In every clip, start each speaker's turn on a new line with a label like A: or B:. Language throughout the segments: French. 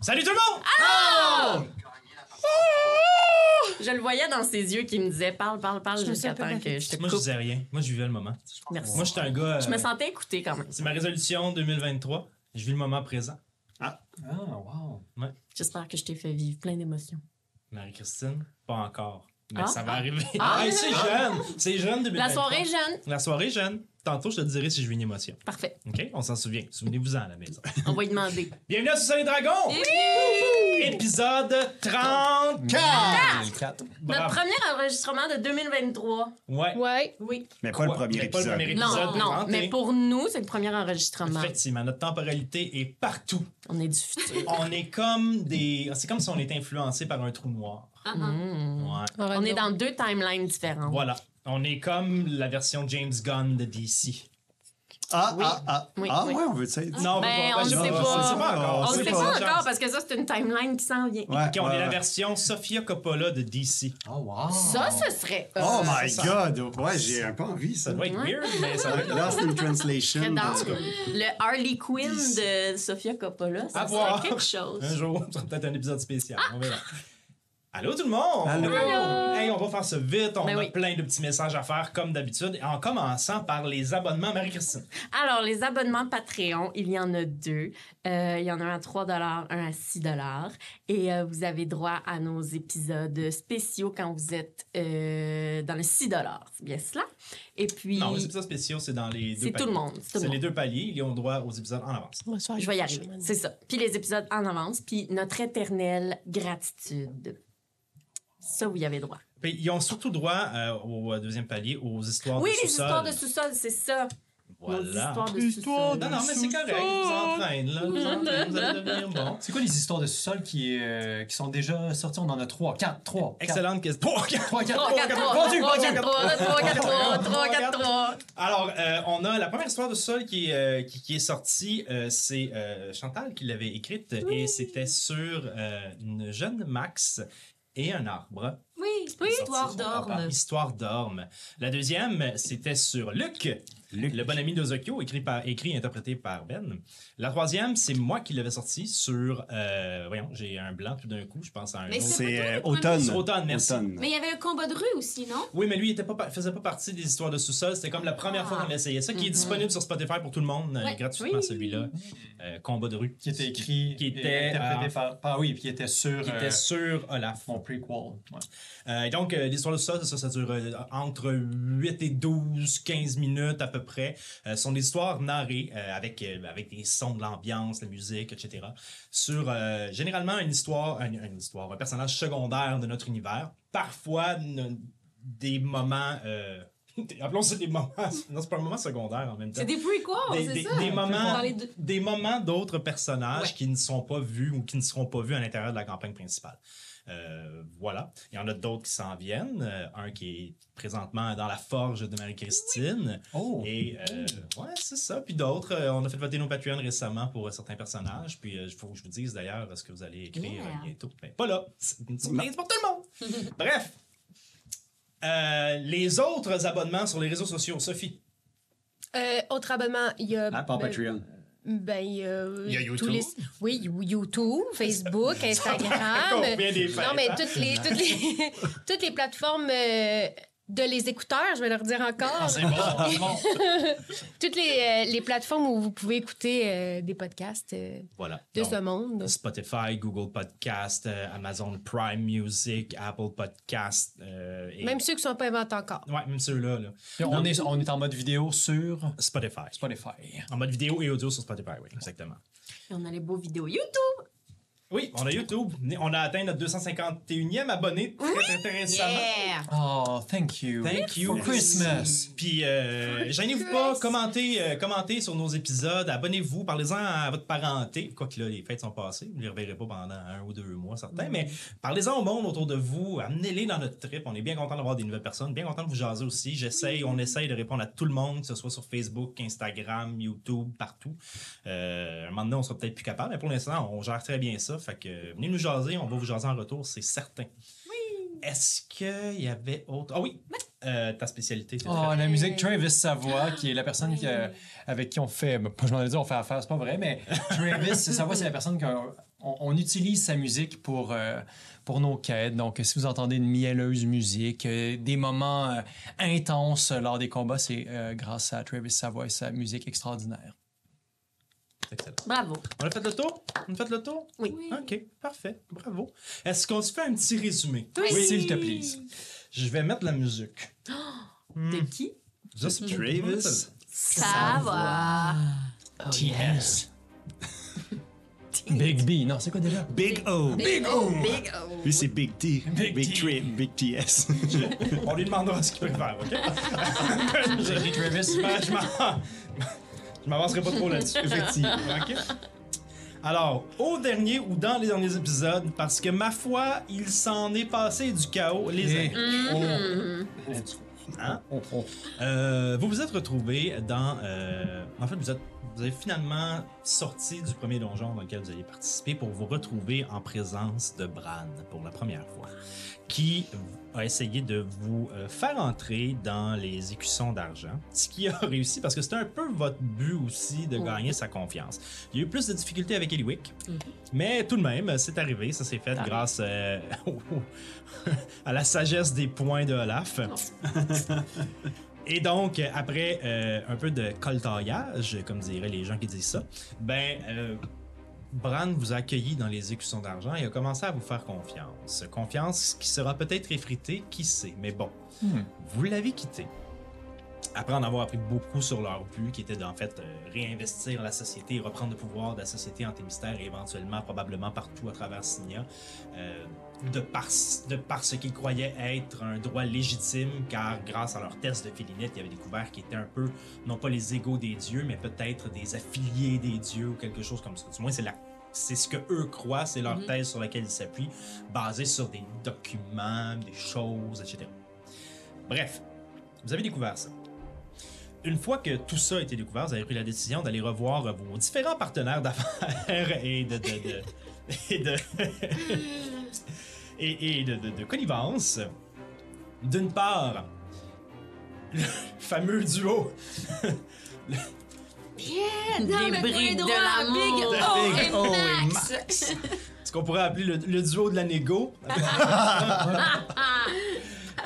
A: Salut tout le monde!
B: Ah! Je le voyais dans ses yeux qui me disait parle, parle, parle
C: Je me suis
B: jusqu'à
C: un peu
B: temps que je te
A: Moi, je
B: coupe.
A: disais rien. Moi, je vivais le moment.
B: Merci.
A: Moi, j'étais un gars.
B: Je me
A: euh,
B: sentais écoutée quand même.
A: C'est ma résolution 2023. Je vis le moment présent.
D: Ah, wow.
B: J'espère que je t'ai fait vivre plein d'émotions.
A: Marie-Christine, pas encore. Mais
B: Ah.
A: ça va arriver.
B: Ah.
A: Hey, c'est jeune! C'est jeune 2023.
B: La soirée jeune.
A: La soirée jeune. Tantôt, je te dirai si je vis une émotion.
B: Parfait.
A: OK? On s'en souvient. Souvenez-vous-en à la maison.
B: On va y demander.
A: Bienvenue à Sous les Dragons! Épisode 30!
B: Notre
A: Bravo.
B: premier enregistrement de 2023.
A: Ouais.
C: Ouais.
B: Oui.
E: Mais pas le premier
A: Mais pas le
E: épisode.
A: premier
B: Non,
A: épisode.
B: non,
A: 30,
B: mais
A: et-
B: pour nous, c'est le premier enregistrement.
A: Effectivement, notre temporalité est partout.
B: On est du futur.
A: On est comme des. C'est comme si on était influencé par un trou noir.
C: Ah,
B: Mm.
A: Ouais.
B: On est dans deux timelines différentes.
A: Voilà. On est comme la version James Gunn de DC.
E: Ah, ah, ah.
B: Oui,
E: ah,
B: oui.
E: ouais, on veut ça.
A: Non,
B: Ben, on
A: je-
B: ne
E: sait
A: je- je
E: pas.
A: sais encore.
E: On
B: On
A: Je
B: ne
A: sais
B: sait pas
A: Chance.
B: encore parce que ça, c'est une timeline qui s'en vient.
E: Ouais,
A: Ok, on
E: ouais,
A: est la
E: ouais.
A: version Sofia Coppola de DC.
D: Oh, wow.
B: Ça, ce serait.
E: Oh
B: euh,
E: my
A: Ah, ça.
E: god! Ouais, j'ai un peu envie, ça.
A: Ça doit être
B: Ouais.
A: weird, mais ça doit
E: Ouais,
A: être.
E: Lost in Translation.
B: Très
E: en
B: dense.
E: tout cas.
B: Le Harley Quinn de Sofia Coppola,
A: À
B: ça
A: voir.
B: serait quelque chose.
A: Un jour, ça sera peut-être un épisode spécial. On verra. Allô tout le monde!
E: Allô.
B: Allô.
A: Hey, on va faire ça vite, on
B: Ben
A: a
B: oui.
A: plein de petits messages à faire comme d'habitude, en commençant par les abonnements Marie-Christine.
B: Alors, les abonnements Patreon, il y en a deux. Euh, il y en a un à 3 un à 6 Et euh, vous avez droit à nos épisodes spéciaux quand vous êtes euh, dans le 6 C'est bien cela. Et puis,
A: Non, les épisodes spéciaux, c'est dans les deux
B: c'est tout
A: paliers.
B: le monde. c'est tout le
A: C'est
B: monde.
A: les deux paliers, ils ont droit aux épisodes en avance.
B: Je vais y arriver. C'est ça. Puis les épisodes en avance, puis notre éternelle gratitude. Ça, vous y avez droit.
A: Puis ils ont surtout droit euh, au euh, deuxième palier, aux histoires
B: oui,
A: de sous-sol.
B: les histoires de sous-sol, c'est ça. Nos
A: Voilà.
B: histoires de
E: Histoire
B: sous-sol.
A: Non, non, mais c'est correct, je vous entraîne, là. Je vous entraîne, vous allez devenir bon.
D: C'est quoi les histoires de sous-sol qui, euh, qui sont déjà sorties? On en a trois, quatre, trois.
A: Excellente question.
D: 3, 4,
B: 3, 4, 3, 3, 4, 3, 3, 4, 3, 3, 4, 3.
A: Alors, euh, on a la première histoire de sol qui, est, euh, qui, qui est sortie, euh, c'est euh, Chantal qui l'avait écrite et c'était sur euh, une jeune Max et un arbre.
F: Oui, histoire
B: Euh.
F: d'orme.
A: Histoire d'orme. La deuxième, c'était sur Luc,
E: Luc.
A: le bon ami d'Ozokyo, écrit, par, écrit et interprété par Ben. La troisième, c'est moi qui l'avais sorti sur... euh, voyons, j'ai un blanc tout d'un coup, je pense à un
F: Mais
A: autre.
E: C'est
F: pas toi,
E: euh,
F: le
E: automne.
A: premier. Automne, merci.
E: Automne.
F: Mais il y avait un combat de rue aussi, non?
A: Oui, mais lui, il était pas, par- faisait pas partie des histoires de sous-sol. C'était comme la première fois qu'on essayait ça, qui est disponible sur Spotify pour tout le monde, euh,
F: Ouais.
A: gratuitement,
B: Oui.
A: celui-là. Euh, combat de rue.
D: Qui était écrit,
A: Qui
D: et
A: était,
D: interprété
A: euh,
D: par, par- oui, puis qui était sur
A: Qui était
D: euh,
A: sur Olaf.
D: mon prequel. Ouais.
A: Euh, et donc, euh, l'histoire de sous-sol, c'est ça, ça dure euh, entre 8 et 12, 15 minutes à peu près. Euh, ce sont des histoires narrées euh, avec, euh, avec des sons de l'ambiance, de la musique, etc. Sur euh, généralement une histoire, un- une histoire, un personnage secondaire de notre univers. Parfois, n- des moments. euh, appelons ça des moments. Non, c'est pas un moment secondaire en même temps.
F: C'est des bruits quoi,
B: Oh,
A: des,
F: c'est
A: des-
F: ça?
A: des moments,
F: Dans les deux-
A: des moments d'autres personnages
F: Ouais.
A: qui ne sont pas vus ou qui ne seront pas vus à l'intérieur de la campagne principale. Euh, voilà. Il y en a d'autres qui s'en viennent. Euh, un qui est présentement dans la forge de Marie-Christine.
D: Oh!
A: Et euh, ouais, c'est ça. Puis d'autres, euh, on a fait voter nos Patreons récemment pour euh, certains personnages. Puis euh, il faut que je vous dise d'ailleurs ce que vous allez écrire
F: Yeah.
A: euh, bientôt. Mais pas là. C'est une surprise pour tout le monde. Bref. Euh, les autres abonnements sur les réseaux sociaux, Sophie.
C: Euh, autre abonnement, il y a.
A: Hein?
E: À part
C: ben,
E: Patreon.
C: Ben, il y a.
A: Il y a
C: tous
A: YouTube.
C: les- Oui, YouTube, Facebook, Instagram.
A: Combien des
C: Non,
A: fêtes,
C: Ah, mais
A: hein?
C: toutes les, toutes les, toutes les plateformes euh, de les écouteurs, je vais leur dire encore.
A: Ah, C'est bon, c'est bon.
C: toutes les, euh, les plateformes où vous pouvez écouter euh, des podcasts euh,
A: Voilà.
C: de
A: Donc,
C: ce monde.
A: Spotify, Google Podcast, euh, Amazon Prime Music, Apple Podcast. euh, et...
C: Même ceux qui ne sont pas inventés encore.
A: Ouais, même ceux-là. là.
D: Puis on, est, on est en mode vidéo sur
A: Spotify.
D: Spotify.
A: En mode vidéo et audio sur Spotify, oui, exactement.
B: Et on a les beaux vidéos YouTube.
A: Oui, on a YouTube. On a atteint notre 251e abonné très, très, très récemment.
F: Yeah!
D: Oh, thank you.
A: Ah, Thank you.
D: For Christmas.
A: Puis, euh, gênez-vous pas, commentez, euh, commentez sur nos épisodes, abonnez-vous, parlez-en à votre parenté. Quoique là, les fêtes sont passées, vous ne les reverrez pas pendant un ou deux mois, certains,
D: Mm.
A: mais parlez-en au monde autour de vous, amenez-les dans notre trip. On est bien content d'avoir des nouvelles personnes, bien content de vous jaser aussi. J'essaye, on essaye de répondre à tout le monde, que ce soit sur Facebook, Instagram, YouTube, partout. Euh, un moment donné, on sera peut-être plus capable, mais pour l'instant, on gère très bien ça. Fait que venez nous jaser, on va vous jaser en retour, c'est certain. Est-ce qu'il y avait autre. Ah oui! Euh, ta spécialité, c'est
D: Oh, la musique Travis Savoie, qui est la personne qui, euh, avec qui on fait. ben, pas- Je m'en ai dit, on fait affaire, c'est pas vrai, mais Travis Savoie, c'est la personne qu'on on, on utilise sa musique pour, euh, pour nos quêtes. Donc, si vous entendez une mielleuse musique, euh, des moments euh, intenses lors des combats, c'est euh, grâce à Travis Savoy et sa musique extraordinaire.
A: C'est excellent.
B: Bravo.
A: On a fait le tour? On a fait le tour?
B: Oui.
A: OK, parfait. Bravo. Est-ce qu'on se fait un petit résumé?
D: Oui, s'il te plaît.
A: Je vais mettre la musique.
B: De qui?
A: Just
E: Travis.
B: Ça va.
D: T.S. Big B. Non, c'est quoi déjà?
E: Big O.
B: Big O. Big O.
E: Lui, c'est Big T.
D: Big
E: Big,
D: T.
E: Trip. Big TS.
A: On lui demandera ce qu'il préfère, OK?
D: J'ai dit Travis.
A: Ben, je m'en- je m'avancerai pas trop là-dessus.
E: Effectivement.
A: OK? Alors, au dernier ou dans les derniers épisodes, parce que ma foi, il s'en est passé du chaos, les
D: Et-
A: amis.
C: Mm-hmm.
D: Oh.
A: Hein?
D: Oh, oh.
A: Euh, vous vous êtes retrouvés dans. euh, en fait, vous, êtes, vous avez finalement sorti du premier donjon dans lequel vous avez participé pour vous retrouver en présence de Bran pour la première fois, qui a essayé de vous euh, faire entrer dans les écussons d'argent, ce qui a réussi parce que c'était un peu votre but aussi de
B: Oui.
A: gagner sa confiance. Il y a eu plus de difficultés avec Eliwick, mais tout de même, c'est arrivé, ça s'est fait
B: Ah.
A: grâce euh, à la sagesse des points de Olaf. Et donc, euh, après euh, un peu de coltaillage, comme diraient les gens qui disent ça, ben, euh, Bran vous a accueilli dans les écussons d'argent et a commencé à vous faire confiance. Confiance qui sera peut-être effritée, qui sait, mais bon,
D: Hmm.
A: vous l'avez quitté. Après en avoir appris beaucoup sur leur but, qui était d'en fait euh, réinvestir la société, reprendre le pouvoir de la société antémystère et éventuellement, probablement partout à travers Signia, euh, de, par, de par ce qu'ils croyaient être un droit légitime, car grâce à leur test de Félinette, ils avaient découvert qu'ils étaient un peu, non pas les égaux des dieux, mais peut-être des affiliés des dieux ou quelque chose comme ça. Du moins, c'est la- C'est ce que eux croient, c'est leur thèse sur laquelle ils s'appuient, basée sur des documents, des choses, etc. Bref, vous avez découvert ça. Une fois que tout ça a été découvert, vous avez pris la décision d'aller revoir vos différents partenaires d'affaires et de, de- de- et de, et, et de, de- de connivence. D'une part, le fameux duo
B: Des briques de l'amour.
C: Oh,
E: Big
F: Big O
E: O
F: et
E: et
F: Max.
A: ce qu'on pourrait appeler le, le duo de la négo.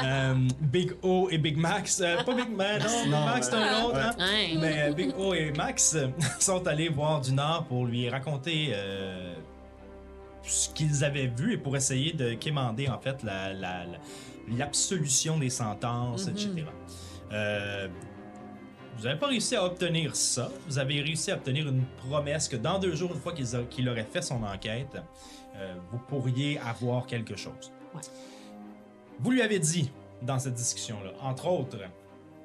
A: Euh, Big O et Big Max. Euh, pas Big Max, non, Big
E: Non,
A: Max, c'est
E: mais-
A: un autre.
E: ouais.
A: hein.
B: Hein.
A: Mais euh, Big O et Max euh, sont allés voir du Nord pour lui raconter euh, ce qu'ils avaient vu et pour essayer de quémander en fait la- la- la- l'absolution des sentences, etc. Euh, vous n'avez pas réussi à obtenir ça. Vous avez réussi à obtenir une promesse que dans deux jours, une fois qu'ils a- qu'il aurait fait son enquête, euh, vous pourriez avoir quelque chose.
B: Ouais.
A: Vous lui avez dit dans cette discussion-là, entre autres,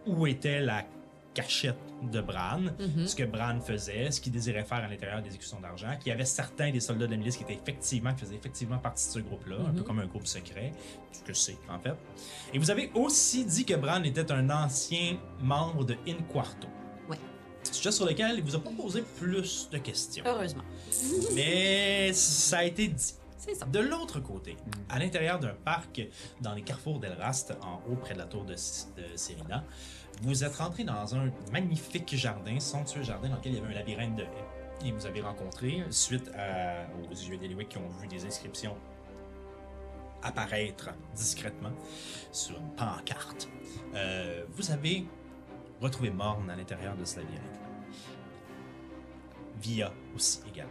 A: où était la cachette de Bran, ce que Bran faisait, ce qu'il désirait faire à l'intérieur des écussons d'argent, qu'il y avait certains des soldats de la milice qui étaient effectivement, qui faisaient effectivement partie de ce groupe-là, un peu comme un groupe secret, ce que c'est en fait. Et vous avez aussi dit que Bran était un ancien membre de In Quarto.
B: Ouais.
A: Sujet sur lequel il vous a pas posé plus de questions.
B: Heureusement.
A: Mais ça a été dit.
B: C'est ça.
A: De l'autre côté, à l'intérieur d'un parc, dans les carrefours d'Elrast, en haut près de la tour de, S- de Serena, vous êtes rentré dans un magnifique jardin, somptueux jardin dans lequel il y avait un labyrinthe de haies. Et vous avez rencontré, suite à- aux yeux d'Eliwick qui ont vu des inscriptions apparaître discrètement sur une pancarte, euh, vous avez retrouvé Morne à l'intérieur de ce labyrinthe. Via aussi également.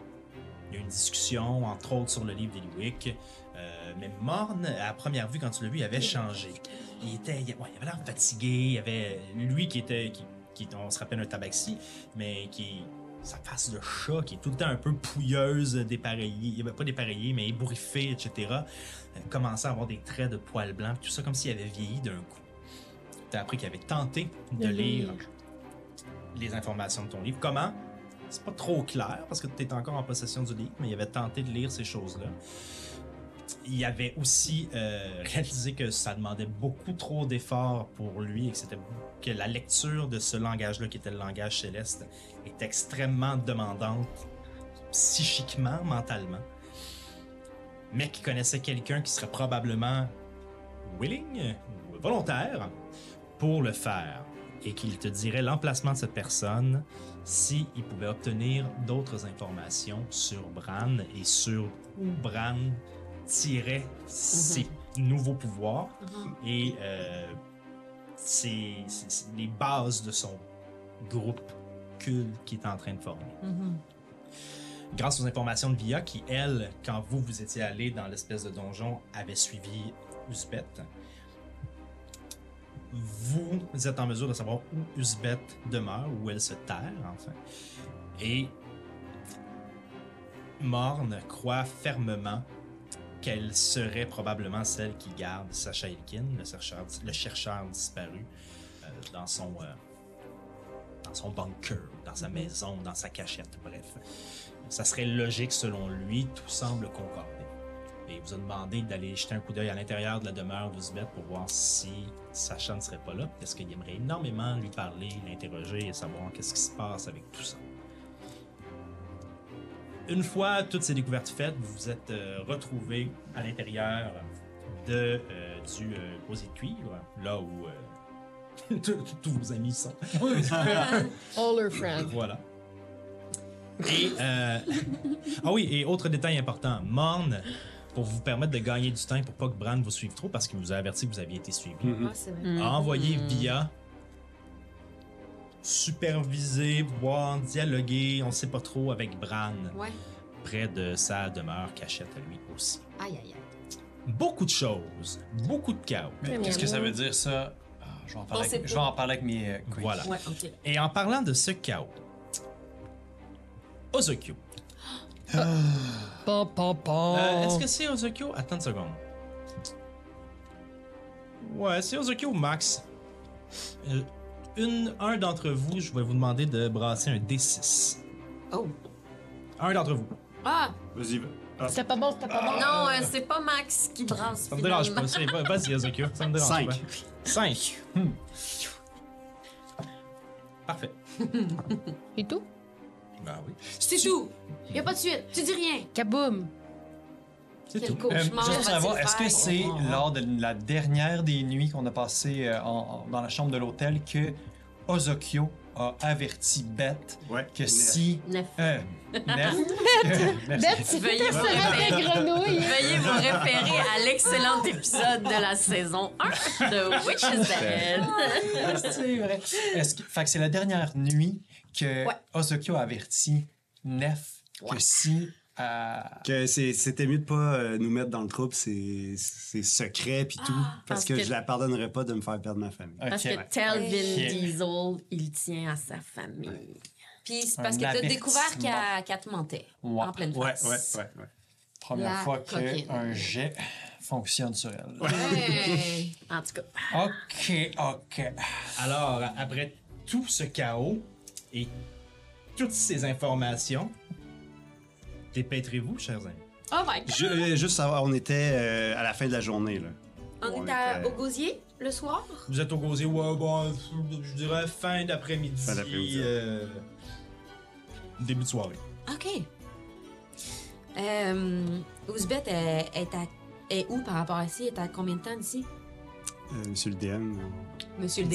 A: Il y a eu une discussion, entre autres, sur le livre d'Eliwick. Euh, mais Morne, à première vue, quand tu l'as vu, il avait changé. Il était, il, ouais, il avait l'air fatigué. Il avait lui qui était, qui, qui est- on se rappelle un tabaxi, mais qui sa face de chat qui est tout le temps un peu pouilleuse, dépareillée, il avait pas dépareillée, mais ébouriffée, etc. euh, commençait à avoir des traits de poils blancs, tout ça comme s'il avait vieilli d'un coup. T'as appris qu'il avait tenté de
C: De
A: lire
C: lire.
A: les informations de ton livre. Comment C'est pas trop clair parce que tu es encore en possession du livre, mais il avait tenté de lire ces choses-là il avait aussi euh, réalisé que ça demandait beaucoup trop d'efforts pour lui et que, c'était- que la lecture de ce langage-là, qui était le langage céleste, est extrêmement demandante psychiquement, mentalement. Mais qu'il connaissait quelqu'un qui serait probablement willing ou volontaire pour le faire et qu'il te dirait l'emplacement de cette personne s'ils pouvaient obtenir d'autres informations sur Bran et sur où Bran tirait ses nouveaux pouvoirs et euh, ses- ses- ses- les bases de son groupe culte qui est en train de former grâce aux informations de Via qui, elle, quand vous vous étiez allé dans l'espèce de donjon, avait suivi Usbet. Vous êtes en mesure de savoir où Usbet demeure, où elle se terre, enfin. Et Morne croit fermement qu'elle serait probablement celle qui garde Sacha Elkin, le chercheur, le chercheur disparu, euh, dans son... euh, dans son bunker, dans sa maison, dans sa cachette, bref. Ça serait logique selon lui, tout semble concorder. Et il vous a demandé d'aller jeter un coup d'œil à l'intérieur de la demeure d'Ouzbeth pour voir si Sacha ne serait pas là, parce qu'il aimerait énormément lui parler, l'interroger et savoir qu'est-ce qui se passe avec tout ça. Une fois toutes ces découvertes faites, vous vous êtes euh, retrouvés à l'intérieur de, euh, du euh, gosier de cuivre, là où euh, tous tous vos amis sont.
C: All her friends.
A: Voilà. Et. euh, Ah oui, et autre détail important. Morne, pour vous permettre de gagner du temps, pour pas que Bran vous suive trop, parce qu'il vous a averti que vous aviez été suivi,
C: Mm-hmm.
F: Ah, c'est vrai.
A: a envoyé
B: Hmm.
A: via. superviser, voir, dialoguer, on sait pas trop, avec Bran,
F: Ouais.
A: près de sa demeure cachette à lui aussi.
F: Aïe, aïe, aïe.
A: Beaucoup de choses, beaucoup de chaos.
D: Mais qu'est-ce que ça veut dire, ça? Ah, je vais en parler,
F: On sait
D: avec,
F: pas.
D: je vais en parler avec mes euh, quickies.
A: Voilà.
F: Ouais, ok.
A: Et en parlant de ce chaos, Ozokyo.
D: Pam, pam, pam.
A: Euh, Est-ce que c'est Ozokyo? Attends une seconde. Ouais, c'est Ozokyo ou Max. Euh, une, un d'entre vous, je vais vous demander de brasser un D6.
F: Oh.
A: Un d'entre vous.
F: Ah!
E: Vas-y, va. Ah,
C: C'était pas bon, c'était pas bon.
F: Non, euh, c'est pas Max qui brasse.
A: Ça me dérange
F: finalement.
A: pas. c'est- va- Vas-y, Ozokyo. Ça me dérange
E: Cinq.
A: pas. Cinq. Hmm. Parfait. Ah.
C: Et tout?
A: Ben oui.
F: C'est tout. Y a pas de suite. Tu dis rien.
C: Kaboum!
A: C'est
F: Quel
A: tout.
D: Euh,
F: cauchemar.
D: juste pour
F: va-t-il
D: savoir, est-ce que
F: faire?
D: c'est
F: Oh, oh, oh.
D: lors de la dernière des nuits qu'on a passées euh, en- en- dans la chambre de l'hôtel que Ozokyo a averti Beth
E: ouais.
D: que si.
B: Neuf.
D: Euh, Beth! euh,
C: Bête, c'est
B: Veuillez
C: le personnage de grenouille!
B: Veuillez vous référer à l'excellent épisode de la saison 1 de Witch's Dead.
D: c'est vrai. Est-ce que, fait que c'est la dernière nuit que
F: Ouais.
D: Ozokyo a averti Nef que si. euh,
E: Que c'est- c'était mieux de pas euh, nous mettre dans le trouble, c'est c'est secret puis tout, parce
B: parce
E: que,
B: que-
E: je la pardonnerais pas de me faire perdre ma famille.
B: Parce
D: ok,
B: que tel Vin
D: Ok.
B: Diesel, il tient à sa famille.
F: Puis c'est
D: Un
F: parce que t'as
D: avertissement.
F: découvert qu'elle qu'elle te mentait.
D: Ouais.
F: En pleine
E: Ouais,
F: face.
E: ouais, ouais, ouais.
D: Première
F: La
D: fois
F: coquine.
D: qu'un jet fonctionne sur elle.
F: Hey.
B: En tout cas,
D: Ok, ok.
A: Alors, après tout ce chaos et toutes ces informations, dépêtrez-vous, chers amis.
F: Oh my
E: Je- euh, juste savoir, on était euh, à la fin de la journée, là.
F: On
E: On
F: est à-
E: était-
F: au gosier le soir?
A: Vous êtes au gosier, ouais, bon, je dirais fin d'après-midi.
E: Fin d'après-midi.
A: euh, début de soirée.
F: OK. Euh, Ouzbeth est, est à- est où par rapport à ici? Elle est à combien de temps d'ici?
E: Euh, monsieur le DM,
F: Monsieur le DM.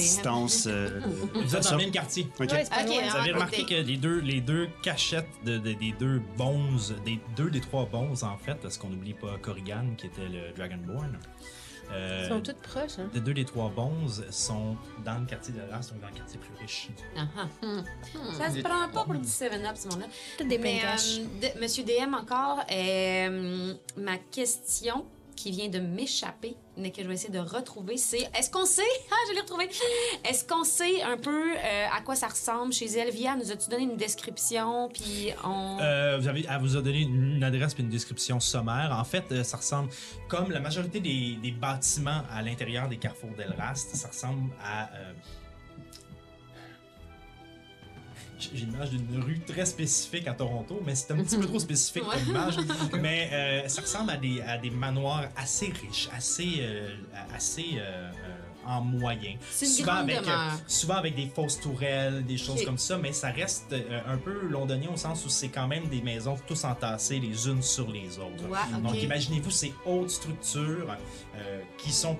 E: distance. euh,
A: Vous êtes dans le
E: sur-
A: même quartier.
E: Ok.
C: Ouais, c'est pas
F: Ok, hein.
C: loin.
A: Vous avez
F: à
A: remarqué que
F: côté.
A: les deux, les deux cachettes de- de- des deux bones, des deux des trois bones en fait, parce qu'on n'oublie pas Corrigan qui était le Dragonborn. euh,
C: Ils sont toutes proches, hein?
A: les deux des trois bones sont dans le quartier de la sont dans le quartier plus riche.
F: Ah, ah.
A: Uh-huh.
F: Ça se prend pas pour du 7-Up, ce monde-là.
C: Toutes des
F: Mais,
C: pains caches.
F: euh, de- Monsieur DM, encore, euh, ma question qui vient de m'échapper, mais que je vais essayer de retrouver, c'est est-ce qu'on sait Ah, je l'ai retrouvé Est-ce qu'on sait un peu euh, à quoi ça ressemble chez Elvia Nous as-tu donné une description Puis on.
A: Euh, vous avez, elle vous a donné une, une adresse et une description sommaire. En fait, euh, ça ressemble, comme la majorité des, des bâtiments à l'intérieur des carrefours d'Elrast, ça ressemble à. euh, J'ai j'ai l'image d'une rue très spécifique à Toronto, mais c'est un petit peu trop spécifique comme image. Mais euh, ça ressemble à des, à des manoirs assez riches, assez, euh, assez euh, euh, en moyen.
F: C'est une
A: souvent
F: grande
A: avec, euh,
F: demeure.
A: souvent avec des fausses tourelles, des choses
F: Ok.
A: comme ça, mais ça reste euh, un peu londonien au sens où c'est quand même des maisons tous entassées les unes sur les autres.
F: Ouais, ok.
A: Donc imaginez-vous ces hautes structures euh, qui sont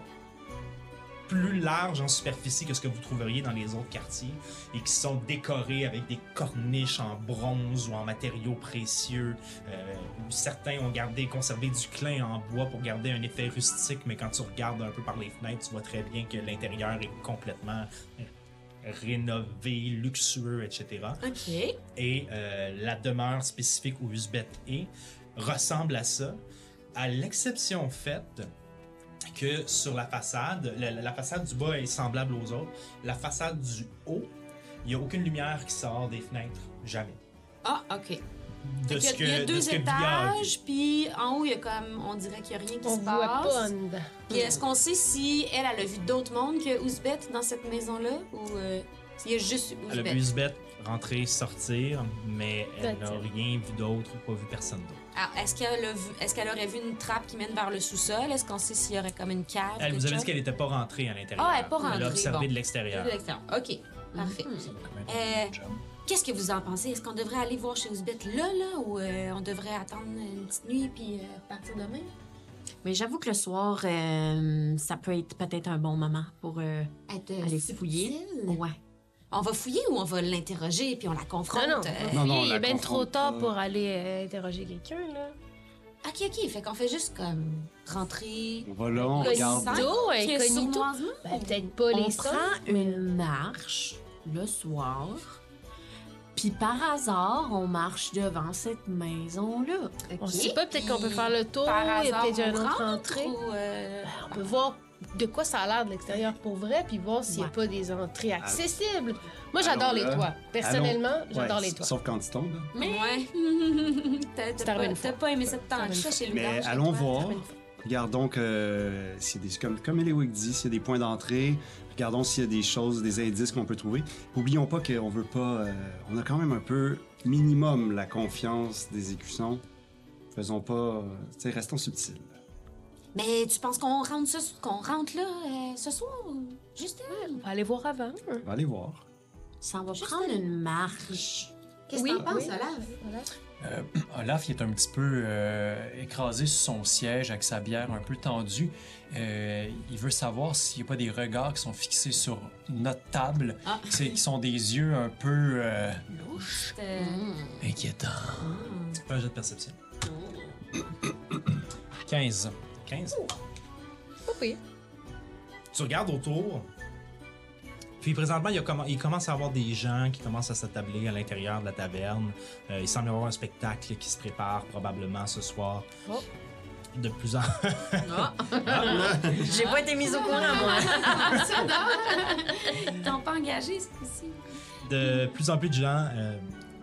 A: plus larges en superficie que ce que vous trouveriez dans les autres quartiers et qui sont décorés avec des corniches en bronze ou en matériaux précieux. Euh, certains ont gardé, conservé du clin en bois pour garder un effet rustique, mais quand tu regardes un peu par les fenêtres, tu vois très bien que l'intérieur est complètement euh, rénové, luxueux, etc.
F: OK.
A: Et euh, la demeure spécifique où Uzbet est ressemble à ça, à l'exception faite que sur la façade, la, la façade du bas est semblable aux autres. La façade du haut, il n'y a aucune lumière qui sort des fenêtres, jamais.
F: Ah, OK.
A: De
F: Fait qu'il y a- il y a
A: de
F: deux
A: ce que Villa a vu.
F: étages, puis en haut, il y a comme, on dirait qu'il n'y a rien qui
C: On
F: se
C: voit pas en
F: passe.
C: dedans.
F: Puis est-ce qu'on sait si elle, elle a vu d'autres mondes que Ouzbet dans cette maison-là, ou euh, s'il y a juste
A: Elle a
F: Ouzbet?
A: vu Uzbet rentrer, sortir, mais elle n'a
C: That's
A: rien vu d'autre ou pas vu personne d'autre.
F: Ah, est-ce qu'elle a vu- est-ce qu'elle aurait vu une trappe qui mène vers le sous-sol? Est-ce qu'on sait s'il y aurait comme une cave?
A: Elle
F: quelque
A: vous avait dit
F: chose?
A: qu'elle n'était pas rentrée à l'intérieur.
F: Ah, elle est pas
A: Elle
F: rentrée,
A: a observé
F: bon.
A: de l'extérieur.
F: De l'extérieur. OK, parfait.
A: Mhm.
F: Euh, Qu'est-ce que vous en pensez? Est-ce qu'on devrait aller voir chez Ouzbet là, là, ou euh, on devrait attendre une petite nuit puis euh, repartir demain?
B: Mais j'avoue que le soir, euh, ça peut être peut-être un bon moment pour. euh,
F: Être, euh,
B: Aller
F: subtil?
B: fouiller. Ouais.
F: On va fouiller ou on va l'interroger puis on la confronte?
C: Non, non,
F: Euh,
E: Non,
C: non,
E: non,
C: il
E: la
C: est bien
E: confronte
C: trop tard
E: pas.
C: pour aller euh, interroger quelqu'un, là.
F: Euh, OK, OK. Fait qu'on fait juste comme rentrer.
E: On va là, on
F: Le
E: regarde.
F: sang,
C: Dos,
F: hein, qui est
C: incognito.
F: sournoisement?
C: Ben, peut-être pas
B: On
C: les
B: prend
C: sangs.
B: une marche le soir, puis par hasard, on marche devant cette maison-là.
C: On
F: Ok.
C: sait pas, peut-être qu'on peut faire le tour,
F: Par
C: il y a
F: hasard,
C: peut-être
F: on
C: une autre
F: rentre
C: entrée.
F: ou, euh,
C: On peut voir de quoi ça a l'air de l'extérieur pour vrai, puis voir s'il n'y a
B: Ouais.
C: pas des entrées accessibles. Moi, j'adore
E: Allons
C: les
E: Ah, là.
C: toits. Personnellement, j'adore
E: Ouais,
C: les toits.
E: Sauf quand tu tombes. hein.
F: Mais... Ouais. T'as-
C: C'est
F: T'as
C: arrivé
F: pas,
C: une
F: t'as
C: fois.
F: pas aimé cette temps
C: arrivé une
F: chat chez lui.
E: Mais allons voir. Regardons que s'il y a des, comme, comme Eliwick dit, s'il y a des points d'entrée, regardons s'il y a des choses, des indices qu'on peut trouver. Oublions pas qu'on veut pas. euh, on a quand même un peu minimum la confiance des écussons. Faisons pas. euh, tu sais, restons subtils.
F: Mais tu penses qu'on rentre, ce, qu'on rentre là euh, ce soir? ou Juste là?
C: On va aller voir avant.
E: On va aller voir.
B: Ça va
F: Juste
B: prendre
F: aller.
B: une marche.
F: Qu'est-ce que
C: Oui,
F: t'en penses,
C: oui.
F: Olaf?
D: Euh, Olaf il est un petit peu euh, écrasé sur son siège avec sa bière un peu tendue. Euh, il veut savoir s'il n'y a pas des regards qui sont fixés sur notre table,
F: Ah.
D: c'est, qui sont des yeux un peu euh,
F: Louche. euh,
D: inquiétants.
A: Fais Un jet de perception.
D: 15.
A: 15.
C: Pas pire.
A: tu regardes autour. Puis présentement, il, y a comm- il commence à y avoir des gens qui commencent à s'attabler à l'intérieur de la taverne. Euh, il semble y avoir un spectacle qui se prépare probablement ce soir.
C: Oh.
A: De plus en
B: J'ai pas été mise au courant, moi.
F: Ils t'ont pas engagé, c'est possible.
A: de plus en plus de gens euh,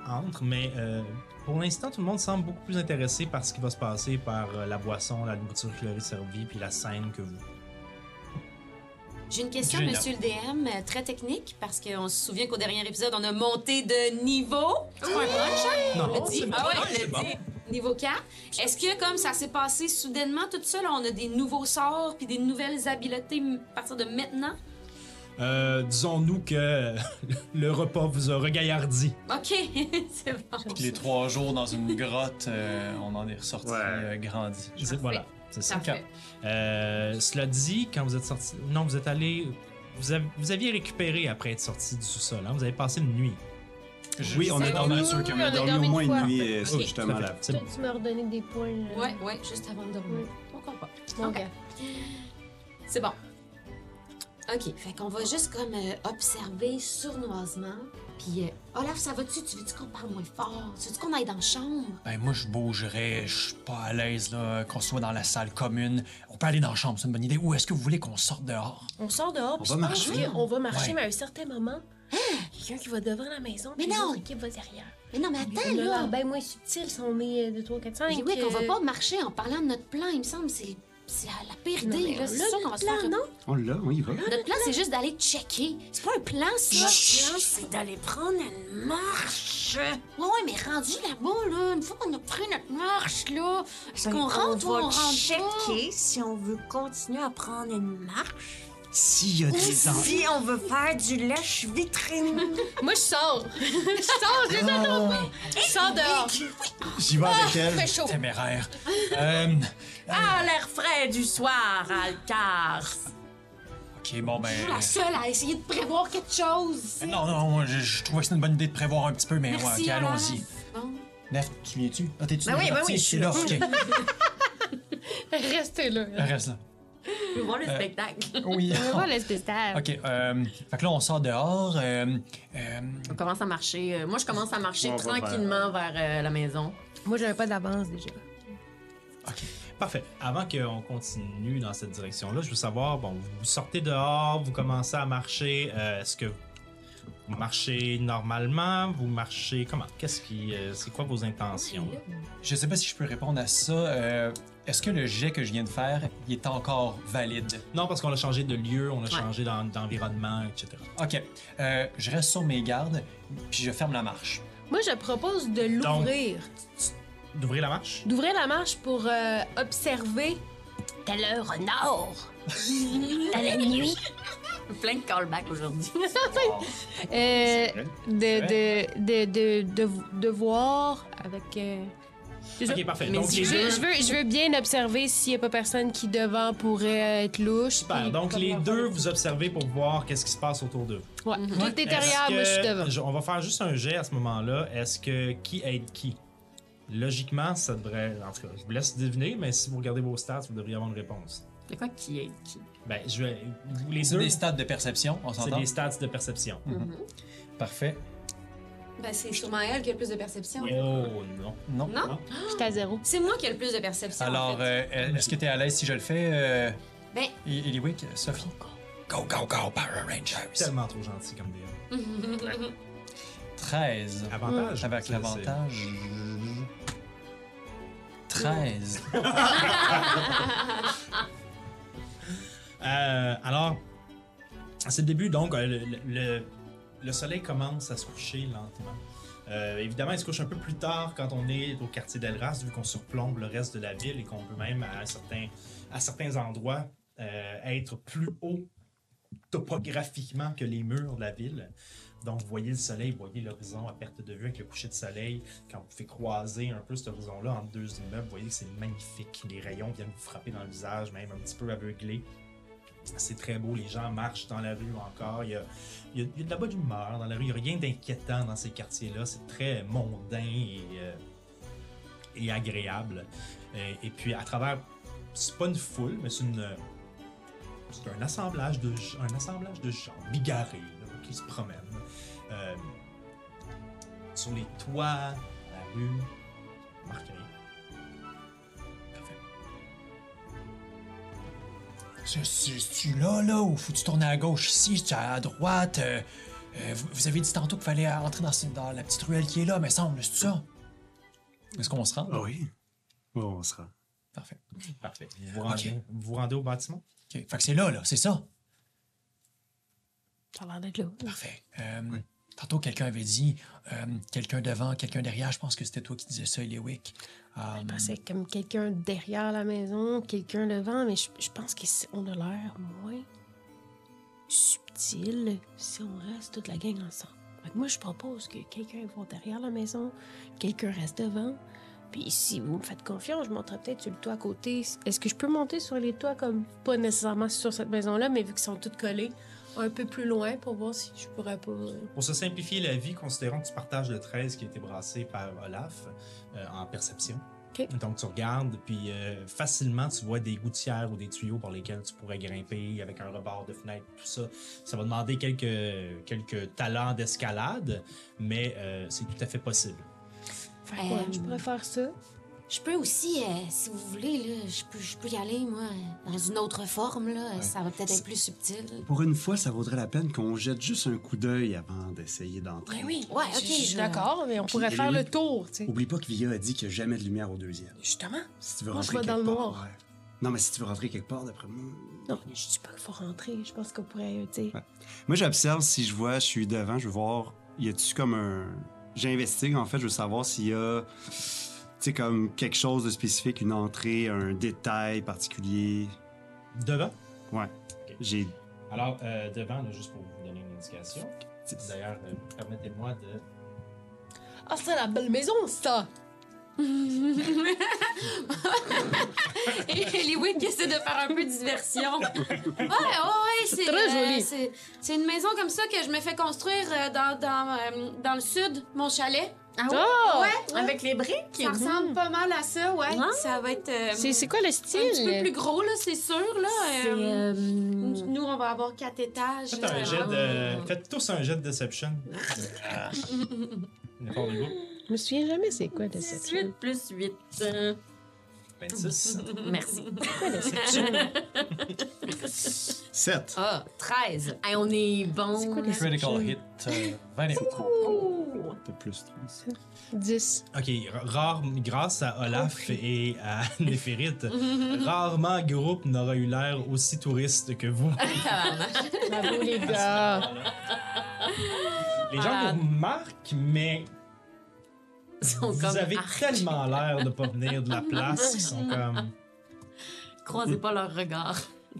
A: entrent, mais euh, pour l'instant, tout le monde semble beaucoup plus intéressé par ce qui va se passer, par euh, la boisson, la nourriture qui leur est servie, puis la scène que vous.
F: J'ai une question,
A: Gênant.
F: monsieur le DM, euh, très technique, parce qu'on se souvient qu'au dernier épisode, on a monté de niveau. C'est pas un brunch, hein? On l'a
A: Non,
F: dit.
A: Oh, c'est
F: Ah ouais,
A: bon,
F: on l'a
A: c'est bon.
F: dit. Niveau 4. Est-ce que, comme ça s'est passé soudainement, tout ça, là, on a des nouveaux sorts puis des nouvelles habiletés m- à partir de maintenant?
A: Euh, Disons-nous que le repas vous a regaillardi.
F: OK, c'est bon.
D: Puis les trois jours dans une grotte, euh, on en est ressorti
E: Ouais.
D: euh, grandi.
A: Je sais- Voilà, c'est ça.
F: Parfait.
A: Euh, cela dit, quand vous êtes sorti, non, vous êtes allé, vous, avez- vous aviez récupéré après être sorti du sous-sol. hein? Vous avez passé une nuit.
E: Oui, on a
F: sais.
E: dormi,
C: Oui,
E: sûr qu'on
C: oui,
E: a
C: on a
E: dormi
C: dormi
E: au moins
C: une fois.
E: une nuit, euh,
A: Oui,
E: justement
A: tout à fait.
E: là.
A: C'est
C: Toi,
A: bon.
C: tu m'as redonné des points. euh,
F: Ouais, ouais, juste avant de dormir. Pourquoi pas?
C: Mon
F: Ok.
C: gars.
F: C'est bon. OK, fait qu'on va juste comme euh, observer sournoisement. Puis, euh, Olaf, ça va-tu? Tu veux-tu qu'on parle moins fort? Tu veux-tu qu'on aille dans la chambre?
D: Ben moi je bougerais, je suis pas à l'aise là, qu'on soit dans la salle commune. On peut aller dans la chambre, c'est une bonne idée. Ou est-ce que vous voulez qu'on sorte dehors?
C: On sort dehors,
E: On
C: puis
E: va
C: je pense
E: marcher.
C: qu'on va marcher,
D: Ouais.
C: mais à un certain moment, quelqu'un qui va devant la maison,
F: Hein? Mais
C: puis
F: non.
C: l'autre équipe va derrière.
F: Mais non, mais attends,
C: On a
F: là!
C: l'air bien moins subtil si on est euh, de 3, 4, 5.
F: Mais oui, qu'on
C: euh,
F: va pas marcher en parlant de notre plan, il me semble. C'est c'est la, la pire
C: Non,
F: idée,
C: mais
F: là.
C: on
F: C'est
C: l'a,
F: ça qu'on va
C: notre
F: se faire.
C: plan, non?
E: On l'a, on y va.
F: Notre plan, c'est juste d'aller checker. C'est pas un plan, ça.
B: Notre plan, c'est d'aller prendre une marche.
F: Ouais, ouais, mais rendu là-bas, là, une fois qu'on a pris notre marche, là, est-ce
B: Ben,
F: qu'on rentre ou
B: va
F: on rentre pas?
B: checker si on veut continuer à prendre une marche.
E: S'il y a des en-
B: Si on veut faire du lèche vitrine.
C: Moi, je sors. je sors, je les attends pas. Je sors dehors.
F: Ah,
E: J'y vais avec elle.
C: Très chaud.
D: Téméraire. Euh,
B: Ah, l'air frais du soir, Alcars.
D: Ok, bon ben.
F: Je suis la seule à essayer de prévoir quelque chose. ici.
D: Euh, Non, non, moi, je, je trouvais que c'était une bonne idée de prévoir un petit peu, mais ouais,
F: Merci,
D: ok,
F: Alan.
D: allons-y.
F: Bon.
D: Nef, tu viens-tu? Ah, t'es-tu
G: Ben
D: déjà
G: oui, ben
D: parti?
G: oui, je suis
D: T'es
G: là.
D: ok.
C: Restez là.
D: Reste là.
B: Je veux voir le
D: Euh,
B: spectacle.
D: Oui.
C: On va voir le spectacle.
D: ok, euh, fait que là, on sort dehors. euh, euh,
B: On commence à marcher. euh, Moi, je commence à marcher
E: On va
B: tranquillement vers euh, la maison.
G: Moi, j'avais pas d'avance déjà.
A: Parfait. Avant qu'on continue dans cette direction-là, je veux savoir, bon, vous sortez dehors, vous commencez à marcher. euh, Est-ce que vous marchez normalement? Vous marchez comment? Qu'est-ce qui. euh, C'est quoi vos intentions?
D: je sais pas si je peux répondre à ça. euh, Est-ce que le jet que je viens de faire, il est encore valide?
A: Non, parce qu'on a changé de lieu, on a changé d'en- d'environnement, etc.
D: Ok, euh, je reste sur mes gardes, puis je ferme la marche.
C: Moi, je propose de l'ouvrir.
A: D'ouvrir la marche?
C: D'ouvrir la marche pour euh, observer.
G: T'as le renard! T'as la nuit!
B: Plein de callbacks aujourd'hui.
C: Euh,
E: vrai.
C: de, de, de, de, de- de voir avec. euh, c'est ça.
A: Ok, parfait.
B: Mes
A: Donc, les
C: Je,
A: deux.
C: je veux, je veux bien observer s'il n'y a pas personne qui devant pourrait être louche.
A: Super.
C: puis
A: Donc,
C: pas
A: les
C: pouvoir
A: deux,
C: faire-
A: vous observez pour voir qu'est-ce qui se passe autour d'eux.
C: Ouais, Tout est derrière,
A: Est-ce
C: moi, je suis
A: que-
C: devant.
A: je- on va faire juste un jet à ce moment-là. Est-ce que qui aide qui? Logiquement, ça devrait. En tout cas, je vous laisse deviner, mais si vous regardez vos stats, vous devriez avoir une réponse.
B: C'est quoi qui est qui?
A: Ben, je vais. vous- Les
D: C'est
A: deux,
D: des stades de perception, on
A: c'est
D: s'entend?
A: des stats de perception.
C: Mm.
D: Parfait.
F: Ben, c'est sûrement elle qui a le plus de perception.
A: Oh non.
D: Non?
F: Non?
C: Je suis à zéro.
F: C'est moi qui ai le plus de perception. en
D: Alors,
F: fait.
D: euh, est-ce que t'es à l'aise si je le fais, euh,
F: Ben,
D: I- Iliwick, Sophie? Go, go, go, Power Rangers!
A: Tellement trop gentil comme DM.
D: 13.
A: Avantage.
D: Avec
A: c'est-
D: l'avantage. 13.
A: c'est- Euh, alors, c'est le début, donc, euh, le, le- le soleil commence à se coucher lentement. Euh, évidemment, il se couche un peu plus tard quand on est au quartier d'Elras, vu qu'on surplombe le reste de la ville et qu'on peut même, à certains, à certains endroits, euh, être plus haut topographiquement que les murs de la ville. Donc, vous voyez le soleil, vous voyez l'horizon à perte de vue avec le coucher de soleil. Quand vous pouvez croiser un peu cet horizon-là entre deux immeubles, vous voyez que c'est magnifique. Les rayons viennent vous frapper dans le visage, même un petit peu aveuglé. C'est très beau, les gens marchent dans la rue encore. Il y a, il y a- il y a de la bonne humeur dans la rue, il n'y a rien d'inquiétant dans ces quartiers-là. C'est très mondain et, euh, et agréable. Et, et puis, à travers, c'est pas une foule, mais c'est une. C'est un assemblage de, g- un assemblage de gens bigarrés là, qui se promènent. euh, sur les toits, dans la rue, marqués.
D: C'est-tu là, là, ou faut-tu tourner à gauche ici, c'est-tu à droite? Euh, euh, vous, vous avez dit tantôt qu'il fallait entrer dans, ce- dans la petite ruelle qui est là, mais semble, c'est ça? Oh. Est-ce qu'on se rend?
E: Ah oui. Bon, on sera.
D: Parfait.
A: Parfait. Vous vous rendez,
D: Ok.
A: vous vous rendez au bâtiment?
D: Ok, Fait que c'est là, là, c'est ça?
G: Ça a l'air d'être là.
D: Parfait. Euh, Tantôt, quelqu'un avait dit euh, quelqu'un devant, quelqu'un derrière. Je pense que c'était toi qui disais ça, Eliwick. Euh,
C: Je pensais comme quelqu'un derrière la maison, quelqu'un devant, mais je, je pense qu'on a l'air moins subtil si on reste toute la gang ensemble. Fait que moi, je propose que quelqu'un va derrière la maison, quelqu'un reste devant. Puis si vous me faites confiance, je monterai peut-être sur le toit à côté. Est-ce que je peux monter sur les toits comme pas nécessairement sur cette maison-là, mais vu qu'ils sont toutes collés, un peu plus loin pour voir si je pourrais pas. euh,
A: Pour se simplifier la vie, considérons que tu partages le 13 qui a été brassé par Olaf euh, en perception.
C: Ok.
A: Donc tu regardes, puis euh, facilement tu vois des gouttières ou des tuyaux par lesquels tu pourrais grimper avec un rebord de fenêtre, tout ça. Ça va demander quelques, quelques talents d'escalade, mais euh, c'est tout à fait possible.
C: Fait que, ouais,
F: Euh,
C: je pourrais faire ça.
F: je peux aussi, euh, si vous voulez, là, je, peux, je peux y aller, moi, euh, dans une autre forme. Là. Ça va peut-être être plus subtil.
E: Pour une fois, ça vaudrait la peine qu'on jette juste un coup d'œil avant d'essayer d'entrer.
C: oui,
F: ben Ouais,
C: je
F: ok,
C: je suis
F: là.
C: d'accord, mais on pourrait
E: Puis,
C: faire
E: oui.
C: le tour, tu sais.
E: Oublie pas que Via a dit qu'il n'y a jamais de lumière au deuxième.
C: Justement.
E: Si tu veux
C: Moi,
E: rentrer
C: je vais
E: quelque
C: dans le
E: part,
C: noir.
E: ouais. Non, mais si tu veux rentrer quelque part, d'après moi.
C: Non, mais je dis pas qu'il faut rentrer. Je pense qu'on pourrait, euh, tu sais.
E: Moi, j'observe si je vois, je suis devant, je veux voir, y a-tu comme un. J'investigue, en fait, je veux savoir s'il y a. Tu sais, comme quelque chose de spécifique, une entrée, un détail particulier.
A: Devant.
E: J'ai.
A: Alors, euh, devant, là, juste pour vous donner une indication. D'ailleurs, euh, permettez-moi de
C: Ah, c'est la belle maison, ça!
F: Et Eliwick essaie de faire un peu de diversion. Ouais, ouais, ouais, c'est euh,
C: Très joli.
F: c'est- C'est une maison comme ça que je me fais construire euh, dans, dans, euh, dans le sud, mon chalet.
C: Oh!
F: Ah Ouais, ouais.
B: Avec les briques?
F: Ça ressemble pas mal à ça, ouais.
B: Ah.
F: Ça va être euh,
C: C'est c'est quoi le
F: un petit peu plus
C: style?
F: gros, là, euh. c'est sûr, là.
B: C'est,
F: euh,
B: euh,
F: Nous, on va avoir quatre étages.
A: Faites un
F: euh,
A: jet de. Faites tous un jet de deception. L'effort du groupe.
C: Je me souviens jamais c'est quoi de cette
B: 18 plus 8.
A: 26.
B: Merci.
E: Sept.
F: Ah, 13.
B: Hey, on est bon.
C: C'est quoi les-
D: Critical hit, euh, 21.
B: Oh!
E: De plus trois.
C: 10.
A: Ok, ra- rare, grâce à Olaf et à Néferit, rarement groupe n'aura eu l'air aussi touriste que vous.
C: Bravo, les gars!
A: Les gens vous remarquent, mais
B: Ils sont
A: vous
B: comme, ah,
A: avez
B: arc.
A: tellement l'air de pas venir de la place qu'ils sont comme.
B: Croisez pas leur regard.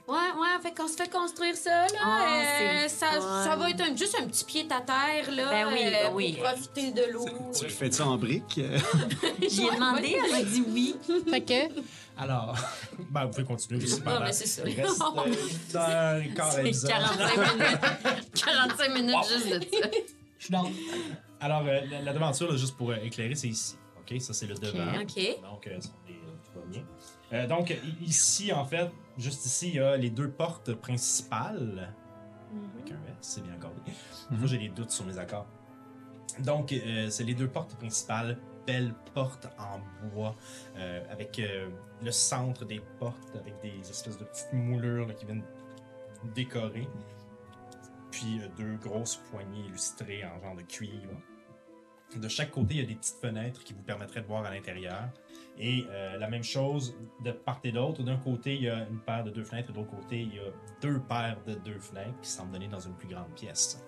F: Ouais, ouais, fait qu'on se fait construire ça, là.
B: Ah,
F: euh,
B: c'est le
F: ça,
B: fun.
F: ça va être un- juste un petit pied à terre, là. euh,
B: Ben oui, ben
F: pour
B: oui.
F: profiter de l'eau.
E: Tu fais ça en euh, brique?
B: J'ai demandé, elle a dit oui.
C: Fait que,
A: Alors, ben, vous pouvez continuer aussi
F: Non,
A: pendant.
F: mais c'est ça.
A: Il reste euh, huit heures et quart à
B: C'est
A: l'épisode.
B: 45 minutes. 45 minutes juste de ça.
D: Je suis dans.
A: Alors, euh, la, la devanture, là, juste pour euh, éclairer, c'est ici. OK, ça, c'est le devant.
F: OK.
A: Donc, euh, sont les- tout va bien. Euh, donc, i- ici, en fait, juste ici, il y a les deux portes principales. Avec un S, c'est bien accordé. Moi, j'ai des doutes sur mes accords. Donc, euh, c'est les deux portes principales. Belles portes en bois, euh, avec euh, le centre des portes, avec des espèces de petites moulures là, qui viennent décorer. Puis euh, deux grosses poignées illustrées en genre de cuivre. De chaque côté, il y a des petites fenêtres qui vous permettraient de voir à l'intérieur. Et euh, la même chose de part et d'autre. D'un côté, il y a une paire de deux fenêtres, et de l'autre côté, il y a deux paires de deux fenêtres qui semblent donner dans une plus grande pièce.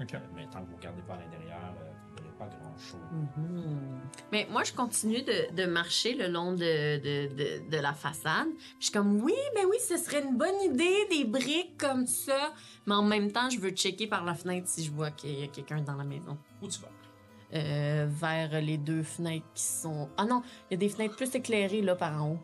D: Ok.
A: Euh, mais tant que vous ne regardez pas à l'intérieur, euh, vous n'aurez pas grand-chose.
B: Mhm. Mais moi, je continue de, de marcher le long de, de, de, de la façade. Puis je suis comme, oui, mais oui, ce serait une bonne idée, des briques comme ça. Mais en même temps, je veux checker par la fenêtre si je vois qu'il y a quelqu'un dans la maison.
A: Où tu vas?
B: Euh, vers les deux fenêtres qui sont... Ah non, il y a des fenêtres plus éclairées, là, par en haut.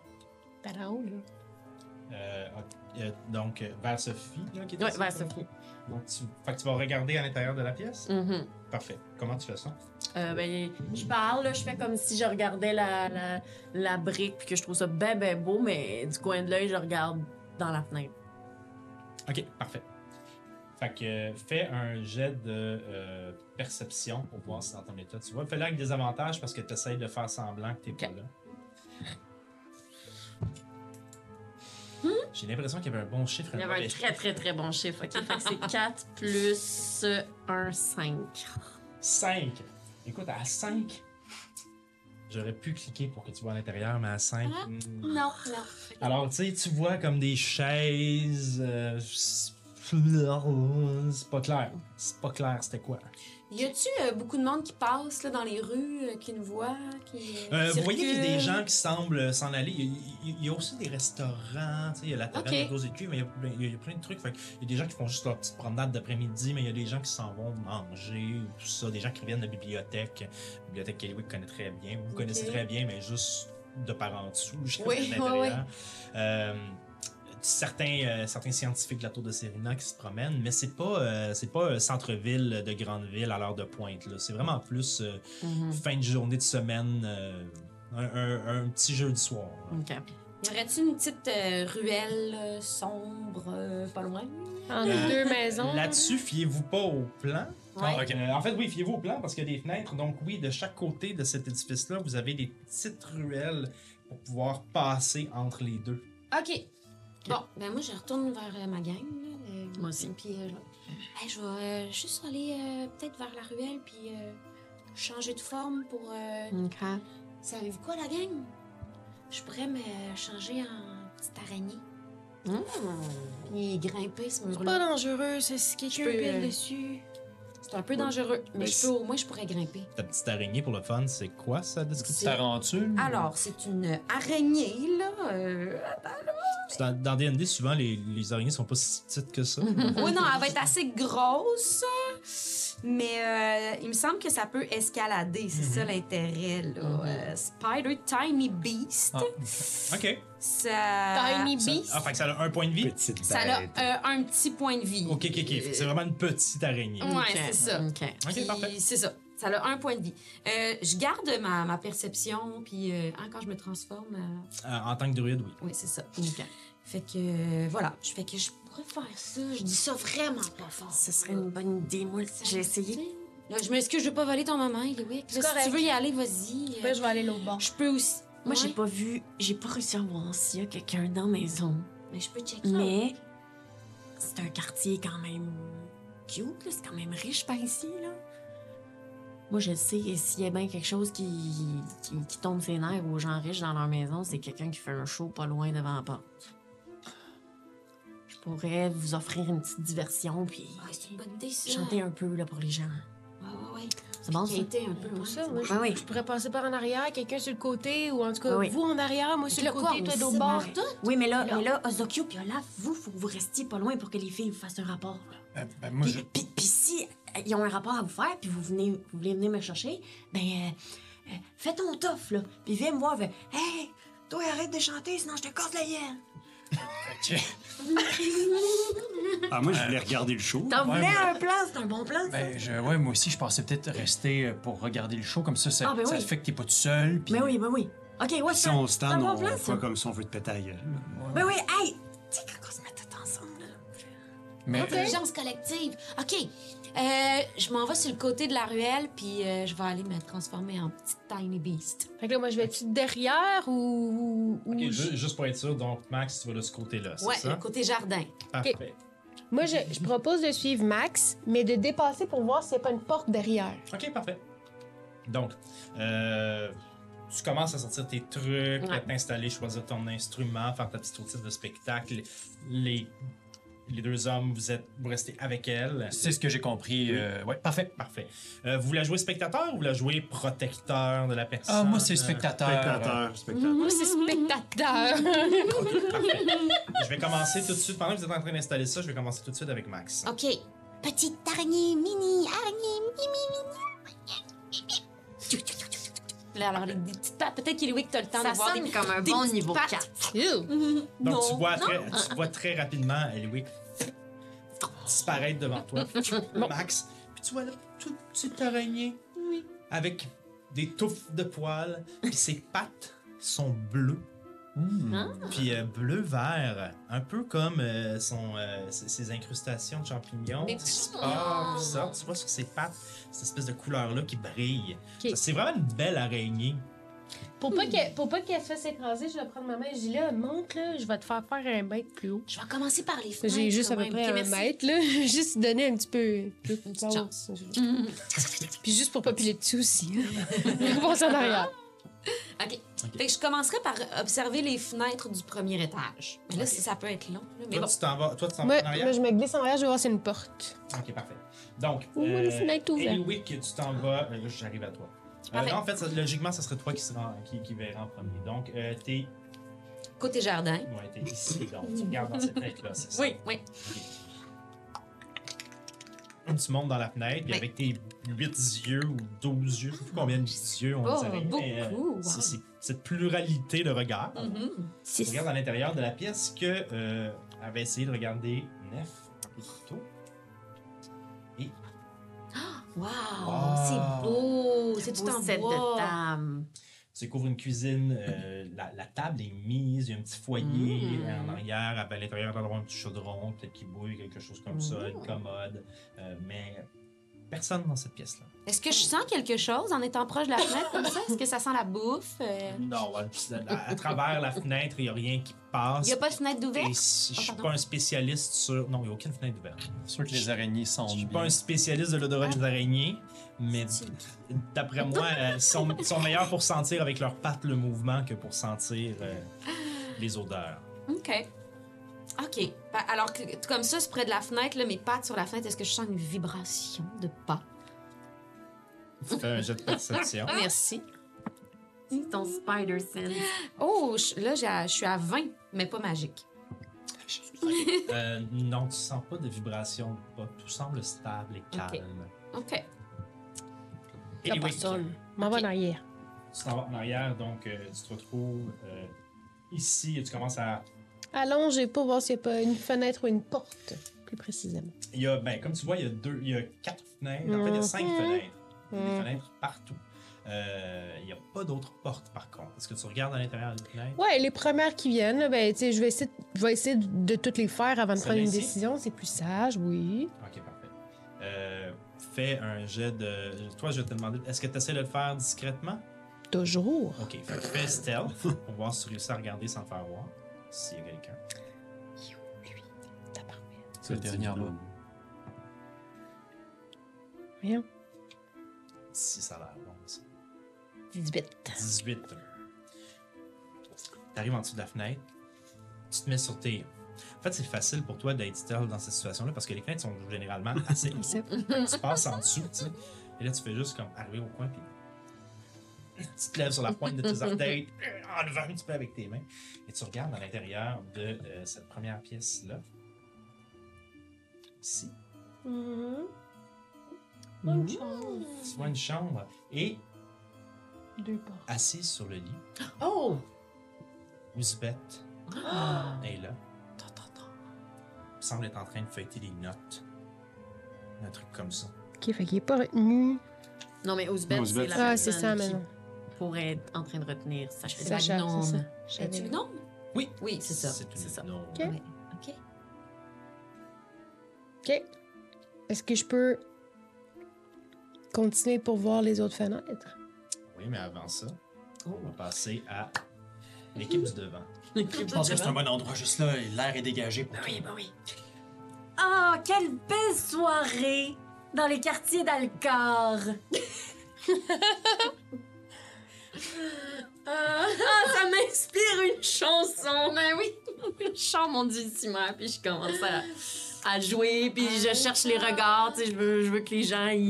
C: par en haut, là.
A: Euh, ok, euh, donc, euh, vers Sophie. Là, qui est
B: Ouais,
A: assise,
B: vers
A: là.
B: Sophie.
A: Donc, tu, fait que tu vas regarder à l'intérieur de la pièce?
B: Mhm.
A: Parfait. Comment tu fais ça?
B: Euh, ben, je parle, là, je fais comme si je regardais la, la, la brique, puis que je trouve ça ben, ben beau, mais du coin de l'œil, je regarde dans la fenêtre.
A: Ok, parfait. Fait que euh, fais un jet de euh, perception pour voir si dans ton état tu vois. Fais-le avec des avantages parce que tu essayes de faire semblant que t'es pas là. J'ai l'impression qu'il y avait un bon chiffre.
B: Il y avait un
A: mauvais
B: très, très, très bon chiffre. OK, fait que c'est 4 plus 1, 5.
A: 5. Écoute, à 5, j'aurais pu cliquer pour que tu vois à l'intérieur, mais à 5.
F: Ah. Non, non.
A: Alors, tu sais, tu vois comme des chaises. euh, c'est pas clair. C'est pas clair, c'était quoi?
F: Y a-tu euh, beaucoup de monde qui passe, là, dans les rues, euh, qui nous voit, qui. euh,
A: Euh, vous
F: circule?
A: voyez qu'il y a des gens qui semblent euh, s'en aller. Il y, a, il y a aussi des restaurants, tu sais, il y a la taverne
F: Ok.
A: de Rose et Cuivre, mais il y a plein- il y, a- il y a plein de trucs. Fait que il y a des gens qui font juste leur petite promenade d'après-midi, mais il y a des gens qui s'en vont manger, ou tout ça. Des gens qui reviennent de la bibliothèque. La bibliothèque Kellywick connaît très bien. Vous connaissez
F: Ok.
A: très bien, mais juste de par en dessous, je
F: Oui,
A: dirais, de
F: oui,
A: l'intérieur. Euh, certains, euh, certains scientifiques de la tour de Serena qui se promènent, mais c'est pas, euh, c'est pas euh, centre-ville de grande ville à l'heure de pointe. là. C'est vraiment plus euh,
B: Mm-hmm.
A: fin de journée de semaine, euh, un, un- un petit jeu du soir. là.
B: OK.
F: Y aurait-tu une petite euh, ruelle euh, sombre, euh, pas loin?
C: En
A: Euh,
C: deux maisons.
A: Là-dessus, fiez-vous pas au plan.
F: Ouais.
A: Ah, ok. Euh, en fait, oui, fiez-vous au plan parce qu'il y a des fenêtres. Donc, oui, de chaque côté de cet édifice-là, vous avez des petites ruelles pour pouvoir passer entre les deux.
F: OK. Bon, ben moi, je retourne vers euh, ma gang. là, euh,
B: Moi aussi.
F: Puis euh, je- hey, je vais euh, juste aller euh, peut-être vers la ruelle, puis euh, changer de forme pour... euh,
B: OK.
F: Savez-vous quoi, la gang? Je pourrais me changer en petite araignée, Hmm. puis grimper ce
C: C'est
F: mur-là.
C: pas dangereux, ça, si
F: Je
C: quelqu'un
F: peux,
C: pile
F: euh,
C: dessus.
F: C'est un peu dangereux, mais
E: Ben,
F: je
E: c'est-
F: peux, au moins, je pourrais grimper.
A: Ta petite araignée pour le fun, c'est quoi ça, description?
D: Ça rend-tu?
F: Alors, c'est une araignée, là. euh,
A: Parce que Dans, dans D&D,
F: Mm-hmm.
A: souvent, les, les araignées sont pas si petites que ça.
F: Oui, non, elle va être assez grosse. Mais euh, il me semble que ça peut escalader, c'est
A: Mhm.
F: ça l'intérêt. là. Euh, Spider Tiny Beast,
D: Ah,
A: Ok.
F: ça.
C: Tiny
A: Ça,
C: Beast.
A: ah, fait que ça a un point de vie.
E: Petite bête.
F: Ça a euh, un petit point de vie.
A: Ben, Ok, ok, ok. Fait que C'est vraiment une petite araignée.
F: Ouais, c'est ça.
B: OK.
A: Ok,
F: Puis,
A: parfait.
F: C'est ça. Ça a un point de vie. Euh, je garde ma, ma perception, puis euh, hein, quand je me transforme, euh,
A: Euh, en tant que druide, oui.
F: oui, c'est ça.
B: OK.
F: Fait que, euh, voilà. Je fais que je pourrais faire ça. Je dis ça vraiment pas fort.
B: Ce serait une bonne idée, moi. J'ai essayé.
F: Là, je m'excuse, je veux pas voler ton maman, Eliwick. Là, si
C: correct.
F: tu veux y aller, vas-y. Euh,
C: Après, je vais aller l'autre bord.
F: Je peux aussi.
B: Moi, j'ai
F: Ouais.
B: pas vu, j'ai pas réussi à voir s'il y a quelqu'un dans la maison.
F: Mais je peux checker.
B: Mais c'est un quartier quand même cute, là. c'est quand même riche par ici. Là. Moi, je le sais, et s'il y a bien quelque chose qui, qui, qui tombe ses nerfs aux gens riches dans leur maison, c'est quelqu'un qui fait un show pas loin devant la porte. Je pourrais vous offrir une petite diversion, puis
F: Ah, c'est une bonne idée, ça.
B: chanter un peu là, pour les gens.
F: Ouais, ouais, ouais.
B: C'est bon, ça?
F: Quêter un peu,
C: Pour
F: ouais.
C: ça, moi, je,
B: Ah oui.
C: je pourrais passer par en arrière, quelqu'un sur le côté, ou en tout cas,
B: Ah oui.
C: vous en arrière, moi sur le,
F: Le
C: côté,
F: corps,
C: toi de l'autre
F: c'est
C: bord.
F: marrant.
B: Oui, mais là,
C: Là.
B: mais là Ozokyo puis Olaf, vous, faut que vous restiez pas loin pour que les filles vous fassent un rapport. là.
D: Euh, ben, moi,
B: Puis,
D: je-
B: puis- puis si euh, ils ont un rapport à vous faire, puis vous, venez, vous voulez venir me chercher, ben, euh, euh, fais ton tof, là. Puis viens me voir, fais, Hey, toi, arrête de chanter, sinon je te casse la gueule.
E: Ah, moi, je voulais regarder le show.
B: T'en
D: Ouais,
B: voulais
D: mais-
B: un plan, c'est un bon plan, ça?
D: ben, je- ouais, moi aussi, je pensais peut-être rester euh, pour regarder le show. Comme ça, ça,
B: Ah, ben
D: ça
B: oui.
D: fait que t'es pas tout seul. puis-
B: Mais oui, ben oui. Ok, ouais,
E: Si
B: c'est un-
E: on
B: c'est un
E: stand,
B: bon
E: on
B: plan, ça.
E: fait comme si on veut te péter la gueule.
B: Ben oui, hey, tu sais, quand on se met tout ensemble, là.
D: Mais,
F: Intelligence collective. OK. Euh, je m'en vais sur le côté de la ruelle, puis euh, je vais aller me transformer en petite tiny beast.
C: Fait que là, moi, je vais être derrière ou. ou-
A: Ok,
C: ou
A: ju-
C: je-
A: juste pour être sûr, donc Max, tu vas de ce côté-là, c'est
F: Ouais,
A: ça?
F: le côté jardin.
A: Parfait.
C: Moi, je, je propose de suivre Max, mais de dépasser pour voir s'il n'y a pas une porte derrière.
A: Ok, parfait. Donc, euh, tu commences à sortir tes trucs, à t'installer, choisir ton instrument, faire ta petite routine de spectacle. Les, les deux hommes, vous êtes vous restez avec elle.
D: C'est ce que j'ai compris.
A: Oui.
D: euh, ouais, parfait.
A: Parfait. Euh, vous la jouez spectateur ou vous la jouez protecteur de la personne?
D: Ah, moi, c'est
A: spectateur.
D: spectateur.
E: Spectateur, spectateur.
B: Mhm.
C: Moi, c'est spectateur.
A: Je vais commencer tout de suite, pendant que vous êtes en train d'installer ça, je vais commencer tout de suite avec Max.
F: OK.
G: Petite araignée, mini araignée, mini, mini.
F: Là, alors, les des petites pattes, peut-être qu'Eliwick, t'as le temps
B: Ça
F: de voir
B: sonne
F: des...
B: comme un
F: des
B: bon
F: petites
B: niveau
F: pattes.
B: 4.
A: Donc,
F: non,
A: tu, vois
F: non.
A: très, tu vois très rapidement Eliwick disparaître devant toi. Max. Puis tu vois là, toute petite araignée. Avec des touffes de poils. Puis ses pattes sont bleues.
F: Mmh.
D: Hmm.
A: Puis euh, bleu-vert. Un peu comme euh, son, euh, ses, ses incrustations de champignons.
F: Des
A: tu
F: petits
A: sais, qui partent, qui sortent. Tu vois sur ses pattes cette espèce de couleur-là qui brille. Ça, C'est vraiment une belle araignée.
C: Pour pas qu'elle pour pas qu'elle se fasse écraser, je vais prendre ma main et je dis là, monte là, je vais te faire faire un mètre plus haut.
F: Je vais commencer par les fenêtres.
C: J'ai juste à
F: quand
C: peu
F: même.
C: près
F: Ok,
C: un
F: merci.
C: mètre là, juste donner un petit peu plus de chance. Puis juste pour pas piler dessus aussi. hein. On passe en arrière.
F: OK. Fait que je commencerai par observer les fenêtres du premier étage. Mais là, si ça peut être long. là, Mais
A: Toi,
F: bon.
A: tu t'en vas, toi, tu t'en vas
C: Moi,
A: en arrière?
C: moi, je me glisse en arrière, je vais voir si c'est une porte.
A: Ok, parfait. Donc, euh,
C: Ouh, une fenêtre ouverte.
A: Eliwick, tu t'en vas. euh, là, J'arrive à toi. Euh,
F: Parfait.
A: non, en fait, ça- logiquement, ça serait toi qui, sera, qui, qui verra en premier. Donc, euh, t'es
F: Côté jardin.
A: ouais, t'es ici. Donc, tu regardes dans cette fenêtre-là, c'est ça?
F: Oui, oui.
A: Tu montes dans la fenêtre, puis
F: Oui.
A: avec tes 8 yeux ou 12 yeux, je sais plus combien d'yeux on
F: Oh,
A: dirait. mais, euh,
F: beaucoup, wow.
A: c'est- c'est- cette pluralité de regards.
F: Mhm.
A: Tu regardes à l'intérieur de la pièce que euh, avait essayé de regarder Nef un peu plus tôt.
F: Wow,
D: Ah.
F: c'est beau. C'est tout
B: Beau
F: en
B: set de
F: bois.
B: table.
A: Tu découvres une cuisine, euh, la, la table est mise, il y a un petit foyer
F: Mmh.
A: euh,
B: Mm.
A: en arrière, à à l'intérieur, d'avoir un petit chaudron, peut-être qui bouille, quelque chose comme ça,
F: Mmh.
A: une commode. Euh, mais personne dans cette pièce-là.
F: Est-ce que je sens quelque chose en étant proche de la fenêtre comme ça? Est-ce que ça sent la bouffe? Euh,
A: Non, à, à- à travers la fenêtre, il n'y a rien qui
F: Il
A: passe.
F: n'y a pas de fenêtre
A: Et
F: d'ouverte?
A: si- je
F: Ah,
A: suis
F: pardon.
A: pas un spécialiste sur. Non, il n'y a aucune fenêtre ouverte.
D: C'est sûr Euh, que les araignées sont.
A: Je suis
D: bien.
A: pas un spécialiste de l'odorat
F: Ah.
A: des araignées, mais d'après moi, elles sont, sont meilleurs pour sentir avec leurs pattes le mouvement que pour sentir euh, les odeurs.
F: OK. OK. Pa- Alors, que- comme ça, c'est près de la fenêtre, là, mes pattes sur la fenêtre, est-ce que je sens une vibration de pas?
A: Fais un jet de perception.
F: Merci.
B: Ah, C'est ton spider sense.
F: Oh, je- là, j'ai à- je suis à 20, mais pas magique.
A: Euh, non, tu sens pas de vibration de pas. Tout semble stable et calme.
F: OK.
C: Là,
A: Anyway,
C: personne. M'en va
F: Ok.
C: en arrière.
A: tu t'en vas en arrière, donc euh, tu te retrouves euh, ici et tu commences à.
C: Allongez pour voir s'il n'y a pas une fenêtre ou une porte, plus précisément.
A: Il y a, ben, comme tu vois, il y a, deux, il y a quatre fenêtres. En fait, il y a cinq
C: Mhm.
A: fenêtres. Il y a
C: Mhm.
A: des fenêtres partout. Euh, il n'y a pas d'autres portes, par contre. Est-ce que tu regardes à l'intérieur des fenêtres?
C: Ouais, les premières qui viennent, là, ben, tu sais, je vais essayer, de- je vais essayer de, de toutes les faire avant de
A: Celle-là
C: prendre une
A: ici?
C: décision. C'est plus sage, oui.
A: Ok, parfait. Euh, fais un jet de. Toi, je vais te demander, est-ce que tu essaies de le faire discrètement?
C: Toujours.
A: Ok, fait que fais stealth pour voir si tu réussis à regarder sans te faire voir. S'il y a quelqu'un.
C: Tabarouette.
D: C'est le dernier là.
C: Voyons.
A: Si ça a l'air bon, ça.
C: 18.
A: 18. T'arrives en dessous de la fenêtre, tu te mets sur tes. En fait, c'est facile pour toi d'être stealth dans cette situation-là parce que les fenêtres sont généralement assez hautes.
C: C'est-
A: Fait que tu passes en dessous, tu sais. Et là, tu fais juste comme arriver au coin, puis tu te lèves sur la pointe de tes orteils, en levant un petit peu avec tes mains, et tu regardes à l'intérieur de euh, cette première pièce-là. Ici,
C: Mhm.
A: tu vois une chambre, et
C: Deux portes.
A: assise sur le lit,
B: Oh!
A: Lisbeth est là. Il semble être en train de feuilleter des notes. Un truc comme ça.
C: Ok, fait qu'il est pas retenu.
B: Non, mais Ouzbeth,
E: Non,
B: c'est
E: Ouzbeth,
B: la
C: Ah, c'est
B: personne
C: ça,
B: qui
C: maintenant.
B: pourrait être en train de retenir sa
C: C'est ça,
B: gnome.
C: c'est ça.
F: Es-tu
C: J'avais-
F: gnome?
A: Oui.
F: Oui, c'est ça.
A: C'est
B: c'est ça.
A: une gnome.
C: Ok.
F: Ouais. OK.
C: Ok. Est-ce que je peux continuer pour voir les autres fenêtres?
A: Oui, mais avant ça, on va passer à l'équipe du devant.
D: Je pense que c'est un bon endroit juste là. L'air est dégagé. pour
B: Oui,
D: tout.
B: bah oui. Oh,
G: Ah, quelle belle soirée dans les quartiers d'Alcor.
B: Ah, ça m'inspire une chanson. Ben oui, je chante mon dieu Timère, puis je commence à, à jouer, puis je cherche les regards, tu sais, je veux, je veux que les gens ils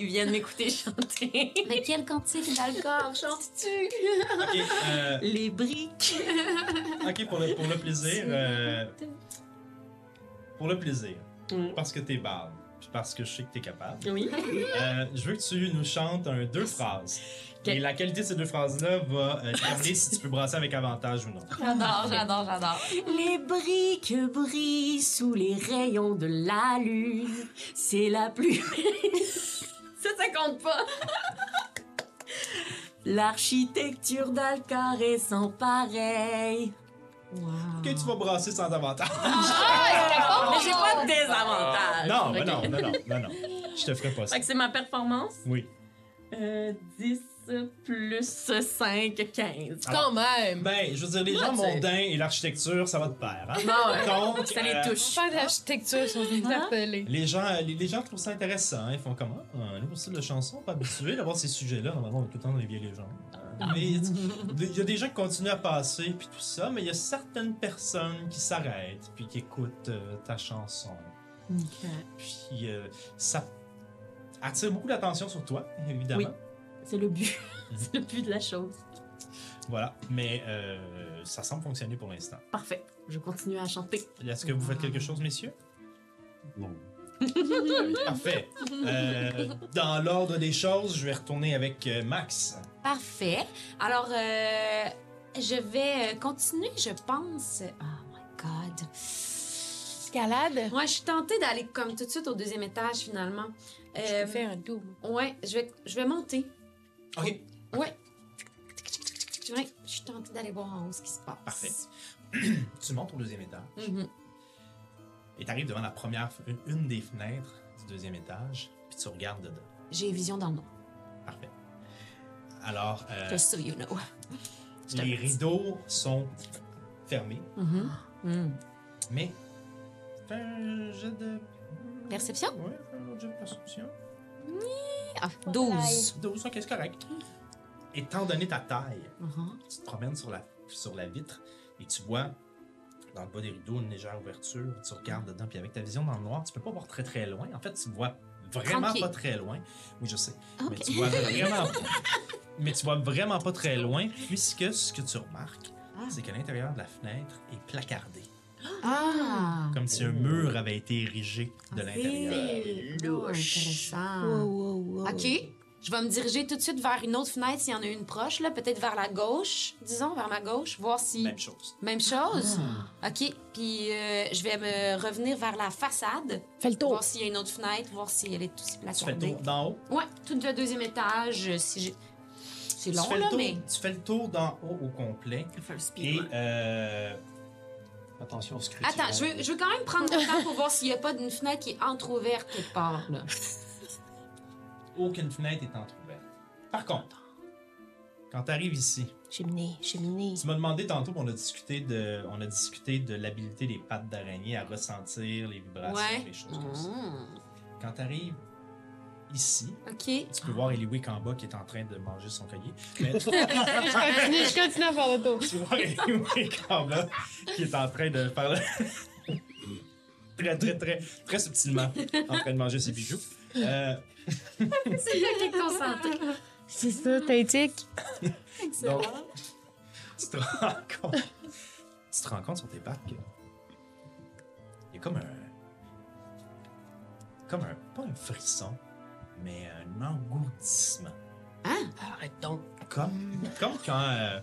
B: ils viennent m'écouter chanter.
F: Mais quel cantique d'alcool, chantes-tu?
A: Ok, euh,
B: Les briques.
A: ok, pour, le, pour le plaisir. euh, pour le plaisir.
B: Mm.
A: Parce que t'es barbe. puis Parce que je sais que t'es capable.
B: Oui.
A: Euh, je veux que tu nous chantes un, deux phrases.
B: Ok.
A: Et la qualité de ces deux phrases-là va euh, déterminer si tu peux brasser avec avantage ou non.
F: J'adore, j'adore, j'adore.
G: Les briques brillent sous les rayons de la lune. C'est la plus
B: Ça, ça compte pas.
G: L'architecture d'Alcor est sans pareil.
A: Ok, tu vas brasser sans avantage.
B: Mais j'ai pas de désavantage.
A: Ah, Non,
B: Ok.
A: mais non, non, non, non, non. Je te ferai pas ça.
B: Fait que c'est ma performance.
A: Oui.
B: Euh, 10 plus 5, 15.
A: Alors,
C: même!
A: Ben, je veux dire, les gens
B: tu sais.
A: mondains et l'architecture, ça va te pair. Hein?
B: Bon, ouais.
A: Donc,
B: Ça les
A: euh,
B: touche.
C: Pas d'architecture, sont interpellés.
A: Les gens, euh, les, les gens trouvent ça intéressant. hein. Ils font comment Un nouveau style de chanson, pas habitué d'avoir ces sujets-là. Normalement, on est tout le temps dans les vieilles légendes. Mais il y a des gens qui continuent à passer, puis tout ça, mais il y a certaines personnes qui s'arrêtent, puis qui écoutent euh, ta chanson. Puis euh, ça attire beaucoup l'attention sur toi, évidemment.
B: Oui. C'est le but. c'est le but de la chose.
A: Voilà. Mais euh, ça semble fonctionner pour l'instant.
B: Parfait. Je continue à chanter.
A: Est-ce que vous faites quelque chose, messieurs
E: Bon.
A: Parfait. Euh, dans l'ordre des choses, je vais retourner avec euh, Max.
F: Parfait. Alors, euh, je vais euh, continuer, je pense. Oh my God.
C: Escalade?
F: Moi, je suis tentée d'aller comme tout de suite au deuxième étage, finalement. Euh,
C: Je peux faire un double.
F: Ouais, je vais, je vais monter.
A: Ok.
F: Ouais. Ouais, Je suis tentée d'aller voir en haut ce qui se passe.
A: Parfait. Tu montes au deuxième étage
F: Mhm.
A: et t'arrives devant la première, f- une, une des fenêtres du deuxième étage, puis tu regardes dedans.
F: J'ai vision dans le noir.
A: Parfait. Alors, euh,
F: Just so you know. je te
A: les
F: le dis.
A: rideaux sont fermés,
F: Mhm.
A: mais. Fais un jet de.
F: Perception?
A: Ouais, fais un autre jet de perception.
F: Ah, 12.
A: 12, ok, c'est correct. Étant donné ta taille,
F: Mhm.
A: tu te promènes sur la, sur la vitre et tu vois dans le bas des rideaux une légère ouverture. Tu regardes dedans, puis avec ta vision dans le noir, tu peux pas voir très très loin. En fait, tu vois vraiment
F: Tranquille.
A: pas très loin. Oui, je sais. Mais
F: Ok.
A: tu vois vraiment pas. Mais tu vois vraiment pas très loin, puisque ce que tu remarques,
F: Ah.
A: c'est que l'intérieur de la fenêtre est placardé.
F: Ah!
A: Comme si un mur avait été érigé de l'intérieur.
F: C'est
B: louche.
F: intéressant.
C: wow,
A: Oh.
C: wow.
F: OK. Je vais me diriger tout de suite vers une autre fenêtre s'il y en a une proche, là, peut-être vers la gauche, disons, vers ma gauche, voir si.
A: Même chose. Ah.
F: Même chose. OK. Puis euh, je vais me revenir vers la façade,
C: Fais le tour.
F: voir s'il y a une autre fenêtre, voir si elle est aussi
A: Tu fais le
F: placardée.
A: tour d'en haut.
F: Ouais, tout le deuxième étage, euh, si j'ai. C'est long,
A: tu, fais
F: là,
A: le tour,
F: mais.
A: tu fais le tour d'en haut au complet.
B: Faire le
A: Et
B: speed.
A: euh,
D: Attention, scrutin.
F: Attends, je veux, je veux quand même prendre le temps pour voir s'il n'y a pas d'une fenêtre qui est entrouverte quelque
B: Ah,
F: part, là.
A: aucune fenêtre est entrouverte. Par contre, quand tu arrives ici,
C: Cheminée, cheminée.
A: Tu m'as demandé tantôt, puis on a discuté de, on a discuté de l'habilité des pattes d'araignée à ressentir les vibrations,
F: Ouais. Mhm.
A: les choses comme ça.
B: Mm.
A: Quand t'arrives ici,
F: OK.
A: tu peux voir Eliwick en bas qui est en train de manger son collier. Mais tu
C: je continue, je continue à faire le tour.
A: peux voir Eliwick en bas qui est en train de faire le- très très très très subtilement en train de manger ses bijoux. Euh,
B: C'est là qui est concentré.
C: C'est ça, t'indiques.
A: donc, tu te rends compte, tu te rends compte sur tes pattes que il y a comme un, comme un, pas un frisson, mais un engourdissement.
C: Arrête donc.
A: Comme, comme quand, euh,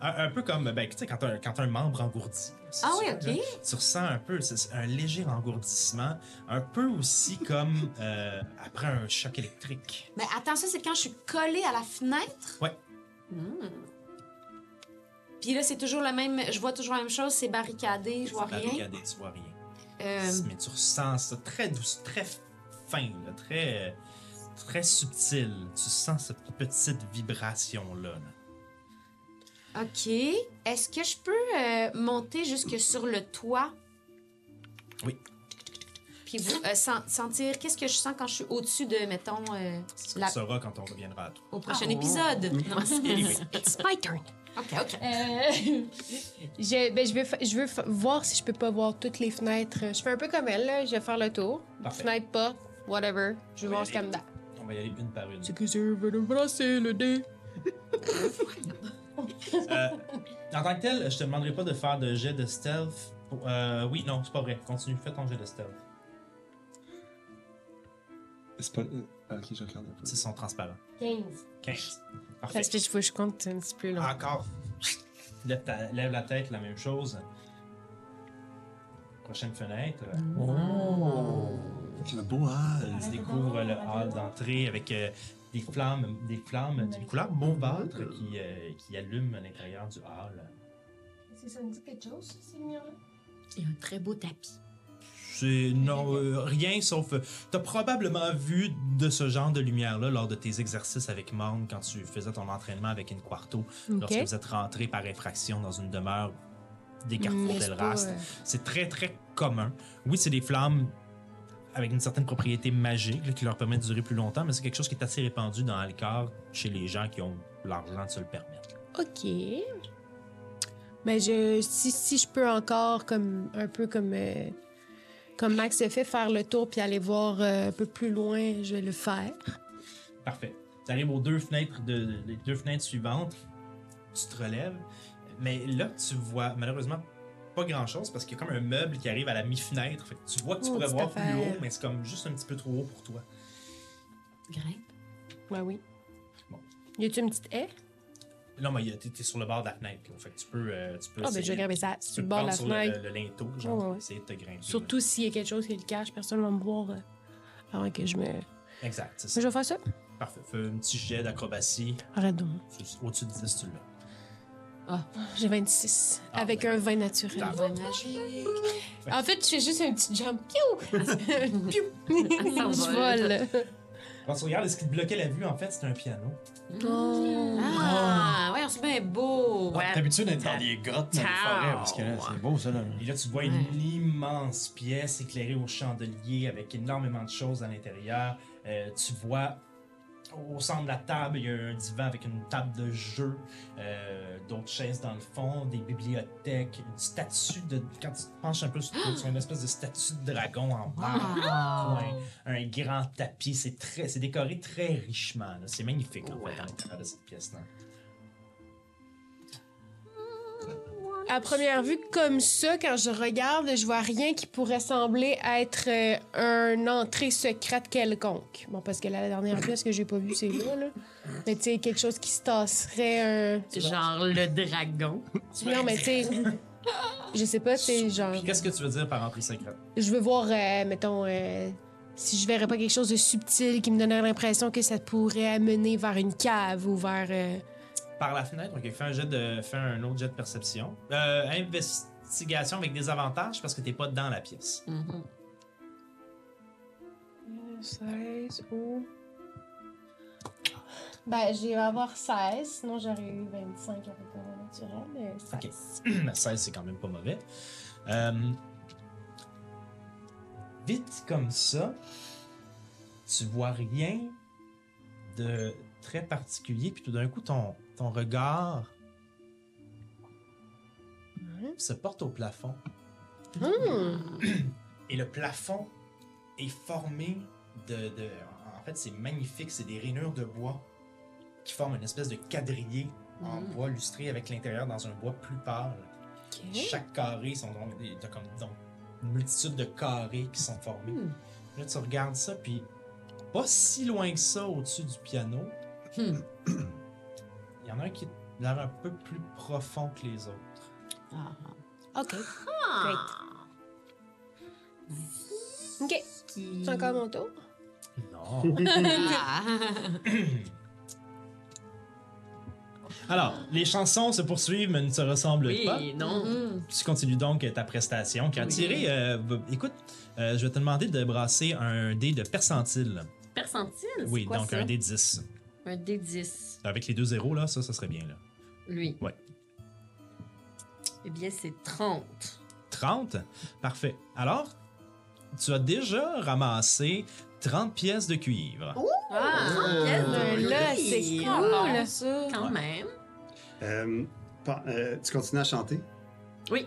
A: un, un peu comme, ben, tu sais, quand un, quand un membre engourdi.
F: Ah oui,
A: Tu-
F: OK.
A: Tu ressens un peu, c'est- c'est un léger engourdissement, un peu aussi comme euh, après un choc électrique.
F: Mais Ben, attends, ça, c'est quand je suis collée à la fenêtre? Hmm.
A: Ouais.
F: Puis là, c'est toujours le même. Je vois toujours la même chose, c'est barricadé, je vois rien.
A: Barricadé, tu vois rien.
F: Euh,
A: mais tu ressens ça très douce, très fin, là, très, euh, très subtil. Tu sens cette petite vibration-là. là.
F: OK. Est-ce que je peux euh, monter jusque sur le toit?
A: Oui.
F: Puis vous euh, sen- sentir, qu'est-ce que je sens quand je suis au-dessus de, mettons, euh,
A: C'est ce qu'on
F: La-
A: saura quand on reviendra à toi.
F: au prochain épisode?
C: Ah, oh. It's my turn.
F: OK, OK.
C: Euh, je, ben, je, vais fa- je veux fa- voir si je peux pas voir toutes les fenêtres. Je fais un peu comme elle, là. Je vais faire le tour.
A: Parfait.
C: Fenêtre, porte, whatever. Je vais
A: Oui,
C: voir ce qu'elle me
A: allez.
C: donne.
A: On va y aller une par une.
C: que je veux le brasser, le dé.
A: Euh, en tant que tel, je te demanderai pas de faire de jet de stealth. pour- euh, oui, non, c'est pas vrai. Continue, fais ton jet de stealth.
E: C'est pas. euh, ah, ok, je regarde un peu.
A: Ils sont transparents.
G: 15.
A: 15. Parfait.
C: Parce que je faut que je compte un petit peu, là.
A: Encore. Lève, ta- lève la tête, la même chose. Prochaine fenêtre.
E: Le beau hall.
A: Tu découvres Euh, le hall d'entrée avec euh, des flammes, des flammes d'une couleur mauvâtre qui, euh, qui allument à l'intérieur du hall.
G: Est-ce que ça me dit quelque chose, ce signal-là?
B: Il y a un très beau tapis.
A: C'est non, euh, rien sauf. euh, T'as probablement vu de ce genre de lumière-là lors de tes exercices avec Morne quand tu faisais ton entraînement avec une quarto, lorsque vous êtes rentré par effraction dans une demeure des carrefours
C: Mais c'est Mmh, pas,
A: d'Elrast.
C: euh,
A: C'est très, très commun. Oui, c'est des flammes avec une certaine propriété magique là, qui leur permet de durer plus longtemps, mais c'est quelque chose qui est assez répandu dans Alcor chez les gens qui ont l'argent de se le permettre.
C: euh, OK. Mais je, si, si je peux encore, comme un peu comme, euh, comme Max a fait, faire le tour puis aller voir euh, un peu plus loin, je vais le faire.
A: Parfait. Tu arrives aux deux fenêtres, de, les deux fenêtres suivantes, tu te relèves, mais là, tu vois malheureusement pas grand-chose parce qu'il y a comme un meuble qui arrive à la mi-fenêtre. Fait que Tu vois que tu
C: Oh,
A: pourrais
C: petite
A: voir plus
C: affaire.
A: haut, mais c'est comme juste un petit peu trop haut pour toi.
F: Grimpe.
C: Ouais, oui.
A: Bon.
C: Y a-tu une petite haie?
A: Là, mais il y a- t'es t'es sur le bord de la fenêtre. là. Fait que tu peux. euh, tu peux
C: Ah, ben je
A: essayer-
C: vais regarder ça.
A: tu
C: Sur
A: peux
C: le
A: te
C: bord de la
A: prendre sur le-
C: fenêtre.
A: Le, le linteau, genre,
C: Ouais, ouais.
A: essayer de te grimper. là.
C: Surtout s'il y a quelque chose qui le cache, personne va me voir euh, avant que je me. Mais
A: Exact, c'est
C: je
A: ça.
C: vais faire ça.
A: Parfait. Fais un petit jet d'acrobatie.
C: Arrête donc.
A: C'est Au-dessus de 10, tu l'as.
C: J'ai 26.
A: Ah,
C: avec
A: ben.
C: un 20 naturel.
A: T'as-
F: Ouais, magique.
C: En fait, je fais juste un petit jump. Piou! Piou!
F: Ah,
B: Ça
C: je vole.
A: Quand tu regardes, ce qui te bloquait la vue, en fait, c'était un piano.
C: Oh.
F: Ah, ouais, on se met beau.
B: Ouais.
D: D'habitude, d'être Ah, dans des grottes, dans les forêts, parce que là, c'est beau, ça, là.
A: Et là, tu vois une immense pièce éclairée au chandelier avec énormément de choses à l'intérieur. Euh, tu vois au centre de la table, il y a un divan avec une table de jeu, euh, d'autres chaises dans le fond, des bibliothèques, une statue de. Quand tu te penches un peu sur, sur une espèce de statue de dragon en bas,
F: Ah.
A: Ah. un, un grand tapis. C'est très, c'est décoré très richement. là. C'est magnifique en fait à l'intérieur de cette pièce-là.
C: à première vue, comme ça, quand je regarde, je vois rien qui pourrait sembler être euh, un entrée secrète quelconque. Bon, parce que la dernière pièce que j'ai pas vue, c'est là, là. Mais tu sais, quelque chose qui se tasserait. un...
B: Genre le dragon.
C: Non, mais tu sais, je sais pas, c'est genre.
A: Qu'est-ce que tu veux dire par entrée secrète?
C: Je veux voir, euh, mettons, euh, si je verrais pas quelque chose de subtil qui me donnerait l'impression que ça pourrait amener vers une cave ou vers. euh,
A: Par la fenêtre, ok, fais un, jet de, fais un autre jet de perception. Euh, investigation avec des avantages parce que t'es pas dans la pièce.
C: Mhm. 16 ou. Ben, j'ai vais avoir 16, sinon j'aurais eu 25 avec le naturel, euh, mais 16.
A: Ok. 16, c'est quand même pas mauvais. Euh, vite comme ça, tu vois rien de très particulier, puis tout d'un coup, ton, ton regard se porte au plafond.
C: Hmm.
A: Et le plafond est formé de. de- en fait, c'est magnifique, c'est des rainures de bois qui forment une espèce de quadrillé en bois lustré avec l'intérieur dans un bois plus pâle. Chaque carré, sont donc, des- t'as comme donc, une multitude de carrés qui sont formés. Là, tu regardes ça, puis pas si loin que ça au-dessus du piano,
F: Hmm.
A: il y en a un qui a l'air un peu plus profond que les autres.
C: Ok.
F: Ah.
C: Ok. C'est encore mon tour.
A: Non.
F: Ah.
A: Alors, les chansons se poursuivent mais ne se ressemblent pas.
B: Oui, non.
F: Mhm.
A: Tu continues donc ta prestation qui a tiré. euh, v- écoute, euh, je vais te demander de brasser un dé de percentile.
B: Percentile, c'est
A: Oui,
B: quoi
A: donc
B: ça?
A: un dé 10.
B: Un D10.
A: Avec les deux zéros, là, ça, ça serait bien. Là.
B: Lui.
A: Ouais.
B: Eh bien, c'est 30.
A: 30? Parfait. Alors, tu as déjà ramassé 30 pièces de cuivre.
B: Ah, 30 pièces
C: Ben
B: de
C: là,
B: riz.
C: c'est
B: Ah,
C: cool, ça.
B: Quand même.
E: Euh, pa- euh, tu continues à chanter?
B: Oui.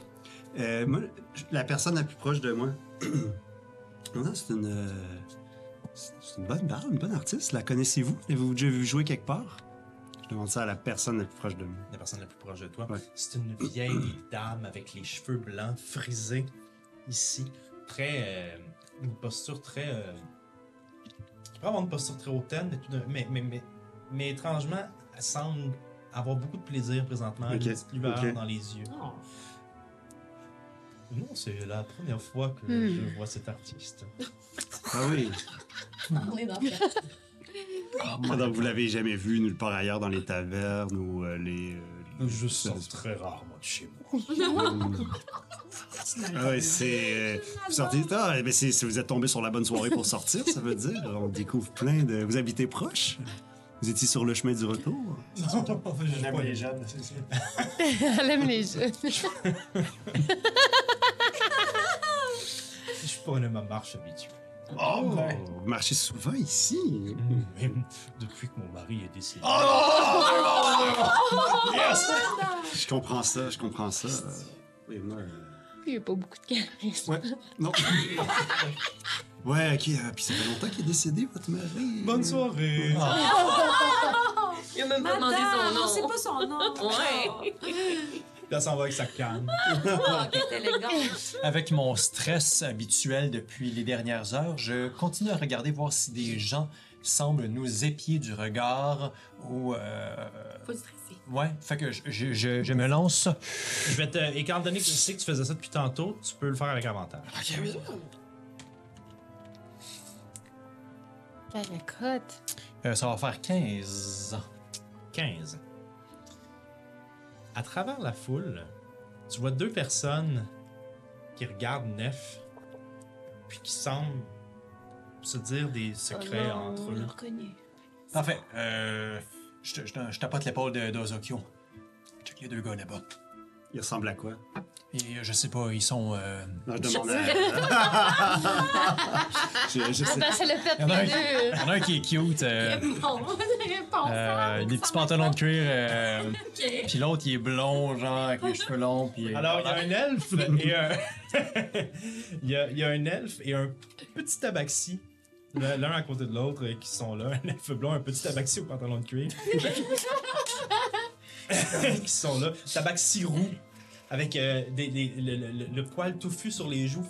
E: Euh, moi, j- la personne la plus proche de moi, Non, c'est une, euh, c'est c'est une bonne barre, une bonne artiste. La connaissez-vous? Avez-vous déjà vu jouer quelque part? Je demande ça à la personne la plus proche de moi.
A: La personne la plus proche de toi.
E: Ouais.
A: C'est une vieille dame avec les cheveux blancs frisés ici. Très. euh, une posture très. euh, qui pourrait avoir une posture très hautaine, mais, tout d'un- mais, mais, mais, mais étrangement, elle semble avoir beaucoup de plaisir présentement. Elle a
E: Ok,
A: Une petite lueur
E: ok.
A: dans les yeux.
F: Oh.
A: Non, c'est la première fois que
C: Hmm.
A: je vois cet artiste.
E: Ah oui! Ah,
B: On est dans le
E: Donc, vous l'avez jamais vu nulle part ailleurs dans les tavernes ou euh, les. euh, les-
A: Je sors très rarement de chez moi.
E: Ah ouais, c'est. euh, vous sortez. Ah, mais c'est- c'est- vous êtes tombé sur la bonne soirée pour sortir, ça veut dire. On découvre plein de. Vous habitez proche? Vous étiez sur le chemin du retour?
A: Je sais pas.
D: jeunes, c'est ça.
C: Elle aime les jeux.
A: Je suis pas une ma marche habituelle.
E: Oh, Vous marchez souvent ici.
A: Même depuis que mon mari est décédé.
E: Ah! Yes! Je comprends ça, je comprends ça. Oui, moi, euh,
C: Il n'y a pas beaucoup de charisme.
E: Ouais, non. ouais, ok. euh, puis ça fait longtemps qu'il est décédé, votre mari.
A: Bonne soirée.
E: Ah!
B: Il a même pas demandé
F: Madame,
B: son nom.
F: on sait pas Ah. son nom.
B: Ouais.
A: Là, ça va avec sa canne.
F: Oh, quelle élégance.
D: Avec mon stress habituel depuis les dernières heures, je continue à regarder voir si des gens semblent nous épier du regard ou... euh,
F: Faut le stresser.
D: Ouais, fait que je, je- je- je me lance.
A: Je vais te. Et étant donné que je sais que tu faisais ça depuis tantôt, tu peux le faire avec avantage.
C: T'as la cote.
D: Euh, ça va faire 15.
A: 15. À travers la foule, tu vois deux personnes qui regardent Nef, puis qui semblent se dire des
C: Oh
A: secrets entre eux.
C: reconnu.
D: Parfait. Euh, je, te- je te- je tapote l'épaule de- d'Ozokyo. Check les deux gars là-bas.
E: Il ressemble à quoi?
D: Et euh, je sais pas, ils sont... euh,
E: Non, je demande à... je, je sais.
C: Attends, ça l'a fait
D: Il y en a un,
C: les deux.
D: il y en a un qui est cute. euh,
F: Bon, réponse.
D: euh, des petits pantalons de cuir. euh, Puis l'autre, il est blond, genre, avec les cheveux longs. Puis, euh,
A: Alors, il y a un elfe et un. il, y a, il y a un elfe et un petit tabaxi. L'un l'un à côté de l'autre euh, qui sont là. Un elfe blanc, un petit tabaxi au pantalon de cuir. qui sont là. Tabaxi roux. avec euh, des- des- le, le- le- le poil touffu sur les joues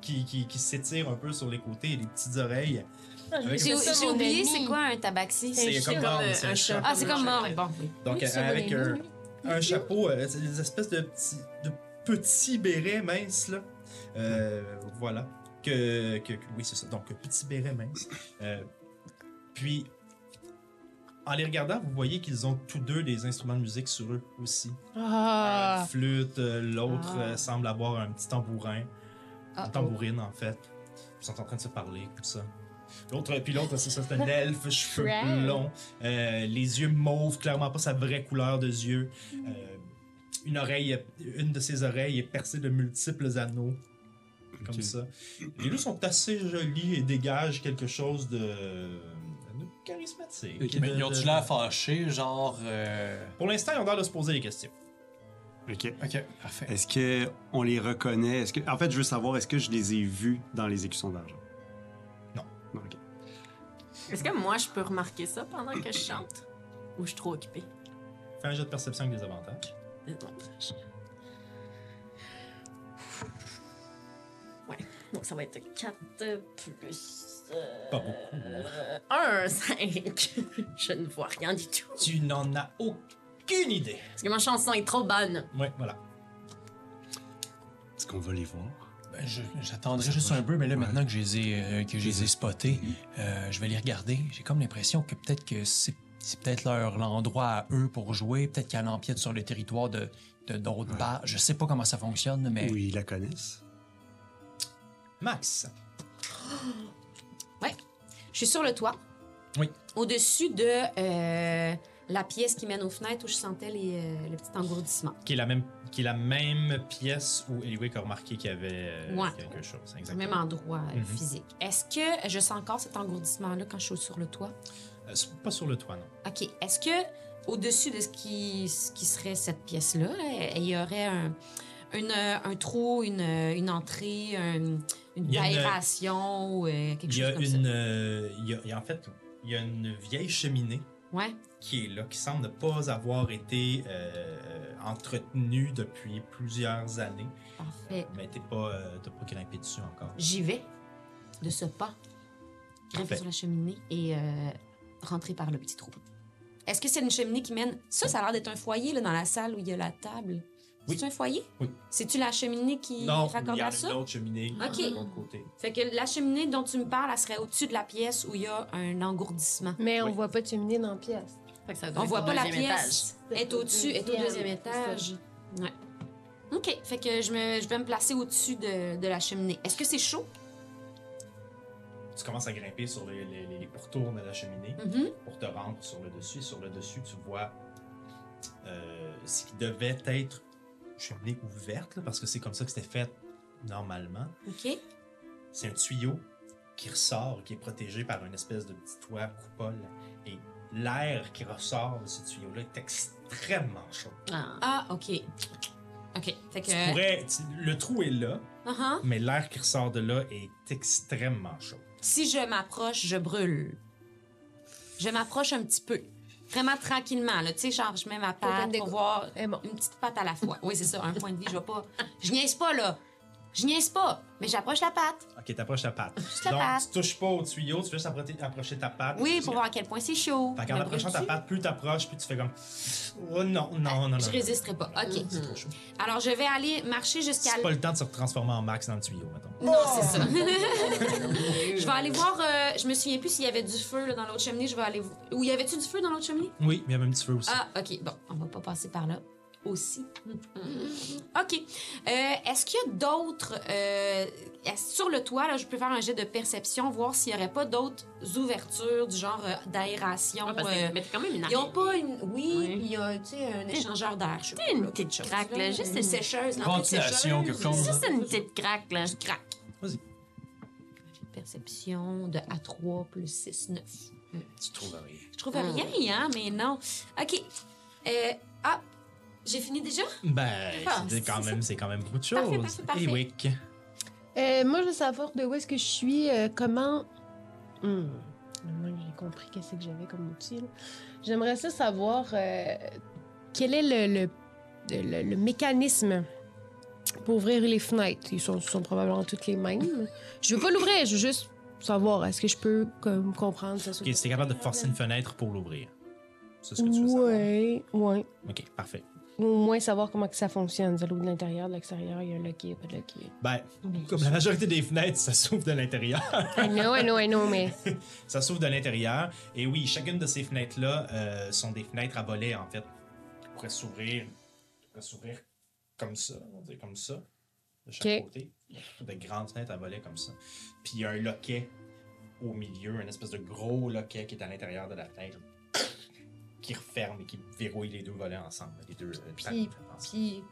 A: qui, qui, qui s'étire un peu sur les côtés et les petites oreilles. Avec-
F: J'ai
C: ça,
F: j'ai
C: mon
F: oublié,
C: ami.
F: c'est quoi un tabaxi?
A: C'est
F: un
A: comme
F: chat.
A: mort,
B: un-
A: c'est
B: un
A: un
B: chat.
A: chat.
F: Ah, c'est comme mort, mais bon. oui.
A: Donc,
C: Oui,
A: euh,
C: c'est mon
A: avec
C: ami,
A: un,
C: oui.
A: un chapeau, euh, c'est des espèces de petits, de petits bérets minces, là. Euh, voilà. Que, que- que- oui, c'est ça. Donc, petits bérets minces. Euh, puis, en les regardant, vous voyez qu'ils ont tous deux des instruments de musique sur eux aussi.
C: Ah.
A: Une flûte, euh, l'autre
F: Ah.
A: euh, semble avoir un petit tambourin.
F: Ah,
A: Une tambourine, en fait. Ils sont en train de se parler, tout ça. L'autre, euh, puis l'autre, c'est ça, c'est un elfe, cheveux
C: Right.
A: longs, euh, les yeux mauves, clairement pas sa vraie couleur de yeux.
F: Hmm.
A: Euh, une oreille, une de ses oreilles est percée de multiples anneaux, comme
E: Ok.
A: ça. Les deux sont assez jolis et dégagent quelque chose de, de charismatique.
E: Ok,
D: Mais
A: De-
D: ils ont-tu
A: de-
D: l'air fâchés, genre. euh,
A: Pour l'instant, ils ont l'air de se poser des questions.
E: Ok.
D: Ok, parfait.
E: Est-ce que on les reconnaît Est-ce que, en fait, je veux savoir, est-ce que je les ai vus dans les écussons d'argent
A: Non.
E: Non, ok.
B: Est-ce que moi, je peux remarquer ça pendant que je chante? Ou je suis trop occupée?
A: Fais un jeu de perception avec des avantages.
B: Ouais, donc ça va être 4 plus. euh,
A: Pas beaucoup.
B: 1, 5. je ne vois rien du tout.
A: Tu n'en as aucune idée.
B: Parce que ma chanson est trop bonne.
A: Ouais, voilà.
E: Est-ce qu'on va les voir
D: Ben, je- J'attendrai juste un peu, mais là, maintenant que je les ai, euh, que je les ai spotés, euh, je vais les regarder. J'ai comme l'impression que peut-être que c'est c'est peut-être leur endroit à eux pour jouer. Peut-être qu'elle empiète sur le territoire de de- d'autres bars. Je sais pas comment ça fonctionne, mais
E: Oui, ils la connaissent.
A: Max.
F: Je suis sur le toit.
A: Oui.
F: Au-dessus de euh, la pièce qui mène aux fenêtres où je sentais les, euh, le petit engourdissement.
A: qui est la même qui est la même pièce où Eliwick a remarqué qu'il y avait euh,
F: Ouais.
A: quelque chose
F: Au même
A: exactement
F: endroit euh,
A: Mhm.
F: physique. Est-ce que je sens encore cet engourdissement-là quand je suis sur le toit?
A: Euh, c'est pas sur le toit non
F: OK. Est-ce que au-dessus de ce qui, ce qui serait cette pièce-là, euh, il y aurait un, une, euh, un trou, une, euh, une entrée, un- une
A: Il y a une- euh,
F: aération ou euh, quelque
A: il y a
F: chose comme
A: une euh, il y a- il y a en fait il y a une vieille cheminée
F: ça? Ouais.
A: qui est là qui semble ne pas avoir été euh, entretenue depuis plusieurs années
F: Parfait.
A: mais t'es pas euh, t'as pas grimpé dessus encore
F: J'y vais de ce pas, grimper
A: Parfait.
F: sur la cheminée et euh, rentrer par le petit trou. Est-ce que c'est une cheminée qui mène... Ça, ça a l'air d'être un foyer là, dans la salle où il y a la table.
A: Oui.
F: C'est un foyer?
A: Oui.
F: C'est-tu la cheminée qui
A: non il
F: raccorde
A: y a
F: à
A: une
F: ça?
A: autre cheminée euh,
F: Ok.
A: de l'autre côté
F: Fait que la cheminée dont tu me parles, elle serait au-dessus de la pièce où il y a un engourdissement.
C: Mais on
A: Oui.
C: voit pas de cheminée dans la pièce.
B: Fait que ça doit
F: On
B: être
F: voit
B: au
F: pas la
B: deuxième
F: pièce. Elle est au-dessus, elle est au deuxième étage. Ouais. OK. Fait que je, me, je vais me placer au-dessus de, de la cheminée. Est-ce que c'est chaud?
A: tu commences à grimper sur les, les, les pourtours de la cheminée
F: Mhm.
A: pour te rendre sur le dessus. Sur le dessus, tu vois euh, ce qui devait être une cheminée ouverte, là, parce que c'est comme ça que c'était fait normalement.
F: OK.
A: C'est un tuyau qui ressort, qui est protégé par une espèce de petit toit coupole. Et l'air qui ressort de ce tuyau-là est extrêmement chaud.
B: Ah.
F: Ah, OK. OK. Fait que...
A: Tu pourrais- tu- le trou est là,
F: Uh-huh.
A: mais l'air qui ressort de là est extrêmement chaud.
F: Si je m'approche, je brûle. Je m'approche un petit peu. Vraiment tranquillement. Là. Tu sais, genre, je mets ma
C: comme
F: patte
C: des
F: pour
C: go-
F: voir
C: Eh bon.
F: une petite patte à la fois. Oui, c'est ça, un point de vie. Je vais pas... Je niaise pas, là. Je niaise pas, mais j'approche la patte.
A: Ok, t'approches ta patte.
F: la
A: Donc,
F: patte.
A: tu touches pas au tuyau, tu veux juste approcher- approcher ta patte.
F: Oui,
A: Tu-
F: pour voir à quel point c'est chaud.
A: Ah, Fait qu'en
F: Me
A: approchant ta
F: brûles-tu?
A: patte, plus t'approches, plus tu fais comme. Oh non, non, non, non.
F: Je
A: non.
F: résisterai pas. OK.
A: C'est trop chaud.
F: Alors, je vais aller marcher jusqu'à...
A: C'est pas le temps de se transformer en max dans le tuyau, mettons.
F: Non, c'est ça. je vais aller voir... euh, je me souviens plus s'il y avait du feu là, dans l'autre cheminée. Je vais aller... vo- Ou y avait-tu du feu dans l'autre cheminée?
A: Oui, il y avait un petit feu aussi.
F: Ah, OK. Bon, on va pas passer par là aussi. OK. Euh, Est-ce qu'il y a d'autres... euh, est-ce- sur le toit, là, je peux faire un jet de perception, voir s'il y aurait pas d'autres ouvertures du genre euh, d'aération.
B: Ah. Ouais, parce que-
F: euh,
B: mais t'es quand même une
F: Ils ont
B: araignée.
F: pas une. Oui,
B: Oui.
F: puis il y a, tu sais, un échangeur d'air. je sais pas,
B: une
F: là,
B: petite
F: quelque
B: craque,
F: chose,
B: là, juste
F: une
B: une-
F: sécheuse. l'entrée de
D: ventilation,
F: sécheuse.
D: quelque chose. hein.
B: C'est juste une petite craque, là. Je craque.
A: Vas-y.
F: Perception de A3 plus 6, 9.
A: Tu trouves rien.
F: Je trouve
B: Hmm.
F: rien, hein, mais non. OK. Euh, ah, j'ai fini déjà?
A: Ben,
F: Ah,
A: c'est quand
F: c'est
A: même, c'est quand même beaucoup de
F: Parfait,
A: choses. Eh
F: parfait, parfait.
A: Et Wick.
C: Euh, moi, je veux savoir de où est-ce que je suis, euh, comment. Hmm. Maintenant que j'ai compris qu'est-ce que j'avais comme outil, là. j'aimerais ça savoir euh, quel est le, le- de- le, le mécanisme pour ouvrir les fenêtres. Ils sont, sont probablement toutes les mêmes. Je veux pas l'ouvrir, je veux juste savoir est-ce que je peux comme, comprendre ça.
A: Ok, si t'es capable de forcer une fenêtre pour l'ouvrir. C'est ce que tu veux savoir.
C: Oui, oui.
A: Ok, parfait.
C: Ou au moins savoir comment que ça fonctionne. Ça l'ouvre de l'intérieur, de l'extérieur, il y a un loquet, pas de loquet.
A: Ben, comme la majorité des fenêtres, ça s'ouvre de l'intérieur.
C: I know, I know, I know, mais.
A: Ça s'ouvre de l'intérieur. Et oui, chacune de ces fenêtres-là euh, sont des fenêtres à volets, en fait. Qui pourraient s'ouvrir. qui pourraient s'ouvrir comme ça, on dirait comme ça. De chaque
C: Ok.
A: côté. Des grandes fenêtres à volets comme ça. Puis il y a un loquet au milieu, un espèce de gros loquet qui est à l'intérieur de la fenêtre. Qui referme et qui verrouille les deux volets ensemble. Les deux euh,
H: Puis-
A: fenêtres ensemble.
H: Puis,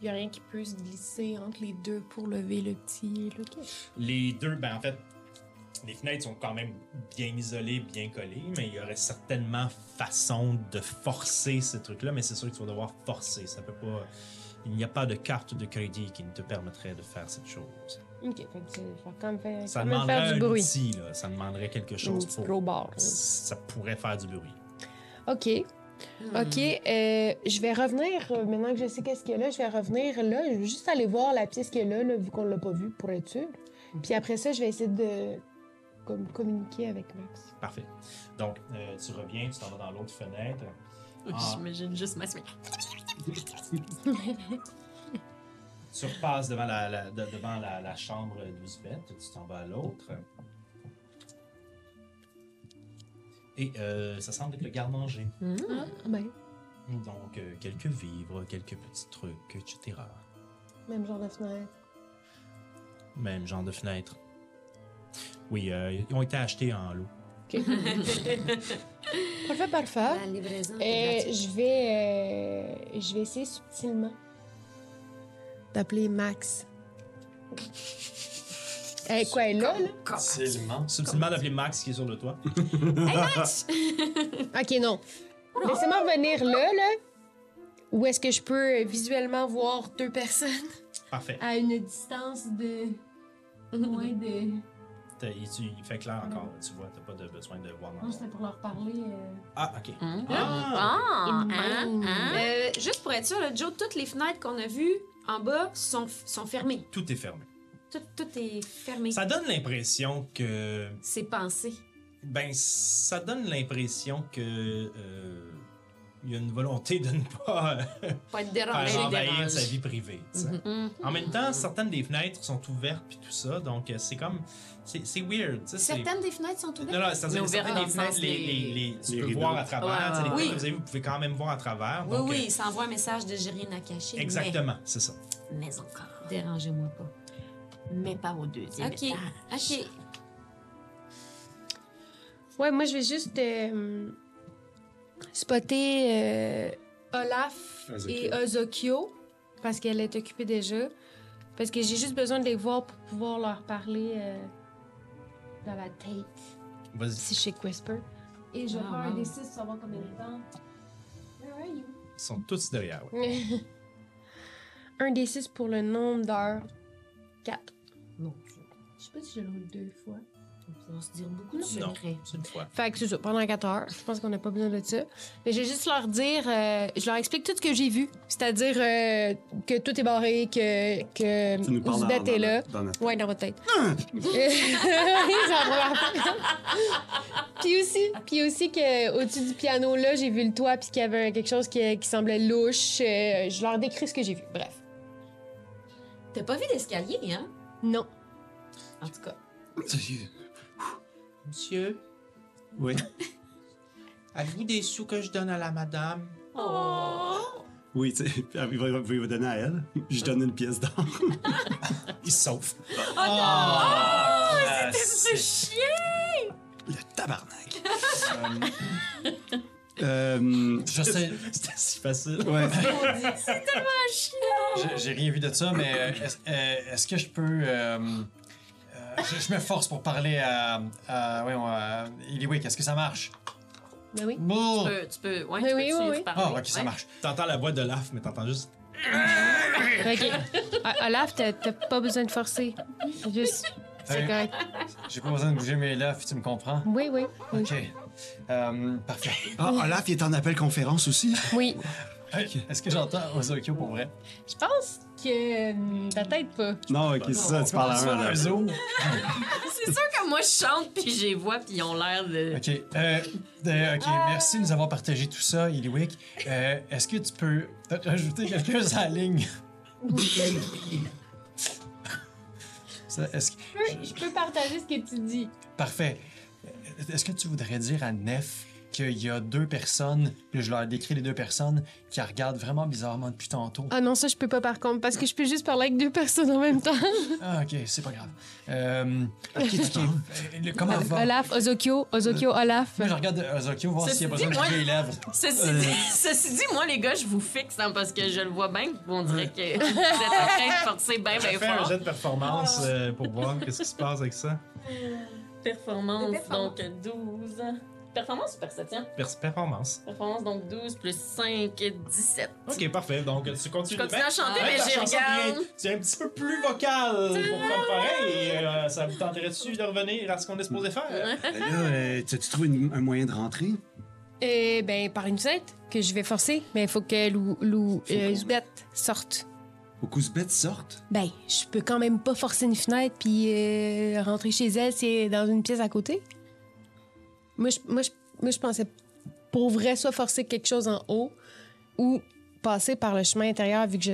H: il n'y a rien qui peut se glisser entre les deux pour lever le petit loquet.
A: Les deux, ben en fait, les fenêtres sont quand même bien isolées, bien collées, mais il y aurait certainement façon de forcer ce truc-là, mais c'est sûr que tu vas devoir forcer. Ça peut pas. Il n'y a pas de carte de crédit qui ne te permettrait de faire cette chose.
C: Ok, fait que c'est- faut quand même faire,
A: Ça
C: quand même faire
A: demanderait
C: du
A: un
C: bruit.
A: outil, là. Ça demanderait quelque
C: Un
A: chose
C: petit
A: pour.
C: gros bar. là.
A: Ça pourrait faire du bruit.
C: Ok.
B: Hmm.
C: Ok, euh, je vais revenir, euh, maintenant que je sais qu'est-ce qu'il y a là, je vais revenir là, je vais juste aller voir la pièce qu'il y a là, là, vu qu'on l'a pas vue, pour être sûr. Puis après ça, je vais essayer de comme, communiquer avec Max.
A: Parfait. Donc, euh, tu reviens, tu t'en vas dans l'autre fenêtre. Ah.
B: J'imagine juste ma semaine.
A: Tu repasses devant la, la- de- devant la, la chambre d'Ouzbeth, tu t'en vas à l'autre. Et euh, ça semble être le garde-manger.
C: Ah ben,
A: Donc, euh, quelques vivres, quelques petits trucs, etc.
C: même genre de fenêtre.
A: Même genre de fenêtre. Oui, euh, ils ont été achetés en lot.
C: Parfait, parfait.
F: La livraison.
C: Euh,
F: est gratuite.
C: je vais, euh, je vais essayer subtilement d'appeler Max. Eh, quoi, elle est là, là?
D: Facilement.
A: Subtilement d'appeler Max qui est sur le toit.
C: Ok, non. Laissez-moi revenir là, là. Où est-ce que je peux euh, visuellement voir deux personnes?
A: Parfait.
H: À une distance de. moins de.
A: T'as- Il, tu- il fait clair encore, tu vois, t'as pas de besoin de voir dans
H: Non, c'était pour leur parler. euh,
A: Ah, ok.
B: Hein?
A: Ah!
B: Ah, hein,
C: Immense.
B: hein?
F: Euh, juste pour être sûr, là, Joe, toutes les fenêtres qu'on a vues en bas sont, sont fermées.
A: Tout est fermé.
F: Tout, tout est fermé.
A: Ça donne l'impression que
F: C'est pensé.
A: Ben, ça donne l'impression que euh, il y a une volonté de ne pas euh,
F: Pas
A: faire
F: être dérangé. Hum.
A: envahir sa vie privée. tu
F: Mhm.
A: sais. En même temps, certaines des fenêtres sont ouvertes puis tout ça, donc euh, c'est comme c'est c'est weird. tu sais, c'est-
F: Certaines des fenêtres sont
A: Non,
F: ouvertes.
A: non, c'est-à-dire
B: Mais
A: que certaines des
B: ouvertes dans le
A: fenêtres,
B: sens
A: les,
B: des-
A: les- les- tu
E: Les
A: peux
E: rideaux.
A: voir à travers.
B: Ouais,
A: tu sais, les fenêtres
B: ouais,
F: ouais.
A: que vous avez, vous pouvez quand même voir à travers.
F: oui,
A: donc,
F: oui,
A: euh,
F: ils s'envoient un message de j'ai rien à cacher.
A: exactement, c'est ça.
B: Mais encore.
F: mais Dérangez-moi pas.
B: Mais pas au deuxième
F: Ok.
B: étage.
F: Ok.
C: Ouais, moi, je vais juste euh, spotter euh, Olaf
E: Ozokyo.
C: et Ozokyo parce qu'elle est occupée déjà. Parce que j'ai juste besoin de les voir pour pouvoir leur parler euh, dans la tête.
A: Vas-y.
C: Si je sais que Whisper. Et je vais
F: Ah,
C: faire un
F: wow.
C: des six pour savoir combien de temps. Where are you?
A: Ils sont tous derrière. ouais.
C: un des six pour le nombre d'heures. Quatre. Non. Je sais pas si je le roule deux fois.
F: On va se dire beaucoup de
A: Non,
F: secrets.
A: c'est une fois.
C: Fait que c'est ça, pendant 4 heures. Je pense qu'on n'a pas besoin de ça. Mais je vais juste leur dire, euh, je leur explique tout ce que j'ai vu. C'est-à-dire euh, que tout est barré, que, que
E: Tu nous parles
C: Ouzbeth est là.
E: dans notre-
C: Ouais, dans votre tête. C'est la première fois. puis aussi, puis aussi que au-dessus du piano là, j'ai vu le toit puis qu'il y avait quelque chose qui, qui semblait louche. Euh, je leur décris ce que j'ai vu. Bref.
F: T'as pas vu d'escalier, hein?
C: Non.
F: En tout cas.
A: Monsieur,
E: Oui.
A: avez-vous des sous que je donne à la madame?
E: Oui, tu sais, il va, il va donner à elle. Je donne une pièce d'or.
A: Ils se sauvent.
D: Ah, c'est-
E: Le tabarnak. Euh,
D: Je sais,
A: C'était si facile.
E: ouais.
D: j'ai- j'ai rien vu de ça, mais euh, est-ce euh, est-ce que je peux. euh, euh, je, je me force pour parler à. à voyons, à Eliwick. Est-ce que ça marche?
C: Mais Ben oui.
D: Bon.
B: Euh, tu peux, ouais,
C: Oui,
B: tu
C: oui,
B: peux
C: oui,
B: suivre
C: oui.
B: par
D: Ah,
B: là.
D: ok, ça
B: Ouais.
D: marche.
A: T'entends la voix de Laf, mais t'entends juste.
C: Ok.
H: Ah,
C: O- Olaf, t'as t'as pas besoin de forcer. C'est Juste. C'est
D: Salut.
C: correct.
D: Euh, J'ai pas besoin de bouger mes lèvres, tu me comprends?
C: Oui, oui.
D: Ok. Euh, parfait.
E: oh.
D: Euh,
E: Ah, Olaf, il est en appel conférence aussi.
C: Oui.
D: Est-ce que j'entends Ozokyo pour vrai?
H: Je pense
C: euh,
H: que. Peut-être pas.
E: Non, ok, c'est ça, tu parles à un. là.
D: Ozo.
B: C'est sûr que moi, je chante, puis je les vois, puis ils ont l'air de...
D: Ok, euh, euh, ok, merci de nous avoir partagé tout ça, Iliwick. Euh, Est-ce que tu peux rajouter quelqu'un à la ligne? Ça, est-ce que-
H: Je peux, je peux partager ce que tu dis.
D: Parfait. Est-ce que tu voudrais dire à Nef qu'il y a deux personnes, puis je leur décris les deux personnes, qui la regardent vraiment bizarrement depuis tantôt?
H: Ah non, ça, je peux pas par contre, parce que je peux juste parler avec deux personnes en même temps.
D: Ah, ok, c'est pas grave. Euh, ok, ok. Euh, le- comment va?
H: Olaf, Ozokyo, Ozokyo, Olaf.
D: Moi, je regarde Ozokyo voir
B: Ceci
D: s'il y a
B: dit,
D: besoin de
B: moi-
D: bouger les lèvres.
A: Euh.
B: Ceci dit, ceci dit, moi, les gars, je vous fixe, hein, parce que je le vois bien, que vous, on dirait que vous êtes en train de forcer bien, bien
A: Fais un
B: fort. Ah.
A: jet de performance euh, pour voir qu'est-ce qui se passe avec ça.
B: Performance,
F: De performance.
B: donc 12. Performance ou perception?
A: Pers- Performance.
B: Performance, donc 12 plus 5, 17.
A: Ok, parfait. Donc, tu
B: Je
A: continues.
B: continue
A: Ben,
B: à chanter,
A: en
B: mais
A: fait, ta
B: j'y
A: chanson
B: regarde. Ah.
A: devient- C'est un petit peu plus vocal pour faire pareil. euh, ça vous tenterait-tu de revenir à ce qu'on est supposé faire?
E: Ben Là, euh, t'as-tu trouvé une- un moyen de rentrer?
H: Eh ben, par une scène que je vais forcer, mais il faut que Lou, Lou
E: Faut qu'on-
H: Zoubette sorte.
E: Au coup, bête sorte.
H: Ben, je peux quand même pas forcer une fenêtre puis euh, rentrer chez elle, c'est dans une pièce à côté. Moi, je, moi, je, moi, je pensais pour vrai soit forcer quelque chose en haut ou passer par le chemin intérieur vu que je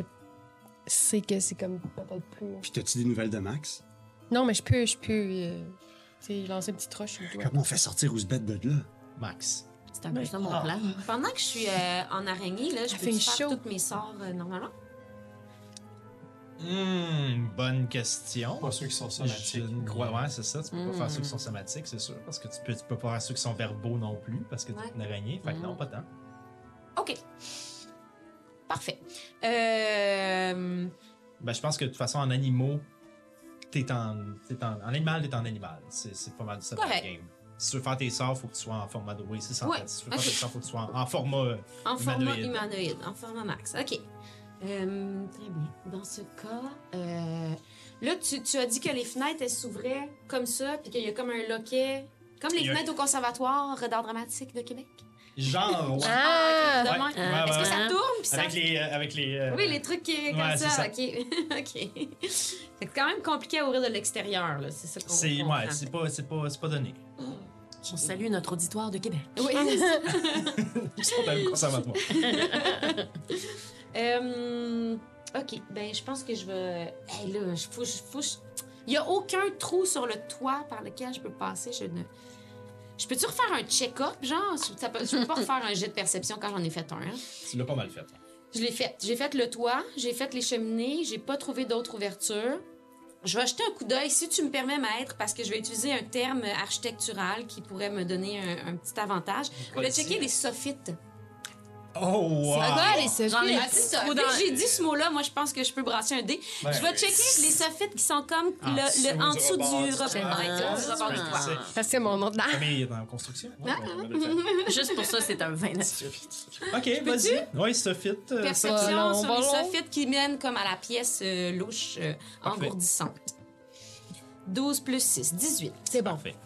H: sais que c'est comme peut-être plus.
E: Puis t'as-tu des nouvelles de Max?
H: Non, mais je peux, je peux, euh, tu sais, lancer une petite roche. ou quoi.
E: Comment on fait sortir Ouzbet de là?
A: Max.
B: C'est un peu ça mon
D: Ah.
B: plan.
F: Pendant que je suis euh, en araignée, là, je
H: Ça
F: peux
H: fait
F: faire
H: chaud.
F: toutes mes sorts euh, normalement.
A: Hmm, bonne question.
D: Pas ceux qui sont
A: Je ne crois- ouais, c'est ça. Tu peux
B: Mm.
A: pas faire ceux qui sont somatiques, c'est sûr. Parce que tu peux, tu peux pas faire ceux qui sont verbaux non plus, parce que t'es
F: Ouais.
A: une araignée. Fait que non,
B: Mm.
A: pas tant.
F: OK. Parfait. Euh,
A: Ben, je pense que de toute façon, en animaux, t'es en, t'es en, en animal, t'es en animal. C'est c'est pas mal ça dans le
F: Correct.
A: game. Si tu veux faire tes sorts, faut que tu sois en format de oui, c'est ça. en
F: Ouais.
A: fait. Si tu veux faire tes sorts, faut que tu sois en, en format. euh,
F: en format
A: Humanoïde.
F: humanoïde, en format max. OK. Euh, très bien. Dans ce cas, euh, là, tu, tu as dit que les fenêtres, elles s'ouvraient comme ça, puis qu'il y a comme un loquet, comme les
A: Il y a-
F: fenêtres au Conservatoire euh, d'art dramatique de Québec.
A: Genre, ouais.
H: Ah!
F: Demain.
A: Ouais, ouais,
F: Est-ce que
A: ouais.
F: ça tourne? puis ça
A: Avec les. euh, Avec les euh,
F: Oui, les trucs qui, comme
A: Ouais, c'est
F: ça,
A: ça.
F: ok. ok. Fait que C'est quand même compliqué à ouvrir de l'extérieur, là. C'est ça qu'on
A: C'est
F: comprend.
A: ouais, c'est pas, c'est pas, c'est pas donné.
B: On salue notre auditoire de Québec.
F: Oui, c'est ça.
A: Ils sont dans le conservatoire.
F: Euh, ok, ben je pense que je vais. Hey, là, je faut, je- faut, je- Il y a aucun trou sur le toit par lequel je peux passer. Je ne. Je peux-tu refaire un check-up, genre? Je- ça peut- je peux pas refaire un jet de perception quand j'en ai fait un. hein.
A: tu l'as pas mal fait.
F: Je l'ai fait. J'ai fait le toit, j'ai fait les cheminées, j'ai pas trouvé d'autres ouvertures. Je vais acheter un coup d'œil, si tu me permets, maître, parce que je vais utiliser un terme architectural qui pourrait me donner un, un petit avantage. Je vais checker les soffites.
A: Oh, wow!
H: C'est quoi les soffites?
B: J'en ai
F: Ah, c'est ça.
B: Ou
F: Dès
B: dans-
F: que J'ai dit ce mot-là, moi je pense que je peux brasser un dé.
A: Ben
F: je vais
A: oui. Ah,
F: checker les soffites qui sont comme
A: En
F: le, le-
A: dessous
F: en
A: du
F: dessous du
A: rebord du
F: rebord
A: toit.
F: ouais,
B: Ah.
F: du rebord du toit.
A: Ah.
H: Ça, c'est mon nom de
A: La Famille est en construction. Ouais, on a le fait.
B: Juste pour ça, c'est un vin naturel.
A: Ok, vas-y. Oui, ça fit. euh,
F: Perception
H: va long,
F: sur
H: va
F: les
H: long.
F: soffites qui mènent comme à la pièce euh, louche euh,
A: Parfait.
F: engourdissante. 12 plus 6, 18.
H: C'est bon.
A: Parfait.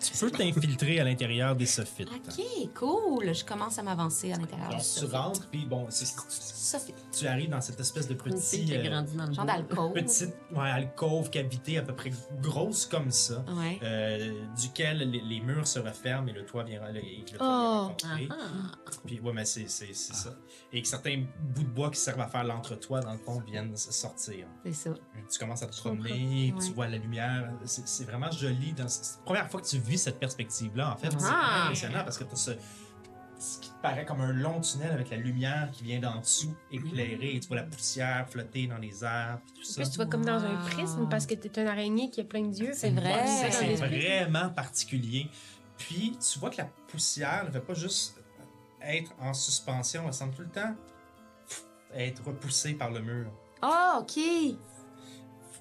A: Tu peux t'infiltrer à l'intérieur des soffites.
F: OK, cool. Je commence à m'avancer à l'intérieur.
A: Alors,
F: du
A: tu
F: sofa.
A: rentres, puis bon, c'est-
F: Sophie.
A: tu arrives dans cette espèce de
B: Une fille
A: petit,
B: qui a
A: euh,
B: grandi dans le
F: Genre
B: bois.
F: d'alcool.
A: petite ouais, alcôve, cavité à peu près grosse comme ça,
F: Ouais.
A: euh, duquel les, les murs se referment et le toit vient, le, et le toit
H: Oh.
A: vient rencontrer.
B: uh-huh. Ah.
A: Puis, ouais, mais c'est c'est- c'est ça. Et que certains bouts de bois qui servent à faire l'entretoit, dans le fond, viennent s- sortir.
F: C'est ça.
A: Tu commences à te promener,
F: comprends.
A: tu
F: Ouais.
A: vois la lumière. C'est c'est vraiment joli. dans- C'est la première fois que tu vis cette perspective-là, en fait. C'est
B: Ah.
A: vraiment impressionnant parce que tu ce, ce qui te paraît comme un long tunnel avec la lumière qui vient d'en dessous,
F: Mm.
A: éclairée. Et tu vois la poussière flotter dans les airs, puis tout
H: En
A: ça.
H: plus, tu vois comme dans un
B: Wow.
H: prisme parce que t'es un araignée qui a plein d'yeux.
F: C'est vrai.
A: Ouais,
F: Ouais,
A: c'est-
F: dans
A: c'est
F: l'esprit.
A: vraiment particulier. Puis, tu vois que la poussière ne fait pas juste être en suspension, elle semble tout le temps être repoussée par le mur.
F: Ah, OK.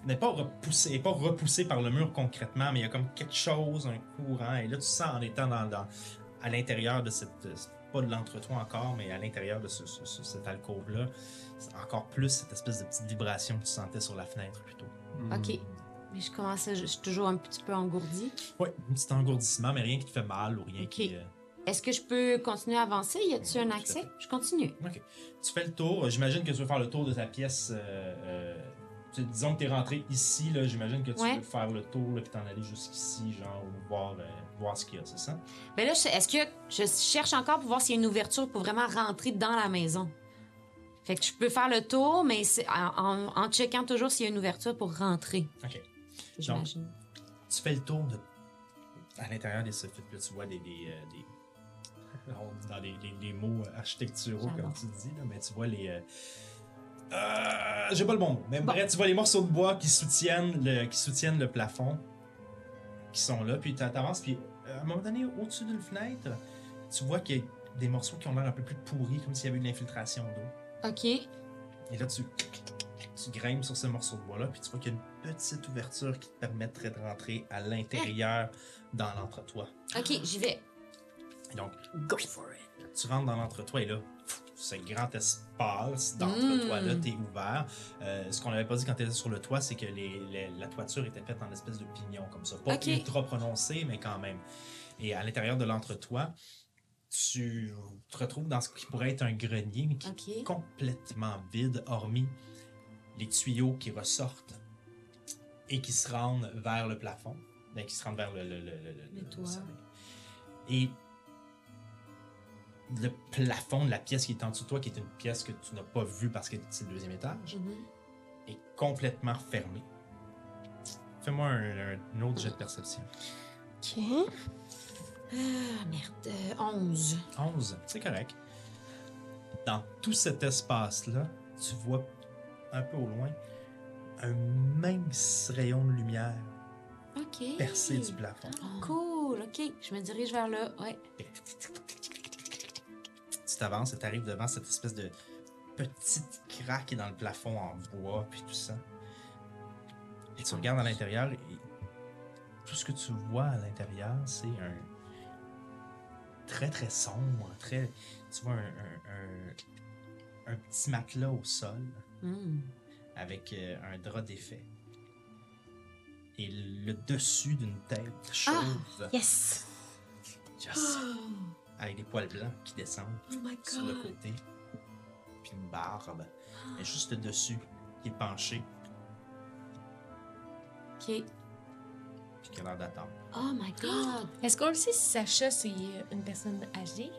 A: n'est pas repoussé, elle est pas repoussé par le mur concrètement, mais il y a comme quelque chose, un courant. Et là, tu sens en étant dans, dans- à l'intérieur de cette, euh, pas de l'entretoit encore, mais à l'intérieur de ce, ce- ce- cette alcôve là, encore plus cette espèce de petite vibration que tu sentais sur la fenêtre plutôt.
F: OK. Mais je commence à... Je je suis toujours un petit peu engourdie.
A: Ouais, un petit engourdissement, mais rien qui te fait mal ou rien
F: Ok.
A: qui. euh,
F: Est-ce que je peux continuer à avancer? Y a-t-il un accès? Je continue.
A: Ok. Tu fais le tour. Euh, J'imagine que tu veux faire le tour de ta pièce. euh, euh, tu- disons que tu es rentré ici, là. J'imagine que tu
F: Ouais.
A: veux faire le tour, là, puis t'en aller jusqu'ici, genre, ou voir, euh, voir ce qu'il y a, c'est ça?
F: Mais Ben là, je- est-ce que je cherche encore pour voir s'il y a une ouverture pour vraiment rentrer dans la maison? Fait que je peux faire le tour, mais c'est en, en- en checkant toujours s'il y a une ouverture pour rentrer.
A: Ok.
F: J'imagine.
A: tu fais le tour de... à l'intérieur des soffits, puis là, tu vois des. des, euh, des- on dit dans les, les- les mots euh, architecturaux,
F: J'adore.
A: comme tu dis, là, mais tu vois les. euh, euh, J'ai pas le bon mot, mais bref, tu vois les morceaux de bois qui soutiennent le, qui soutiennent le plafond, qui sont là, puis tu avances, puis euh, à un moment donné, au-dessus d'une fenêtre, tu vois qu'il y a des morceaux qui ont l'air un peu plus pourris, comme s'il y avait une infiltration d'eau.
F: OK.
A: Et là, tu, tu grimpes sur ce morceau de bois-là, puis tu vois qu'il y a une petite ouverture qui te permettrait de rentrer à l'intérieur dans l'entretoit.
F: OK, j'y vais.
A: Et donc, tu rentres dans l'entretoit et là, pff, ce grand espace d'entretoit-là,
F: Mm.
A: t'es ouvert. Euh, ce qu'on n'avait pas dit quand t'étais sur le toit, c'est que les- les- la toiture était faite en espèce de pignon comme ça. Pas
F: Ok.
A: ultra prononcé, mais quand même. Et à l'intérieur de l'entretoit, tu te retrouves dans ce qui pourrait être un grenier, mais qui
F: OK.
A: complètement vide, hormis les tuyaux qui ressortent et qui se rendent vers le plafond, ben, qui se rendent vers le, le, le, le- le- le
F: toit.
A: sommet. Et le plafond de la pièce qui est en dessous de toi, qui est une pièce que tu n'as pas vue parce que c'est le deuxième étage,
F: Mhm.
A: est complètement fermé. Fais-moi un, un autre jet de perception.
C: OK.
F: Ah, merde. Euh, 11.
A: 11, c'est correct. Dans tout cet espace-là, tu vois un peu au loin un mince rayon de lumière
F: OK. Oh.
A: percé du plafond.
F: Cool, OK. Je me dirige vers là. Ouais.
A: Tu t'avances et tu arrives devant cette espèce de petite craque dans le plafond en bois, puis tout ça. Et tu regardes à l'intérieur et tout ce que tu vois à l'intérieur, c'est un très très sombre, très. Tu vois un, un- un- un petit matelas au sol.
F: Hmm.
A: avec euh, un drap d'effet. Et le dessus d'une tête chauve.
B: Ah!
C: Yes!
A: Yes. Avec des poils blancs qui descendent
C: Oh my
A: sur
B: Ah!
A: le côté. Puis une barbe. Et juste le dessus qui est penché.
F: OK.
A: Puis qui a l'air d'attendre.
F: Oh my God.
H: Est-ce qu'on le sait si Sacha, c'est une personne âgée?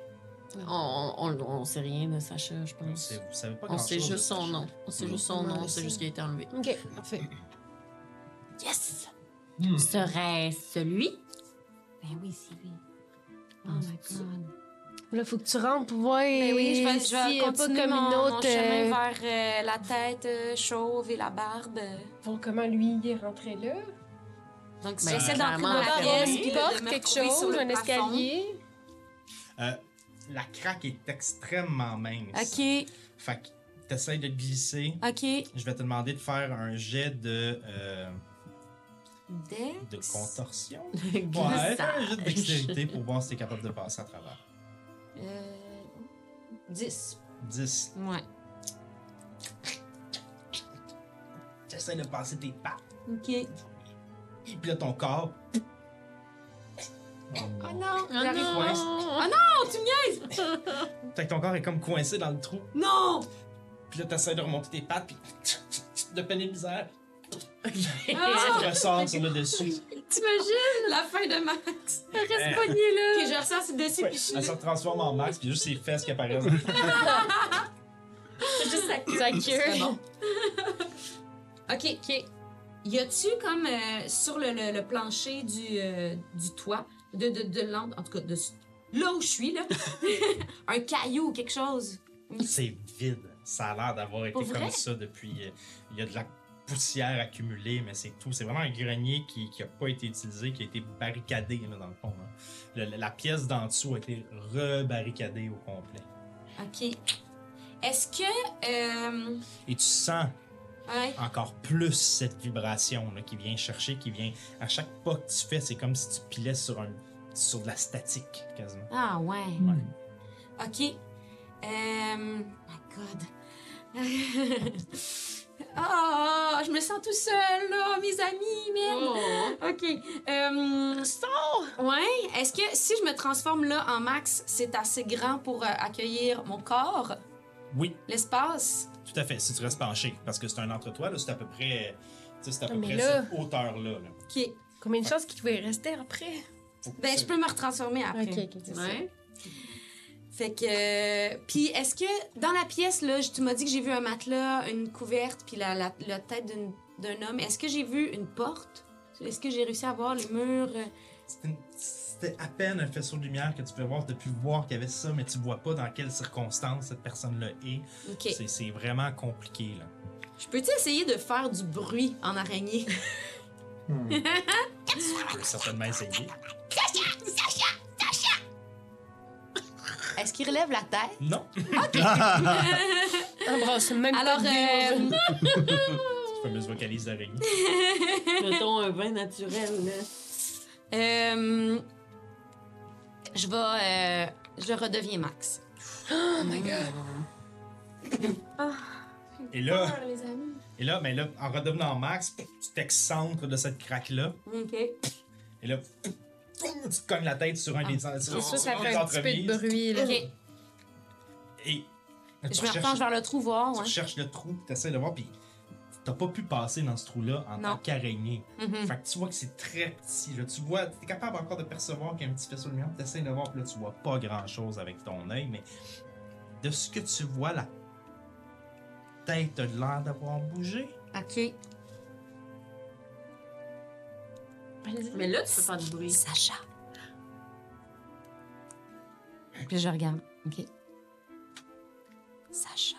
B: On, on, on sait rien de Sacha, je
A: On
B: pense.
A: sait- vous savez pas
B: On
A: grand-chose
B: sait
A: de
B: juste son
A: Sacha.
B: nom. On sait juste son
H: Ouais,
B: nom, on
H: c'est-
B: sait juste qu'il a été enlevé.
H: OK, parfait.
B: Yes!
D: Hmm.
B: Serait-ce celui?
F: Ben oui, c'est lui. Oh my God.
H: Là, faut que tu rentres pour voir
F: Mais Ben oui, je vais, je vais
H: s'il y a
F: continuer
H: pas comme
F: mon,
H: une
F: mon
H: autre... euh,
F: chemin vers euh, la tête euh, chauve et la barbe.
H: voir comment lui est rentré là.
B: Ben,
F: Donc, j'essaie d'entrer
B: clairement,
F: dans
B: la
F: la
B: barbe,
F: pièce, puis de
H: porte
F: me
H: quelque
F: retrouver sur
H: chose,
F: le
H: un
F: plafond.
H: escalier.
A: Euh, la craque est extrêmement mince.
F: OK,
A: Fait que t'essayes de te glisser.
F: OK.
A: Je vais te demander de faire un jet de, euh,
F: Dex.
A: de contorsion. Ouais,
B: Glissage.
A: fais un jet de dextérité pour voir si t'es capable de passer à travers.
F: Euh, 10.
A: 10.
F: Ouais.
A: T'essaies de passer tes pattes,
F: OK.
A: et puis là, ton corps. Oh
F: Oh
A: non.
F: non, j'arrive
A: non.
F: pas.
A: Fait que ton corps est comme coincé dans le trou.
F: Non!
A: Puis là, t'essaies de remonter tes pattes, puis de peine et misère.
F: Ah!
A: Tu ressors sur le dessus.
F: T'imagines la fin de Max?
A: Eh.
F: Reste poignée là! Ok, je ressors sur le dessus
A: Ouais,
F: puis je
A: Elle se transforme en Max, puis juste ses fesses qui apparaissent.
F: juste sa queue.
H: Ça cure.
F: Ok, ok. Y a-tu comme euh, sur le, le- le plancher du, euh, du toit, de, de, de l'en- en tout cas, de, ce- là où je suis, là, un caillou ou quelque chose?
A: C'est vide. Ça a l'air d'avoir été
F: Pour vrai?
A: comme ça depuis. euh, Il y a de la poussière accumulée, mais c'est tout. C'est vraiment un grenier qui n'a pas été utilisé, qui a été barricadé, là, dans le fond. là. Le- la- la pièce d'en dessous a été rebarricadée au complet.
F: Ok. Est-ce que. euh,
A: Et tu sens
F: ouais.
A: encore plus cette vibration là, qui vient chercher, qui vient. À chaque pas que tu fais, c'est comme si tu pilais sur, un, sur de la statique, quasiment.
F: Ah ouais.
A: Ouais.
F: Ok. Euh, my God. Ah, Ah, je me sens tout seul, là, mes amis, merde. OK. Euh, Ouais. Est-ce que si je me transforme là en max, c'est assez grand pour euh, accueillir mon corps,
A: Oui,
F: l'espace?
A: tout à fait, si tu restes penché, parce que c'est un entre-toi, là, c'est à peu près, tu sais, c'est à peu
H: mais
A: près
H: là-
A: cette hauteur-là. là.
F: OK.
H: Combien de chances qu'il pouvait rester après?
A: Faut que
F: Ben,
A: tu-
F: je peux me retransformer après.
H: Ok, ok, c'est ça.
F: Ouais. Fait que. Puis est-ce que dans la pièce, là, je- tu m'as dit que j'ai vu un matelas, une couverte, puis la, la- la tête d'une- d'un homme. Est-ce que j'ai vu une porte? Est-ce que j'ai réussi à voir les murs?
A: C'était une- C'était à peine un faisceau de lumière que tu peux voir. Tu as pu voir qu'il y avait ça, mais tu vois pas dans quelles circonstances cette personne-là est.
F: Ok.
A: C'est- C'est vraiment compliqué. Là.
F: Je peux-tu essayer de faire du bruit en araignée?
A: Tu peux certainement essayer.
F: Est-ce qu'il relève la tête?
A: Non,
H: On brasse même
F: Alors,
H: pas de dés,
F: euh,
A: cette fameuse vocalise d'araignée.
G: Mettons un vin naturel, là.
F: euh, je vais. euh, je redeviens Max.
A: Et là, et là, mais là, en redevenant Max, tu t'excentres de cette craque-là.
F: Ok.
A: Et là, tu te cognes la tête sur un des C'est
H: on- C'est sûr, Ah. ça fait un petit peu de bruit, là.
F: Ok.
A: Et
F: Je
A: tu
F: me
A: recherches-
F: repenche vers le trou voir.
A: tu
F: Ouais.
A: cherches le trou, tu essaies de voir, puis t'as pas pu passer dans ce trou-là en
F: Non.
A: tant qu'araignée.
H: Mm-hmm.
F: Mhm.
A: Fait que tu vois que c'est très petit. Là. Tu vois, t'es capable encore de percevoir qu'il y a un petit faisceau de lumière. T'essayes de voir, puis là, tu vois pas grand-chose avec ton œil, mais de ce que tu vois, la tête a l'air d'avoir bougé.
F: Ok.
G: Mais là, tu peux faire du bruit.
F: Sacha. Puis je regarde. OK. Sacha.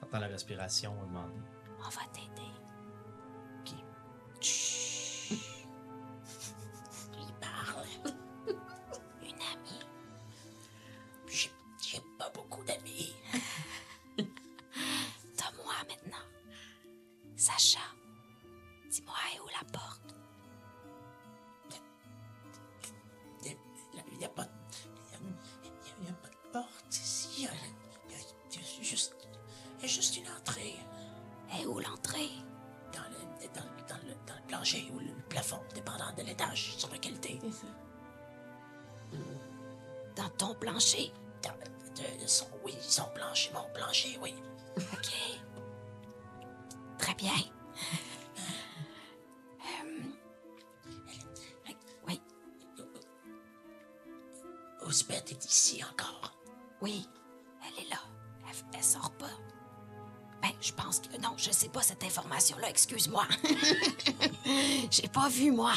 A: T'entends la respiration au moment donné.
F: On va t'aider. Donne-moi maintenant. Sacha, dis-moi est où la porte.
I: Il n'y a, pas de- il y a- il y a pas de porte ici. Il y a, il y a- il y a juste, il y a juste une entrée
F: Est Eh, où l'entrée?
I: dans le, dans, le- dans le, dans le plancher ou le plafond, dépendant de l'étage sur lequel tu es.
F: Dans ton plancher.
I: son, oui, son plancher, mon plancher, oui.
F: OK. Très bien.
I: Ousbeth est ici encore.
F: Oui, elle est là. Elle, elle sort pas. Ben, je pense que. Non, je sais pas cette information-là, excuse-moi. J'ai pas vu, moi.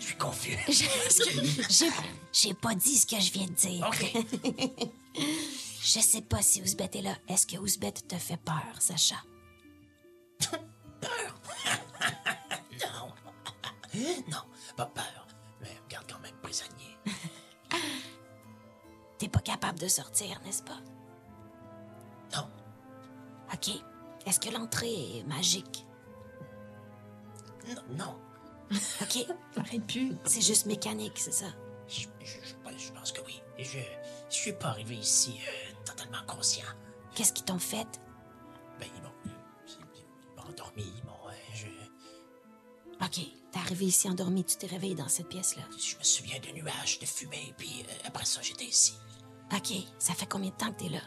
I: Je suis confus.
F: J'ai- J'ai pas dit ce que je viens de dire.
I: OK.
F: Je sais pas si Ouzbeth est là. Est-ce que Ouzbeth te fait peur, Sacha?
I: Non. non, pas peur. Mais on me garde quand même prisonnier.
F: T'es pas capable de sortir, n'est-ce pas?
I: Non,
F: OK. Est-ce que l'entrée est magique?
I: non, non.
F: OK.
H: Arrête plus.
F: C'est juste mécanique, c'est ça?
I: Je, je- je pense- je pense que oui. Et je, je suis pas arrivé ici euh, totalement conscient.
F: Qu'est-ce qu'ils t'ont fait?
I: Ben, ils m'ont. Ils m'ont endormi, ils m'ont. euh, je,
F: OK. T'es arrivé ici endormi, tu t'es réveillé dans cette pièce-là.
I: je me souviens de nuages, de fumée, puis euh, après ça, j'étais ici.
F: OK. Ça fait combien de temps que t'es là?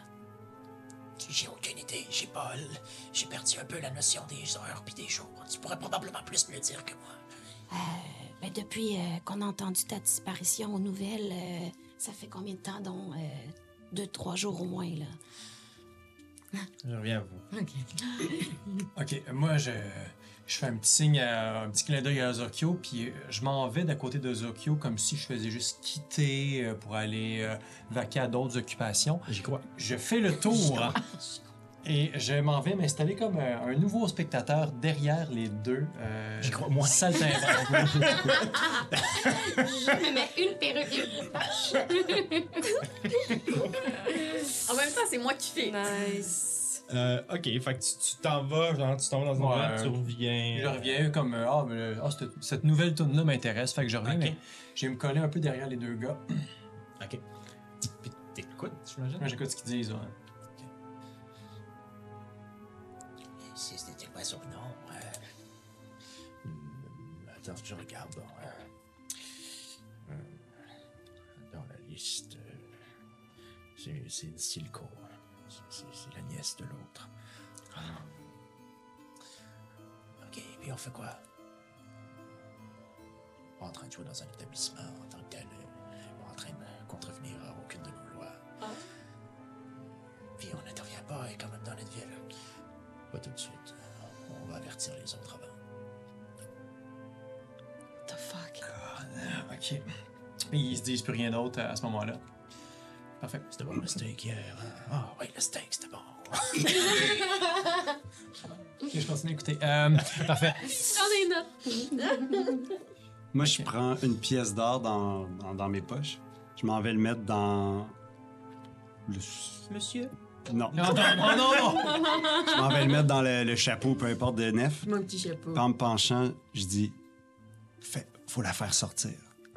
I: J'ai aucune idée, j'ai pas. l- J'ai perdu un peu la notion des heures puis des jours. Tu pourrais probablement plus me le dire que moi.
F: Ben, depuis euh, qu'on a entendu ta disparition aux nouvelles, euh, ça fait combien de temps, dont euh, deux, trois jours au moins, là?
A: Je reviens à vous.
D: Ok, moi je, je fais un petit signe, à- un petit clin d'œil à Zokyo, puis euh, je m'en vais d'à côté de Zokyo comme si je faisais juste quitter euh, pour aller euh, vaquer à d'autres occupations.
A: J'y crois.
D: Je fais le tour et je m'en vais m'installer comme un, un nouveau spectateur derrière les deux. Euh,
A: J'y crois, moi.
D: saltimbanques.
F: Je me mets une perruque.
B: En même temps, c'est moi qui fais.
F: Nice.
A: Euh, ok, fait que tu tu t'en vas, genre, tu t'en vas dans une
D: Ouais.
A: boîte, tu reviens.
D: Je reviens comme euh, ah, mais, euh, ah, cette, cette nouvelle tune là m'intéresse, fait que je reviens.
A: Ok.
D: mais Je vais me coller un peu derrière les deux gars.
A: Ok. Puis euh, t'écoutes, j'imagine.
D: Moi, J'écoute ce qu'ils disent. ouais.
A: Ok.
I: oiseaux, non. euh, hmm, attends, je regarde dans, euh, hmm, dans la liste. euh, c'est- C'est une Silco. C'est- C'est c'est la nièce de l'autre. Ah. Ok, puis on fait quoi? Pas en train de jouer dans un établissement en tant que tel. euh, Pas en train de contrevenir à aucune de nos lois. Puis on n'intervient pas et quand même dans notre ville. Pas tout de suite.
A: Euh,
I: On va avertir les autres avant.
C: The fuck?
D: Ok. Ils se disent plus rien d'autre euh, à à ce moment-là. Parfait.
I: C'était bon le
A: euh,
I: steak hier. hein? Ah oui, le steak, c'était bon.
D: Ok, je continue d'écouter. Euh, parfait.
E: Moi, je prends une pièce d'or dans, dans, dans mes poches. Je m'en vais le mettre dans. Le...
A: Monsieur.
E: Non.
D: Non, non, non, non.
E: Je m'en vais le mettre dans le, le chapeau, peu importe de nef.
B: Mon petit chapeau.
E: Puis En me penchant, je dis Fait, faut la faire sortir.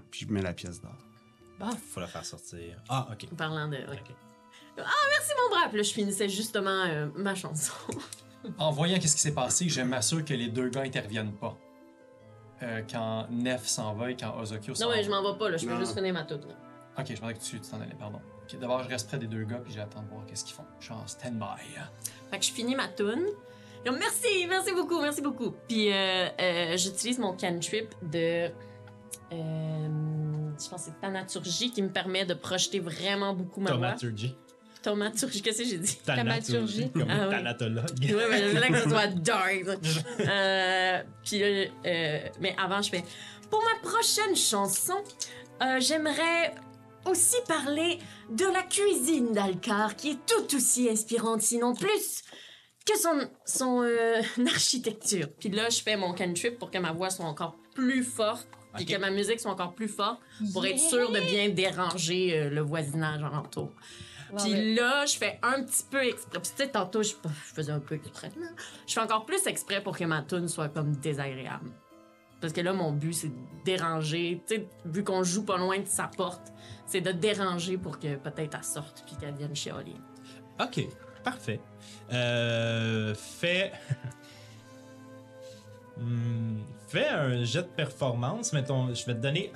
E: Puis je mets la pièce d'or.
A: Faut la faire sortir. Ah, ok.
B: En parlant de. ouais.
A: Ok.
B: C'est mon bras. Puis là, je finissais justement euh, ma chanson.
D: En voyant qu'est-ce qui s'est passé, je m'assure que les deux gars interviennent pas. Euh, quand Nef s'en va et quand Ozokyo s'en
B: Non,
D: va.
B: mais je m'en vais pas, là. Je peux
E: Non.
B: juste finir ma toute. là.
D: Ok, je pensais que tu tu t'en allais, pardon. Ok, D'abord, je reste près des deux gars puis j'attends de voir qu'est-ce qu'ils font. Je suis en stand-by.
B: Fait que je finis ma toune. Là, merci, merci beaucoup, merci beaucoup. Puis euh, euh, j'utilise mon cantrip de. euh, je pense que c'est Thanaturgie qui me permet de projeter vraiment beaucoup ma voix.
A: Thaumaturgie.
B: Thaumaturgie, qu'est-ce que j'ai dit?
A: Thaumaturgie. Comme
B: Ah oui.
A: thanatologue.
B: Ouais, mais j'aimerais que ça soit dark. ça. Euh, puis là, euh, mais avant, je fais. Pour ma prochaine chanson, euh, j'aimerais aussi parler de la cuisine d'Alcar, qui est tout aussi inspirante, sinon plus que son, son euh, architecture. Puis là, je fais mon cantrip pour que ma voix soit encore plus forte, puis
A: Ok.
B: que ma musique soit encore plus forte, pour être sûre de bien déranger euh, le voisinage alentour. Puis là, je fais un petit peu exprès. Puis tu sais, tantôt, je, je faisais un peu exprès. Je fais encore plus exprès pour que ma tune soit comme désagréable. Parce que là, mon but, c'est de déranger. Tu sais, vu qu'on joue pas loin de sa porte, c'est de déranger pour que peut-être elle sorte puis qu'elle vienne chialer.
A: Ok, parfait. Euh, fais. Hmm, fais un jet de performance, mais ton- je vais te donner.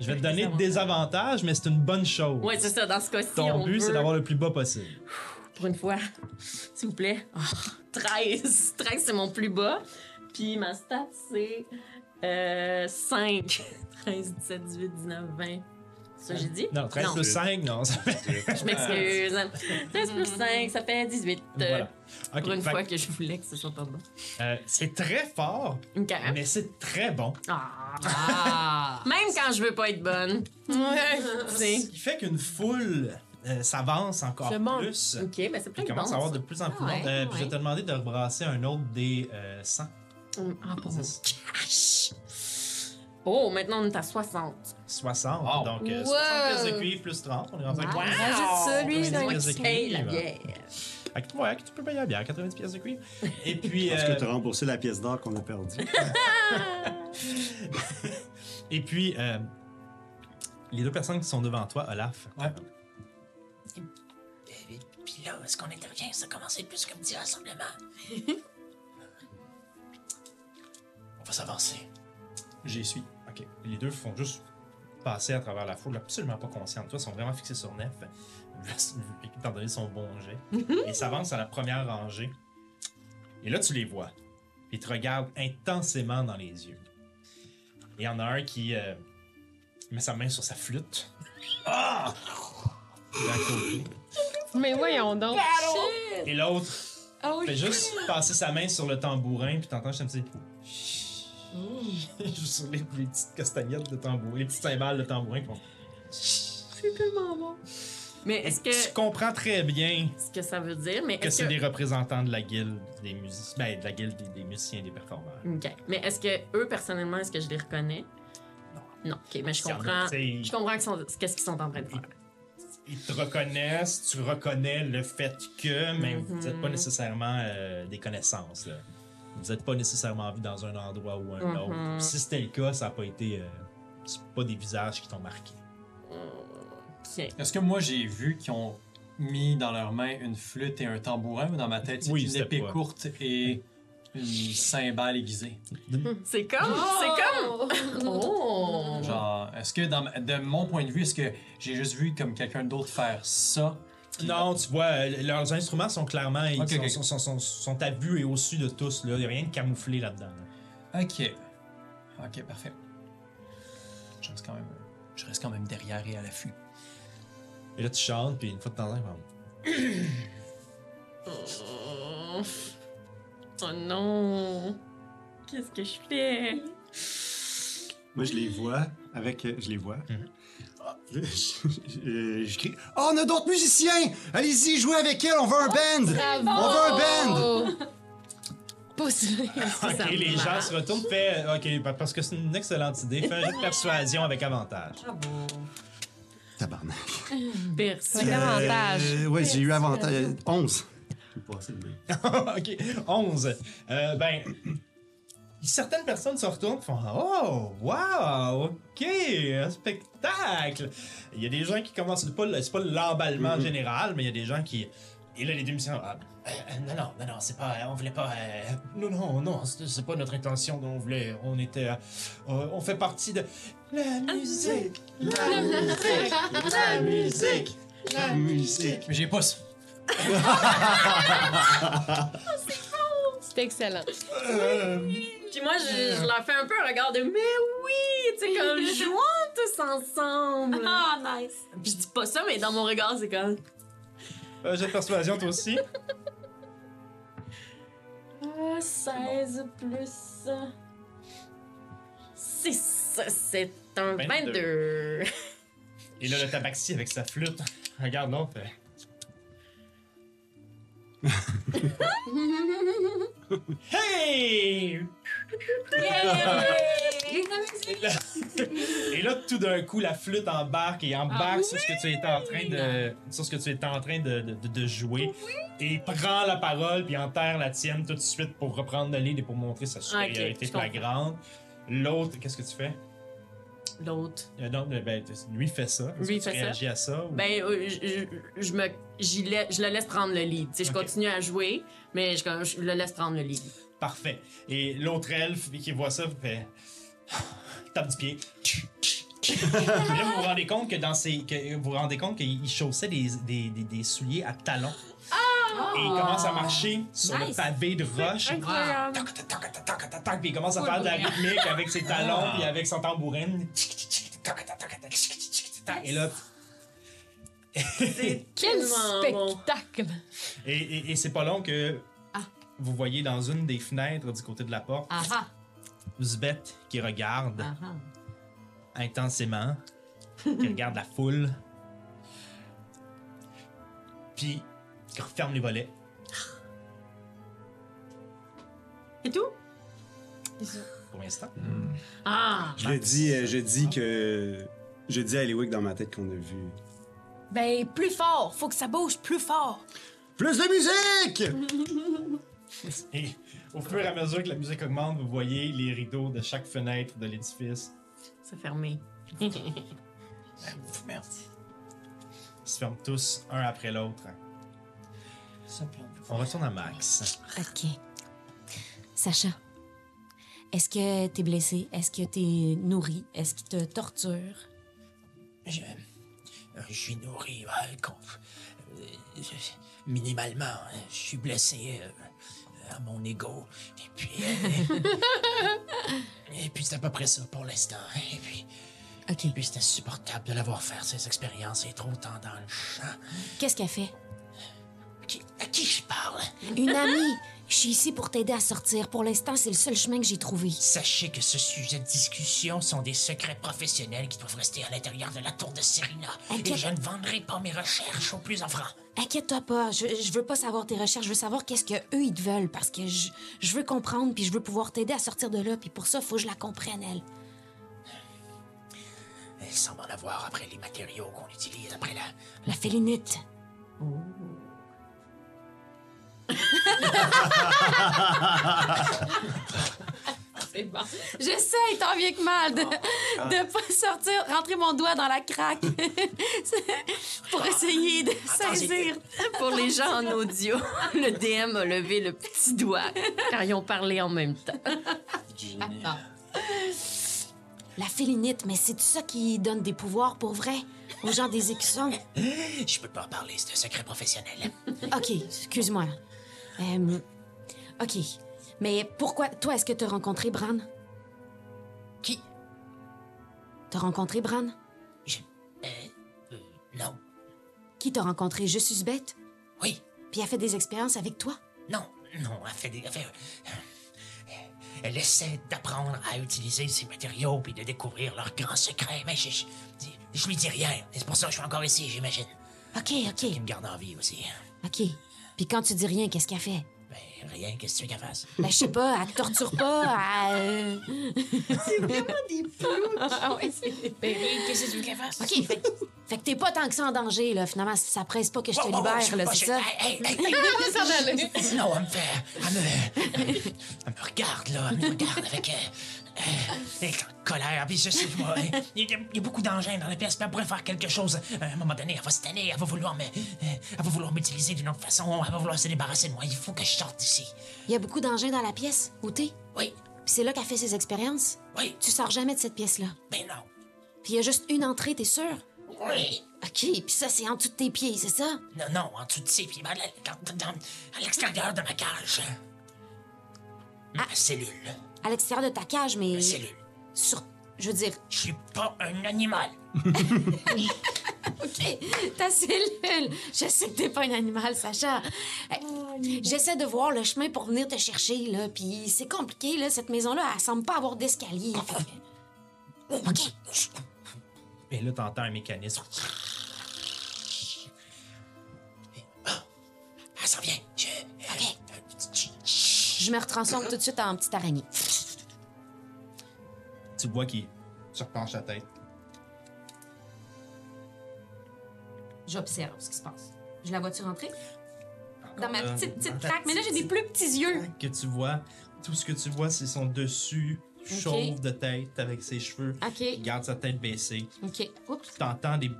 A: Je vais te donner des avantages, mais c'est une bonne chose.
B: Ouais, c'est ça. Dans ce cas-ci,
A: Ton
B: on
A: but,
B: veut-
A: c'est d'avoir le plus bas possible.
B: Pour une fois, s'il vous plaît. Oh, 13. 13, c'est mon plus bas. Puis ma stat, c'est euh, 5. 13, 17, 18, 19, 20. C'est ça que j'ai dit?
A: Non, 13 plus 5, non, ça fait.
B: Je m'excuse. 13 plus 5, ça fait 18. euh,
A: Voilà. Ok,
B: Pour une
A: fait
B: fois que je voulais que ce soit pas bon.
A: que, euh, c'est très fort,
B: Une
A: mais c'est très bon.
B: Ah.
A: Ah.
B: Même quand je veux pas être bonne. Tu sais.
A: Ce qui fait qu'une foule euh, s'avance encore
H: Se monte.
A: plus.
B: Ok, ben
A: Puis
B: c'est peut-être bon.
A: commence à
B: ça.
A: avoir de plus en plus
F: Ah ouais,
A: long. Euh, puis Je vais
F: ouais.
A: te demander de rebrasser un autre des euh, 100.
B: Hum, Ah, bon. Cash. Oh, maintenant on est à 60.
A: 60.
D: Wow.
A: Donc, euh,
H: Wow.
A: 60 pièces de cuivre plus 30. On est rendu à
B: Wow.
A: 90
H: Rajoute ça, lui, dans
A: pièces de
B: Hey, la
A: cuivre.
B: bière.
A: Fait que, ouais, que tu peux payer la bière, 90 pièces de cuivre. Et puis,
E: Parce que
A: euh,
E: tu as remboursé la pièce d'or qu'on a perdue.
A: et puis euh, les deux personnes qui sont devant toi, Olaf, euh,
D: Ouais.
I: Puis puis là, est-ce qu'on intervient? Ça a commencé plus comme petit rassemblement. on va s'avancer.
D: J'y suis.
A: Ok. Les deux font juste passer à travers la foule, absolument pas conscients de toi, sont vraiment fixés sur Nef, vu- étant donné son bon jet. Et s'avancent à la première rangée. Et là, tu les vois. Ils te regardent intensément dans les yeux. Et il y en a un qui euh, met sa main sur sa flûte. Ah! D'un côté.
H: Mais voyons donc.
A: Et l'autre
B: Oh,
A: fait juste passer sa main sur le tambourin, puis t'entends juste un petit. Juste sur les, les petites castagnettes de tambourin, les petites cymbales de tambourin. qui font-
B: Mais est-ce que,
A: Tu comprends très bien
B: ce que ça veut dire? Mais
A: que
B: est-ce
A: c'est
B: que...
A: des représentants de la guilde des musiciens, ben, de la guilde des, des musiciens et des performeurs.
B: OK. Mais est-ce que eux, personnellement, est-ce que je les reconnais?
A: Non.
B: Non, OK, mais je
A: Il y en a,
B: comprends.
A: tu sais,
B: Je comprends qu'ils sont- qu'est-ce qu'ils sont en train de faire.
A: Ils te reconnaissent, tu reconnais le fait que, mais vous n'êtes pas
B: Mhm.
A: nécessairement euh, des connaissances. Là. Vous n'êtes pas nécessairement vu dans un endroit ou un
B: Mhm.
A: autre. Si c'était le cas, ça n'a pas été. euh, c'est pas des visages qui t'ont marqué.
B: OK.
D: Est-ce que moi, j'ai vu qu'ils ont mis dans leurs mains une flûte et un tambourin ou dans ma tête, c'est
A: Oui,
D: une
A: c'était
D: épée
A: pas-
D: courte et une cymbale aiguisée.
B: C'est comme, Oh! c'est comme. Oh!
J: Mhm.
D: Genre, est-ce que dans, ma- de mon point de vue, est-ce que j'ai juste vu comme quelqu'un d'autre faire ça?
A: Non, tu vois, euh, leurs instruments sont clairement. ils
D: Ok,
A: sont,
D: ok.
A: sont- sont- sont- sont à vue et au-dessus de tous. là. Il n'y a rien de camouflé là-dedans. là.
D: Ok. Ok, parfait. Je reste quand même, je reste quand même derrière et à l'affût.
A: Et là, tu chantes, puis une fois de temps en temps, ils vont-
B: Oh non! Qu'est-ce que je fais?
E: Moi, je les vois. Avec, euh, je les vois.
A: Mhm.
E: Ah, je, je- je crie Oh, on a d'autres musiciens! Allez-y, jouez avec elle, on veut
A: Ah,
E: un band! On veut un band!
H: Possible.
A: Ok, les gens se retournent, fait OK, pa- parce que c'est une excellente idée. Fais un jet de persuasion avec avantage.
E: Tabarnak.
B: Personne.
H: Avec avantage.
E: Euh, ouais, j'ai eu avantage. euh, 11. J'ai pas assez de-
A: ok, 11. Euh, ben, certaines personnes se retournent et font Oh, wow, ok, un spectacle. Il y a des gens qui commencent, c'est pas, le- c'est pas l'emballement général, mais il y a des gens qui. Et là, les deux musiciens, ah, euh, euh, non, non, non, non, c'est pas, euh, on voulait pas, euh, non, non, non, c'est c'est pas notre intention, on voulait, on était, euh, euh, on fait partie de la musique, la musique, la musique,
E: Euh,
A: la musique.
D: Mais j'ai pas ça.
H: C'est excellent.
A: euh,
B: Puis moi, je, je leur fais un peu un regard de Mais oui! Tu sais, comme jouons tous ensemble!
F: Ah, nice.
B: Puis je dis pas ça, mais dans mon regard, c'est comme
A: Euh, J'ai de persuasion, toi aussi.
B: Ah, 16 plus 6, c'est un 22.
A: 22. Et là, le tabaxi avec sa flûte, regarde l'autre. fait, Hey! Et là, tout d'un coup, la flûte embarque et embarque
B: Ah
A: sur ce que tu étais en train de, sur ce que tu étais en train de, de- de- de jouer. Et prend la parole puis enterre la tienne tout de suite pour reprendre le lead et pour montrer sa supériorité
B: je comprends.
A: flagrante. L'autre, qu'est-ce que tu fais?
B: L'autre.
A: Euh, non, ben, lui fait ça. Est-ce
B: Lui
A: que
B: fait
A: tu
B: ça.
A: réagis à ça? ou-
B: Ben, euh, je, je- je me, j'y lai- je le laisse prendre le lead. Tu sais, je
A: Ok.
B: continue à jouer, mais je, je le laisse prendre le lead.
A: Parfait. Et l'autre elfe qui voit ça fait. tape du pied. Et là, vous vous rendez compte que dans ces. que vous vous rendez compte qu'il chaussait des, des, des- des souliers à talons. Et il commence à marcher sur le
F: Nice.
A: pavé de roche.
B: Incroyable.
A: Tac, tac, tac, tac, tac, tac, tac, Puis il commence à faire de la rythmique avec ses talons puis avec son tambourine. Tac, tac, tac, tac, tac, Et là,
H: Quel
B: Tellement bon.
H: spectacle!
A: et, et- et c'est pas long que vous voyez dans une des fenêtres du côté de la porte,
F: Ah ah.
A: Uzbeth qui regarde. intensément, qui regarde la foule, puis qui referme les volets.
B: Et tout?
A: Pour l'instant.
B: Ah!
E: Je dis, euh, je dis que. Je dis à Eliwick dans ma tête qu'on a vu.
C: Ben, plus fort! Faut que ça bouge plus fort!
E: Plus de musique!
A: Et au fur et à mesure que la musique augmente, vous voyez les rideaux de chaque fenêtre de l'édifice
B: C'est fermé.
D: Merde.
A: se ferment tous un après l'autre.
D: Ça plante.
A: On retourne à Max.
G: Ok. Sacha, est-ce que t'es blessé? Est-ce que t'es nourri? Est-ce qu'il te torture?
I: Je, euh, je suis nourri, ouais, con- euh, je- minimalement. hein, Je suis blessé euh, à mon ego. Et puis. euh, et puis, c'est à peu près ça pour l'instant. Et puis.
G: Ok.
I: Et puis, c'est insupportable de l'avoir faire ces expériences. C'est trop temps dans le champ.
G: Qu'est-ce qu'elle fait?
I: Qui- à qui je parle
G: Une amie! Je suis ici pour t'aider à sortir. Pour l'instant, c'est le seul chemin que j'ai trouvé.
I: Sachez que ce sujet de discussion sont des secrets professionnels qui doivent rester à l'intérieur de la tour de Serena.
G: Ok.
I: Et je ne vendrai pas mes recherches au plus offrant.
G: Inquiète-toi pas, je, je veux pas savoir tes recherches, je veux savoir qu'est-ce que eux ils te veulent parce que je, je veux comprendre puis je veux pouvoir t'aider à sortir de là puis pour ça faut que je la comprenne elle.
I: Elle semble en avoir après les matériaux qu'on utilise, après la,
G: La félinite.
K: C'est bon. J'essaie tant bien que mal de ne pas sortir, rentrer mon doigt dans la craque pour essayer de saisir.
B: Pour les gens en audio, le DM a levé le petit doigt car ils ont parlé en même temps.
J: Génie.
F: La félinite, mais c'est ça qui donne des pouvoirs pour vrai aux gens des écussons.
D: Je peux pas en parler, c'est un secret professionnel.
F: OK, excuse-moi. Euh, OK. Mais pourquoi, toi, est-ce que t'as rencontré Bran?
D: Qui?
F: T'as rencontré Bran?
D: euh, Non.
F: Qui t'a rencontré? Je suis bête?
D: Oui.
F: Puis elle fait des expériences avec toi?
D: Non, non, elle fait des. Elle, fait- euh, elle essaie d'apprendre à utiliser ses matériaux puis de découvrir leurs grands secrets, mais je, je, je lui dis rien. C'est pour ça que je suis encore ici, j'imagine.
F: OK, OK,
D: Qui me garde en vie aussi.
F: OK. Puis quand tu dis rien, qu'est-ce qu'elle fait?
D: Ben, rien, qu'est-ce que tu veux qu'elle fasse?
F: Ben, je sais pas, elle te torture pas, elle...
K: Qu'est-ce que tu veux qu'elle fasse?
F: OK, fait, fait que t'es pas tant que ça en danger, là. Finalement, ça presse pas que je te
D: Wow, wow, wow,
F: libère,
D: je peux
F: là,
D: pas,
F: c'est
D: je-
F: ça?
D: Hey, hey, hey, hey. non, elle me fait. Elle me, elle me regarde, là. Elle me regarde avec. euh, euh, elle est en colère, puis je sais pas. hein. Il y, a- il y a beaucoup d'engins dans la pièce, puis elle pourrait faire quelque chose. À un moment donné, elle va se tanner, elle va vouloir me. euh, Elle va vouloir m'utiliser d'une autre façon, elle va vouloir se débarrasser de moi. Il faut que je sorte d'ici.
F: Il y a beaucoup d'engins dans la pièce, où t'es? Puis
D: Oui,
F: c'est là qu'elle fait ses expériences?
D: oui,
F: Tu sors jamais de cette pièce-là.
D: mais non.
F: Puis il y a juste une entrée, t'es sûr?
D: Oui.
F: OK, puis ça, c'est en dessous de tes pieds, c'est ça?
D: Non, non, en dessous de ses pieds, ben, à la- dans- dans- à l'extérieur de ma cage. Ma cellule.
F: Ah. À l'extérieur de ta cage, mais...
D: Ma cellule.
F: Sur... Je veux dire,
D: Je suis pas un animal.
F: OK, ta cellule. Je sais que t'es pas un animal, Sacha. Hey, J'essaie de voir le chemin pour venir te chercher, là. Puis c'est compliqué, là. Cette maison-là, elle semble pas avoir d'escalier.
K: Ah,
F: Fait que-
D: OK.
A: Et là, t'entends un mécanisme.
D: Ah, ça vient. Je...
F: OK. Je me retransforme tout de suite en petite araignée.
A: Tu vois qu'il se repenche la tête.
K: J'observe ce qui se passe. Je la vois-tu rentrer? Dans ma
A: Euh,
K: petite,
A: dans
K: petite
A: ta
K: craque. Mais là, j'ai des plus petits yeux.
A: que tu vois, tout ce que tu vois, c'est son dessus chauve de tête avec ses cheveux.
K: OK,
A: Il garde sa tête baissée.
K: OK. Oups.
A: T'entends des,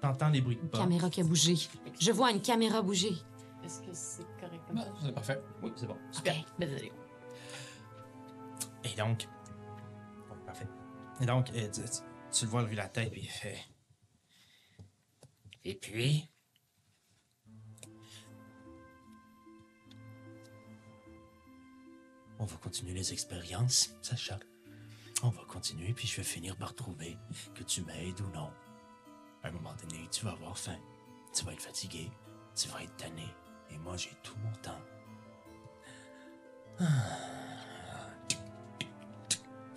A: t'entends des bruits de pas.
F: Caméra qui a bougé. Je vois une caméra bouger.
B: Est-ce que c'est correct
J: Bon, C'est parfait.
A: Oui, c'est bon.
F: OK.
B: ben, Désolée.
A: Et donc, bon, parfait. Et donc, euh, tu, tu- tu le vois lever la tête puis il fait.
D: Et puis... On va continuer les expériences, Sacha. On va continuer, puis je vais finir par trouver que tu m'aides ou non. À un moment donné, tu vas avoir faim, tu vas être fatigué, tu vas être tanné, et moi j'ai tout mon temps.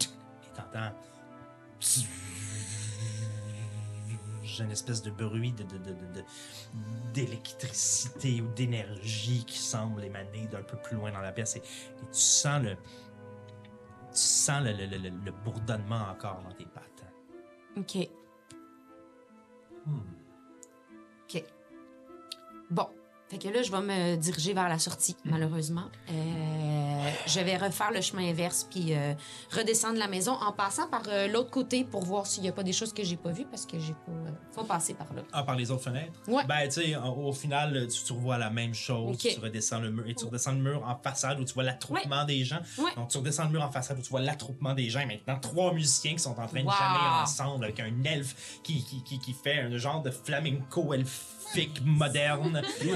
A: Et t'entends. J'ai une espèce de bruit de, de- de- de- de- d'électricité ou d'énergie qui semble émaner d'un peu plus loin dans la pièce. Et, et tu sens le. Tu sens le, le- le- le- le bourdonnement encore dans tes pattes.
F: OK.
A: Hmm.
F: OK. Bon. Fait que là, je vais me diriger vers la sortie,
A: Hmm.
F: malheureusement. Euh, je vais refaire le chemin inverse puis euh, redescendre la maison en passant par euh, l'autre côté pour voir s'il n'y a pas des choses que j'ai pas vues parce que j'ai pas, euh, pas passé par là.
A: Ah, par les autres fenêtres?
F: Ouais.
A: Ben, tu sais, en- au final, euh, tu, tu revois la même chose.
F: Ok.
A: Tu redescends le mur. Et tu redescends le mur en façade où tu vois l'attroupement des gens.
F: Ouais.
A: Donc, tu redescends le mur en façade où tu vois l'attroupement des gens. Et maintenant, trois musiciens qui sont en train de jammer ensemble avec un elfe qui, qui, qui, qui fait un genre de flamenco elfique moderne. Puis-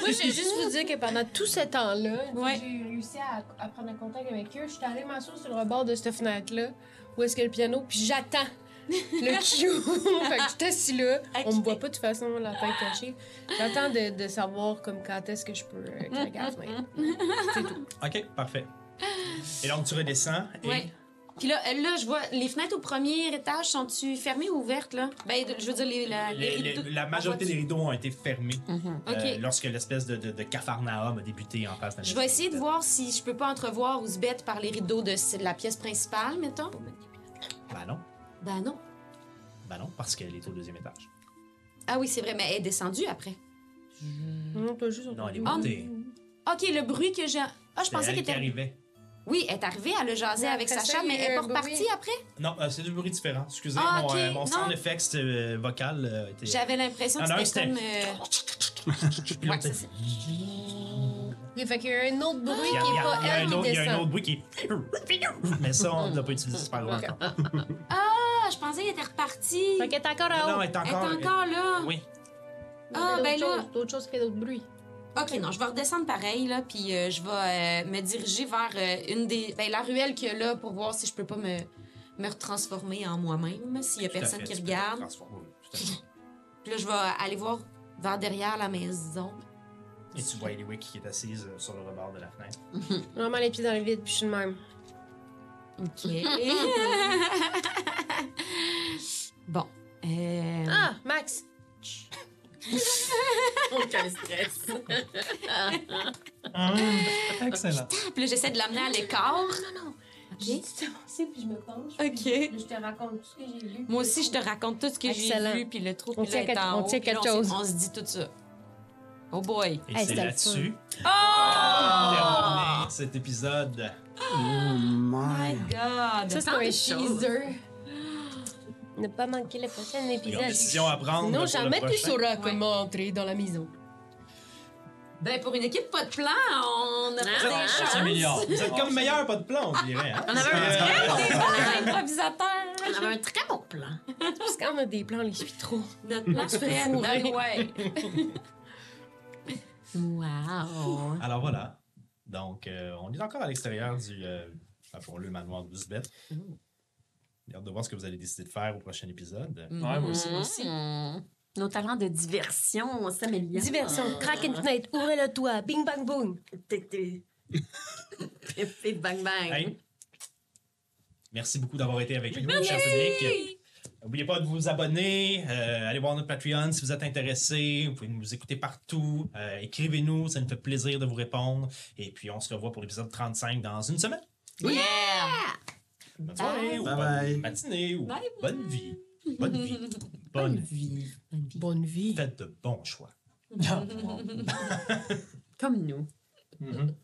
C: Moi, je vais juste vous dire que pendant tout ce temps-là,
F: Ouais.
C: j'ai réussi à, à prendre contact avec eux. Je suis allée m'asseoir sur le rebord de cette fenêtre-là, où est-ce que le piano, puis j'attends le cue. fait que je suis assis là. On me voit pas de toute façon, la tête cachée. J'attends de, de savoir comme quand est-ce que je peux euh, que la gaffe vienne.
A: ok, parfait. Et donc, tu redescends. Et...
K: Ouais. Puis là, euh, là, je vois les fenêtres au premier étage, sont-tu fermées ou ouvertes, là? Ben, je veux dire, les, la, les
A: Les- les-
K: rideaux-
A: la majorité des
K: Ah,
A: rideaux ont été fermés euh,
K: vois-tu? OK.
A: lorsque l'espèce de, de, de cafarnaum a débuté en face de la
K: Je
A: maison.
K: vais essayer de voir si je peux pas entrevoir Ouzbeth par les rideaux de, c- de la pièce principale, mettons.
A: Ben non,
K: Ben non.
A: ben non, parce qu'elle est au deuxième étage.
K: Ah oui, c'est vrai, mais elle est descendue après.
C: Non, pas juste
A: Non, elle est
C: Ah,
A: montée.
K: OK, le bruit que j'ai... Ah, je
A: C'est
K: pensais
A: elle
F: Ah,
K: qu'elle
A: qui
K: était...
A: arrivait.
F: Oui, elle est arrivée, elle a jasé
L: Ouais,
F: avec
L: après
F: Sacha,
L: ça, il y
F: mais
L: a
F: elle
L: eu
F: est
L: un
F: pas repartie
L: bruit.
F: après.
A: Non, euh, c'est deux bruits différents. Excusez,
F: Ah,
A: mon,
F: ok,
A: euh, mon sound
F: non.
A: effect euh, vocal euh, était.
F: J'avais l'impression que
A: Ah non,
F: c'était comme.
A: Puis
F: euh, ouais,
A: l'autre-
F: c'est ça.
C: Il fait qu'il y a un autre bruit
A: Il y a-
C: qui
A: il y
C: est
A: a-
C: pas
A: il y a
C: elle
A: un
C: qui
A: autre- il y a un
C: descend.
A: autre bruit qui. Mais ça, on ne l'a pas utilisé, c'est pas loin encore.
F: Ah, je pensais qu'elle était repartie.
C: Fait qu'elle est encore
A: Non,
C: en haut.
A: elle est
F: Elle est
A: encore. euh,
F: encore là.
A: Oui.
F: Ah,
C: Mais
F: ben
C: d'autres
F: là.
C: choses, D'autres choses qui fait d'autres bruits.
F: Ok, non, je vais redescendre pareil, là, puis euh, je vais euh, me diriger vers euh, une des. Ben, la ruelle qu'il y a là pour voir si je peux pas me, me retransformer en moi-même, s'il y a
A: Tout à
F: personne
A: fait,
F: qui
A: tu peux
F: regarde.
A: te transformer, oui, tout à fait.
F: Puis là, je vais aller voir vers derrière la maison.
A: Et tu vois Eliwick qui est assise euh, sur le rebord de la fenêtre.
C: Vraiment les pieds dans le vide, puis je suis de même.
F: Ok. bon. Euh,
C: Ah, Max!
B: Aucun stress.
D: Ah, Excellent.
F: Puis là, j'essaie de l'amener à l'écart.
H: J'ai dit avancé, puis je me penche.
F: Ok.
H: Puis je te raconte tout ce que j'ai vu.
F: Moi aussi, je te raconte tout ce que j'ai
C: Excellent.
F: vu, puis le trou,
C: On
F: puis là,
C: tient
F: est
C: quelque-
F: en
C: on
F: haut,
C: tient
F: puis là,
C: quelque
F: on
C: chose.
F: s'est- On se dit tout ça. Oh boy.
A: Et
C: Hey,
A: c'est
C: c'était le
A: là-dessus
F: Oh!
A: terminé cet épisode.
E: Oh my
F: my God.
C: Ça, c'est un teaser. Ne pas manquer le prochain
A: Il y a une
C: épisode.
A: décision à prendre.
C: Sinon,
A: pour le
C: jamais tu
A: prochain.
C: sauras comment entrer dans la maison.
F: Ben, pour une équipe pas de plan, on a
A: Vous êtes-
C: Ah,
F: des
A: vous êtes
F: chances.
A: milliards. Vous êtes comme meilleur pas de plan, on dirait. hein?
B: On avait un
A: Euh,
B: très bon plan.
F: Improvisateur.
B: On
C: Ah,
B: avait un très bon plan.
C: Parce que quand on a des plans, on les suit trop.
F: Notre plan
B: fourrer.
F: Ben, ouais.
B: Wow.
A: Alors voilà. Donc, euh, on est encore à l'extérieur du. euh, appelons-le manoir d'Ouzbeth. J'ai hâte de voir ce que vous allez décider de faire au prochain épisode.
D: Ouais, moi aussi.
B: Mm. Nos talents de diversion s'améliorent.
C: Diversion, craquer une fenêtre, ouvrez le toit, bing bang boom.
B: Tété. Fait bang bang.
A: Hey. Hein? Merci beaucoup d'avoir été avec nous, cher public. N'oubliez pas de vous abonner, euh, allez voir notre Patreon si vous êtes intéressé, vous pouvez nous écouter partout, Euh, écrivez-nous, ça nous fait plaisir de vous répondre. Et puis on se revoit pour l'épisode 35 dans une semaine. Bonne soirée, ou
E: Bye
A: bonne
E: bye.
A: matinée, ou
F: Bye
A: bonne vie. Bonne vie. Bonne vie.
C: Bonne vie.
A: Faites de bons choix.
B: Comme nous.
D: Mhm.